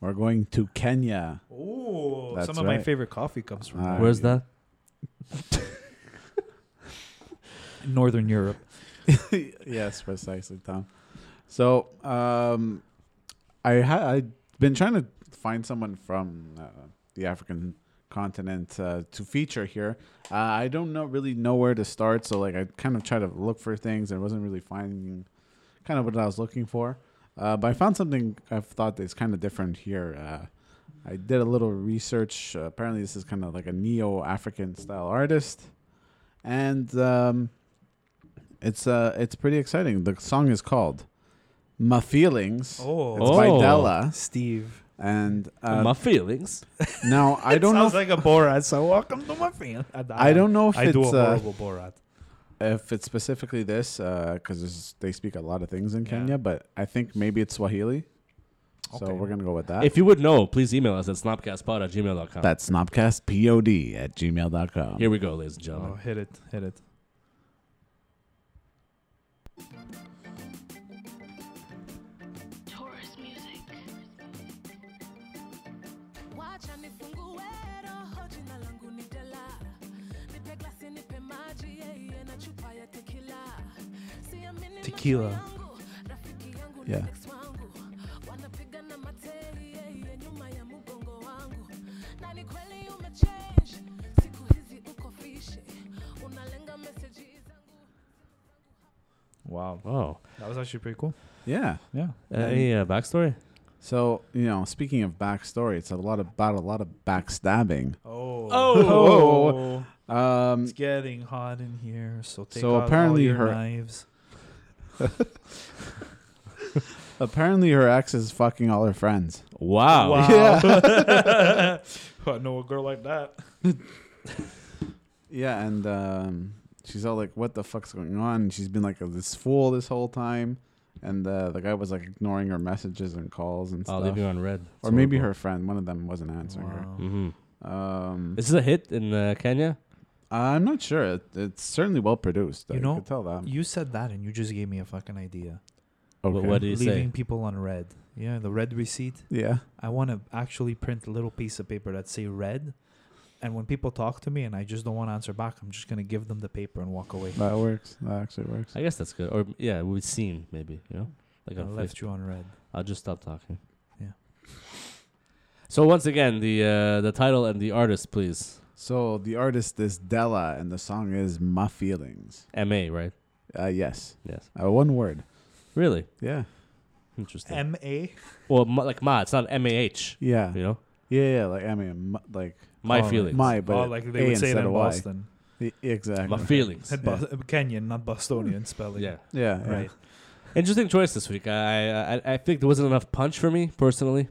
[SPEAKER 3] we're going to Kenya.
[SPEAKER 2] Oh,
[SPEAKER 3] That's
[SPEAKER 2] some of my
[SPEAKER 3] right.
[SPEAKER 2] favorite coffee comes from
[SPEAKER 3] Ah.
[SPEAKER 2] there.
[SPEAKER 1] Where's
[SPEAKER 3] yeah.
[SPEAKER 1] that?
[SPEAKER 2] Northern Europe.
[SPEAKER 3] <laughs> yes, precisely, Tom. So, um, I ha- I've been trying to find someone from uh, the African continent uh, to feature here. Uh, I don't know really know where to start, so like I kind of tried to look for things and wasn't really finding kind of what I was looking for. Uh, but I found something I've thought is kind of different here. Uh, I did a little research. Uh, apparently, this is kind of like a neo-African style artist, and um, it's uh it's pretty exciting. The song is called "My Feelings."
[SPEAKER 2] Oh,
[SPEAKER 3] It's by
[SPEAKER 1] Oh.
[SPEAKER 3] Della,
[SPEAKER 2] Steve.
[SPEAKER 3] and uh,
[SPEAKER 1] my feelings.
[SPEAKER 3] now I don't know. If,
[SPEAKER 2] like a Borat. So welcome to my fan.
[SPEAKER 3] I don't know if
[SPEAKER 2] I
[SPEAKER 3] it's
[SPEAKER 2] do a
[SPEAKER 3] uh,
[SPEAKER 2] horrible Borat.
[SPEAKER 3] if it's specifically this because they speak a lot of things in
[SPEAKER 2] Yeah.
[SPEAKER 3] Kenya, but I think maybe it's Swahili. So
[SPEAKER 2] Okay.
[SPEAKER 3] we're gonna go with that.
[SPEAKER 1] If you would know, please email us at snopcastpod at gmail.com.
[SPEAKER 3] That's snopcastpod at gmail.com.
[SPEAKER 1] Here we go, ladies and
[SPEAKER 2] Oh,
[SPEAKER 1] gentlemen.
[SPEAKER 2] hit it, hit it.
[SPEAKER 7] Taurus music.
[SPEAKER 8] wacha nifungue roho jina langu ni dela nipe glasi nipe maji yeye na chupa ya tekila siamini macho
[SPEAKER 2] Tequila.
[SPEAKER 8] yangu rafiki yangu ni
[SPEAKER 3] Yeah.
[SPEAKER 8] ex wangu wanapigana materi yeye nyuma ya mgongo wangu na ni kweli umechange siku hizi uko fishy unalenga meseji zangu
[SPEAKER 2] Wow,
[SPEAKER 1] Wow.
[SPEAKER 2] that was actually pretty cool.
[SPEAKER 3] Yeah.
[SPEAKER 2] Yeah,
[SPEAKER 1] Any uh, backstory?
[SPEAKER 3] So you know, speaking of backstory, it's a lot about a lot of backstabbing.
[SPEAKER 2] <laughs> Oh.
[SPEAKER 3] Oh. Um,
[SPEAKER 2] It's getting hot in here, so take
[SPEAKER 3] So
[SPEAKER 2] out
[SPEAKER 3] apparently
[SPEAKER 2] all your
[SPEAKER 3] her-
[SPEAKER 2] knives.
[SPEAKER 3] apparently, her ex is fucking all her friends.
[SPEAKER 1] Wow.
[SPEAKER 3] <laughs>
[SPEAKER 2] Yeah. <laughs> I know a girl like that.
[SPEAKER 3] Yeah, and um, she's all like, "What the fuck's going on?" And she's been like this fool this whole time, and uh, the guy was like ignoring her messages and calls and
[SPEAKER 2] Oh,
[SPEAKER 1] I'll
[SPEAKER 3] stuff.
[SPEAKER 1] leave you on red.
[SPEAKER 3] or maybe her friend, one of them wasn't answering
[SPEAKER 1] Mm-hmm.
[SPEAKER 3] her. Um,
[SPEAKER 1] This is a hit in uh, Kenya.
[SPEAKER 3] I'm not sure. It, it's certainly well produced.
[SPEAKER 2] You
[SPEAKER 3] I
[SPEAKER 2] know,
[SPEAKER 3] could tell that.
[SPEAKER 2] You said that, and you just gave me a fucking idea.
[SPEAKER 1] Wh- What do you
[SPEAKER 2] Leaving
[SPEAKER 1] say?
[SPEAKER 2] people on red. Yeah, the red receipt.
[SPEAKER 3] Yeah.
[SPEAKER 2] I want to actually print a little piece of paper that say red, and when people talk to me and I just don't want to answer back, I'm just gonna give them the paper and walk away.
[SPEAKER 3] That works. That actually works.
[SPEAKER 1] I guess that's good. Or yeah, we would seem maybe you know like
[SPEAKER 2] I
[SPEAKER 1] on
[SPEAKER 2] left you on red.
[SPEAKER 1] I'll just stop talking.
[SPEAKER 2] Yeah.
[SPEAKER 1] So once again, the uh, the title and the artist, please.
[SPEAKER 3] So the artist is Della, and the song is "My Feelings."
[SPEAKER 1] M A. Right?
[SPEAKER 3] Uh, yes,
[SPEAKER 1] Yes.
[SPEAKER 3] uh, one word.
[SPEAKER 1] Really
[SPEAKER 3] Yeah,
[SPEAKER 1] interesting.
[SPEAKER 2] M A.
[SPEAKER 1] well, ma, like ma, it's not M A H.
[SPEAKER 3] yeah,
[SPEAKER 1] You know,
[SPEAKER 3] yeah, yeah. Like I mean, m- like
[SPEAKER 1] my
[SPEAKER 2] Oh, right.
[SPEAKER 1] feelings.
[SPEAKER 3] my, but
[SPEAKER 2] Oh, like
[SPEAKER 3] A
[SPEAKER 2] they would say
[SPEAKER 3] instead
[SPEAKER 2] it in
[SPEAKER 3] of Y.
[SPEAKER 2] Boston.
[SPEAKER 3] E- exactly.
[SPEAKER 1] my feelings.
[SPEAKER 2] <laughs> At Bos- Kenyan,
[SPEAKER 3] <laughs>
[SPEAKER 2] not Bostonian spelling.
[SPEAKER 1] Yeah.
[SPEAKER 3] Yeah, yeah.
[SPEAKER 2] Right.
[SPEAKER 1] Interesting choice this week. I I, I think there wasn't enough punch for me personally,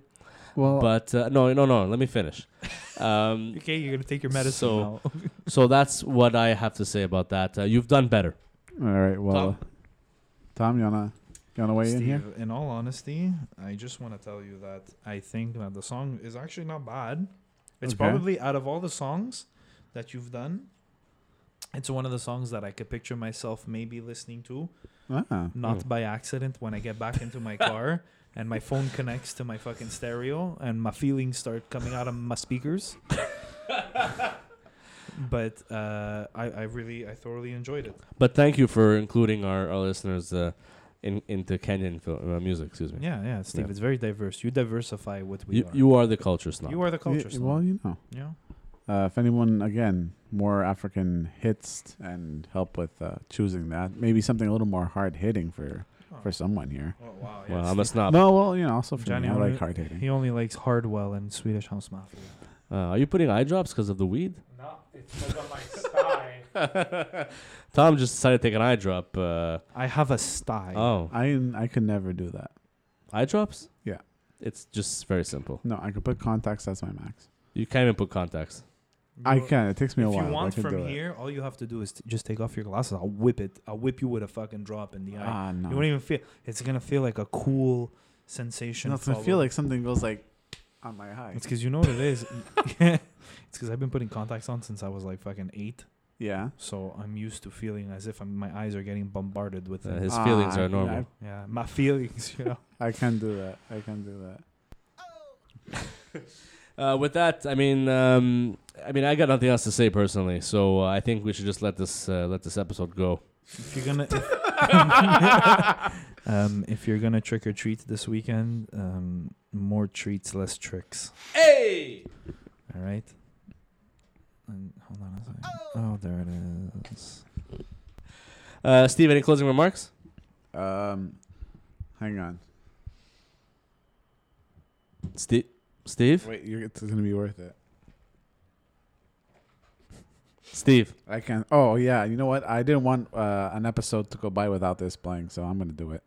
[SPEAKER 3] Well,
[SPEAKER 1] but uh, no no no. Let me finish.
[SPEAKER 3] <laughs>
[SPEAKER 1] Um,
[SPEAKER 2] Okay, you're gonna take your medicine
[SPEAKER 1] So-
[SPEAKER 2] now.
[SPEAKER 1] so that's what I have to say about that. Uh, you've done better.
[SPEAKER 3] all right. Well, Tom,
[SPEAKER 1] Tom?
[SPEAKER 3] Tom you wanna you wanna weigh in here?
[SPEAKER 2] Steve, in all honesty, I just want to tell you that I think that the song is actually not bad. It's
[SPEAKER 3] Okay.
[SPEAKER 2] probably out of all the songs that you've done, it's one of the songs that I could picture myself maybe listening to,
[SPEAKER 3] Ah,
[SPEAKER 2] not by accident when I get back into <laughs> my car and my phone connects to my fucking stereo and my feelings start coming out of my <laughs> speakers. but uh, I, I really, I thoroughly enjoyed it.
[SPEAKER 1] But thank you for including our, our listeners. Uh, in, into Kenyan film, uh, music. Excuse me.
[SPEAKER 2] Yeah, yeah, Steve.
[SPEAKER 1] Yeah.
[SPEAKER 2] It's very diverse. You diversify what we
[SPEAKER 1] You,
[SPEAKER 2] are.
[SPEAKER 1] you are the culture snob.
[SPEAKER 2] You are the culture.
[SPEAKER 3] Y-
[SPEAKER 2] snob.
[SPEAKER 3] well, you know,
[SPEAKER 2] yeah.
[SPEAKER 3] uh, if anyone again more African hits and help with uh, choosing that, maybe something a little more hard hitting for for someone here.
[SPEAKER 2] Oh, wow.
[SPEAKER 1] well, I'm a
[SPEAKER 2] Steve-
[SPEAKER 1] snob.
[SPEAKER 3] no, well, you know, also for
[SPEAKER 2] Johnny
[SPEAKER 3] me, I
[SPEAKER 2] Oliver-
[SPEAKER 3] like hard hitting.
[SPEAKER 2] He only likes Hardwell and Swedish House Mafia.
[SPEAKER 1] Uh, are you putting eye drops because of the
[SPEAKER 3] <laughs>
[SPEAKER 1] weed?
[SPEAKER 7] No, it's because of my style.
[SPEAKER 1] Tom just decided to take an eye drop. Uh,
[SPEAKER 2] I have a style.
[SPEAKER 1] oh,
[SPEAKER 3] I I could never do that.
[SPEAKER 1] eye drops?
[SPEAKER 3] Yeah.
[SPEAKER 1] It's just very simple.
[SPEAKER 3] No, I could put contacts. That's my max.
[SPEAKER 1] You can't even put contacts.
[SPEAKER 3] I
[SPEAKER 2] You're-
[SPEAKER 3] can. It takes me a
[SPEAKER 2] if
[SPEAKER 3] while.
[SPEAKER 2] you
[SPEAKER 3] but
[SPEAKER 2] want
[SPEAKER 3] I can do
[SPEAKER 2] from
[SPEAKER 3] it.
[SPEAKER 2] here, all you have to do is t- just take off your glasses. I'll whip it. I'll whip you with a fucking drop in the eye.
[SPEAKER 3] ah no,
[SPEAKER 2] You won't even feel. It's gonna feel like a cool sensation.
[SPEAKER 3] no it's gonna feel
[SPEAKER 2] followed-
[SPEAKER 3] like something goes like on my eye.
[SPEAKER 2] It's because you know what it is. <laughs> it's because I've been putting contacts on since I was like fucking eight,
[SPEAKER 3] Yeah,
[SPEAKER 2] so I'm used to feeling as if I'm, my eyes are getting bombarded with.
[SPEAKER 1] Uh,
[SPEAKER 2] it.
[SPEAKER 1] his feelings
[SPEAKER 3] Ah,
[SPEAKER 1] are
[SPEAKER 3] yeah,
[SPEAKER 1] normal.
[SPEAKER 2] yeah, my <laughs> feelings. You know.
[SPEAKER 3] I can do that. I can do that.
[SPEAKER 1] Uh, with that, I mean, um, I mean, I got nothing else to say personally, so uh, I think we should just let this uh, let this episode go.
[SPEAKER 2] If you're gonna, if, um, if you're gonna trick or treat this weekend, um, more treats, less tricks.
[SPEAKER 1] Hey,
[SPEAKER 2] All right. And hold on a second. Oh, there it is.
[SPEAKER 1] uh, Steve, any closing remarks?
[SPEAKER 3] Um, hang on.
[SPEAKER 1] Steve, Steve,
[SPEAKER 3] Wait, you're, it's gonna be worth it.
[SPEAKER 1] Steve.
[SPEAKER 3] I can. Oh yeah, you know what? I didn't want uh, an episode to go by without this playing, so I'm gonna do it.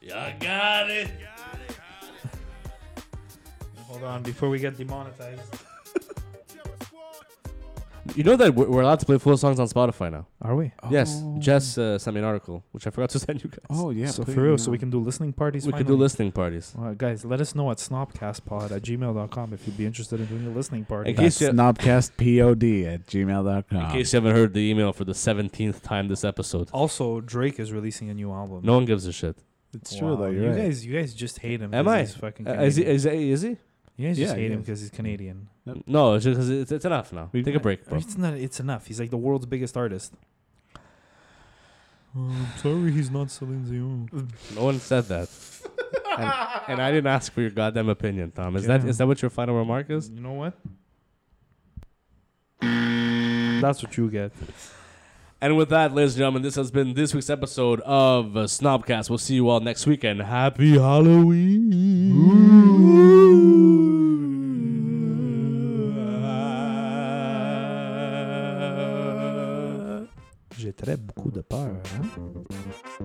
[SPEAKER 1] You got it.
[SPEAKER 2] Hold on, before we get demonetized.
[SPEAKER 1] You know that we're, we're allowed to play full songs on Spotify now.
[SPEAKER 2] Are we?
[SPEAKER 1] Yes,
[SPEAKER 3] Oh.
[SPEAKER 1] Jess uh, sent me an article, which I forgot to <laughs> send you guys.
[SPEAKER 3] Oh yeah.
[SPEAKER 2] so
[SPEAKER 3] please,
[SPEAKER 2] for real,
[SPEAKER 3] yeah.
[SPEAKER 2] so we can do listening parties.
[SPEAKER 1] we could do
[SPEAKER 2] finally.
[SPEAKER 1] listening parties.
[SPEAKER 2] Well, guys, let us know at snobcastpod at gmail.com if you'd be interested in doing a listening party.
[SPEAKER 1] In
[SPEAKER 3] That's
[SPEAKER 1] case you-
[SPEAKER 3] snobcastpod at gmail.com.
[SPEAKER 1] In case you haven't heard the email for the seventeenth time this episode,
[SPEAKER 2] Also, Drake is releasing a new album.
[SPEAKER 1] no one gives a shit.
[SPEAKER 3] it's
[SPEAKER 2] Wow,
[SPEAKER 3] true though. You're
[SPEAKER 2] you
[SPEAKER 3] right.
[SPEAKER 2] guys, you guys just hate him.
[SPEAKER 1] Am
[SPEAKER 2] 'cause
[SPEAKER 1] I?
[SPEAKER 2] He's fucking
[SPEAKER 1] Uh, is he?
[SPEAKER 2] Canadian.
[SPEAKER 1] Is, he- is he?
[SPEAKER 2] you guys
[SPEAKER 3] Yeah,
[SPEAKER 2] just hate
[SPEAKER 3] he
[SPEAKER 2] him
[SPEAKER 3] is.
[SPEAKER 2] because he's Canadian.
[SPEAKER 3] Nope.
[SPEAKER 1] No, it's just 'cause it's, it's enough now.
[SPEAKER 3] We-
[SPEAKER 1] Take a break, bro.
[SPEAKER 2] It's not. It's enough. He's like the world's biggest artist. sorry, he's not Celine Dion.
[SPEAKER 1] No one said that. and, and I didn't ask for your goddamn opinion, Tom. Is that
[SPEAKER 2] Yeah.
[SPEAKER 1] is that what your final remark is?
[SPEAKER 2] You know what? That's what you get.
[SPEAKER 1] And with that, ladies and gentlemen, this has been this week's episode of uh, Snobcast. We'll see you all next week and happy Halloween.
[SPEAKER 2] J'ai très beaucoup de peur. Hein?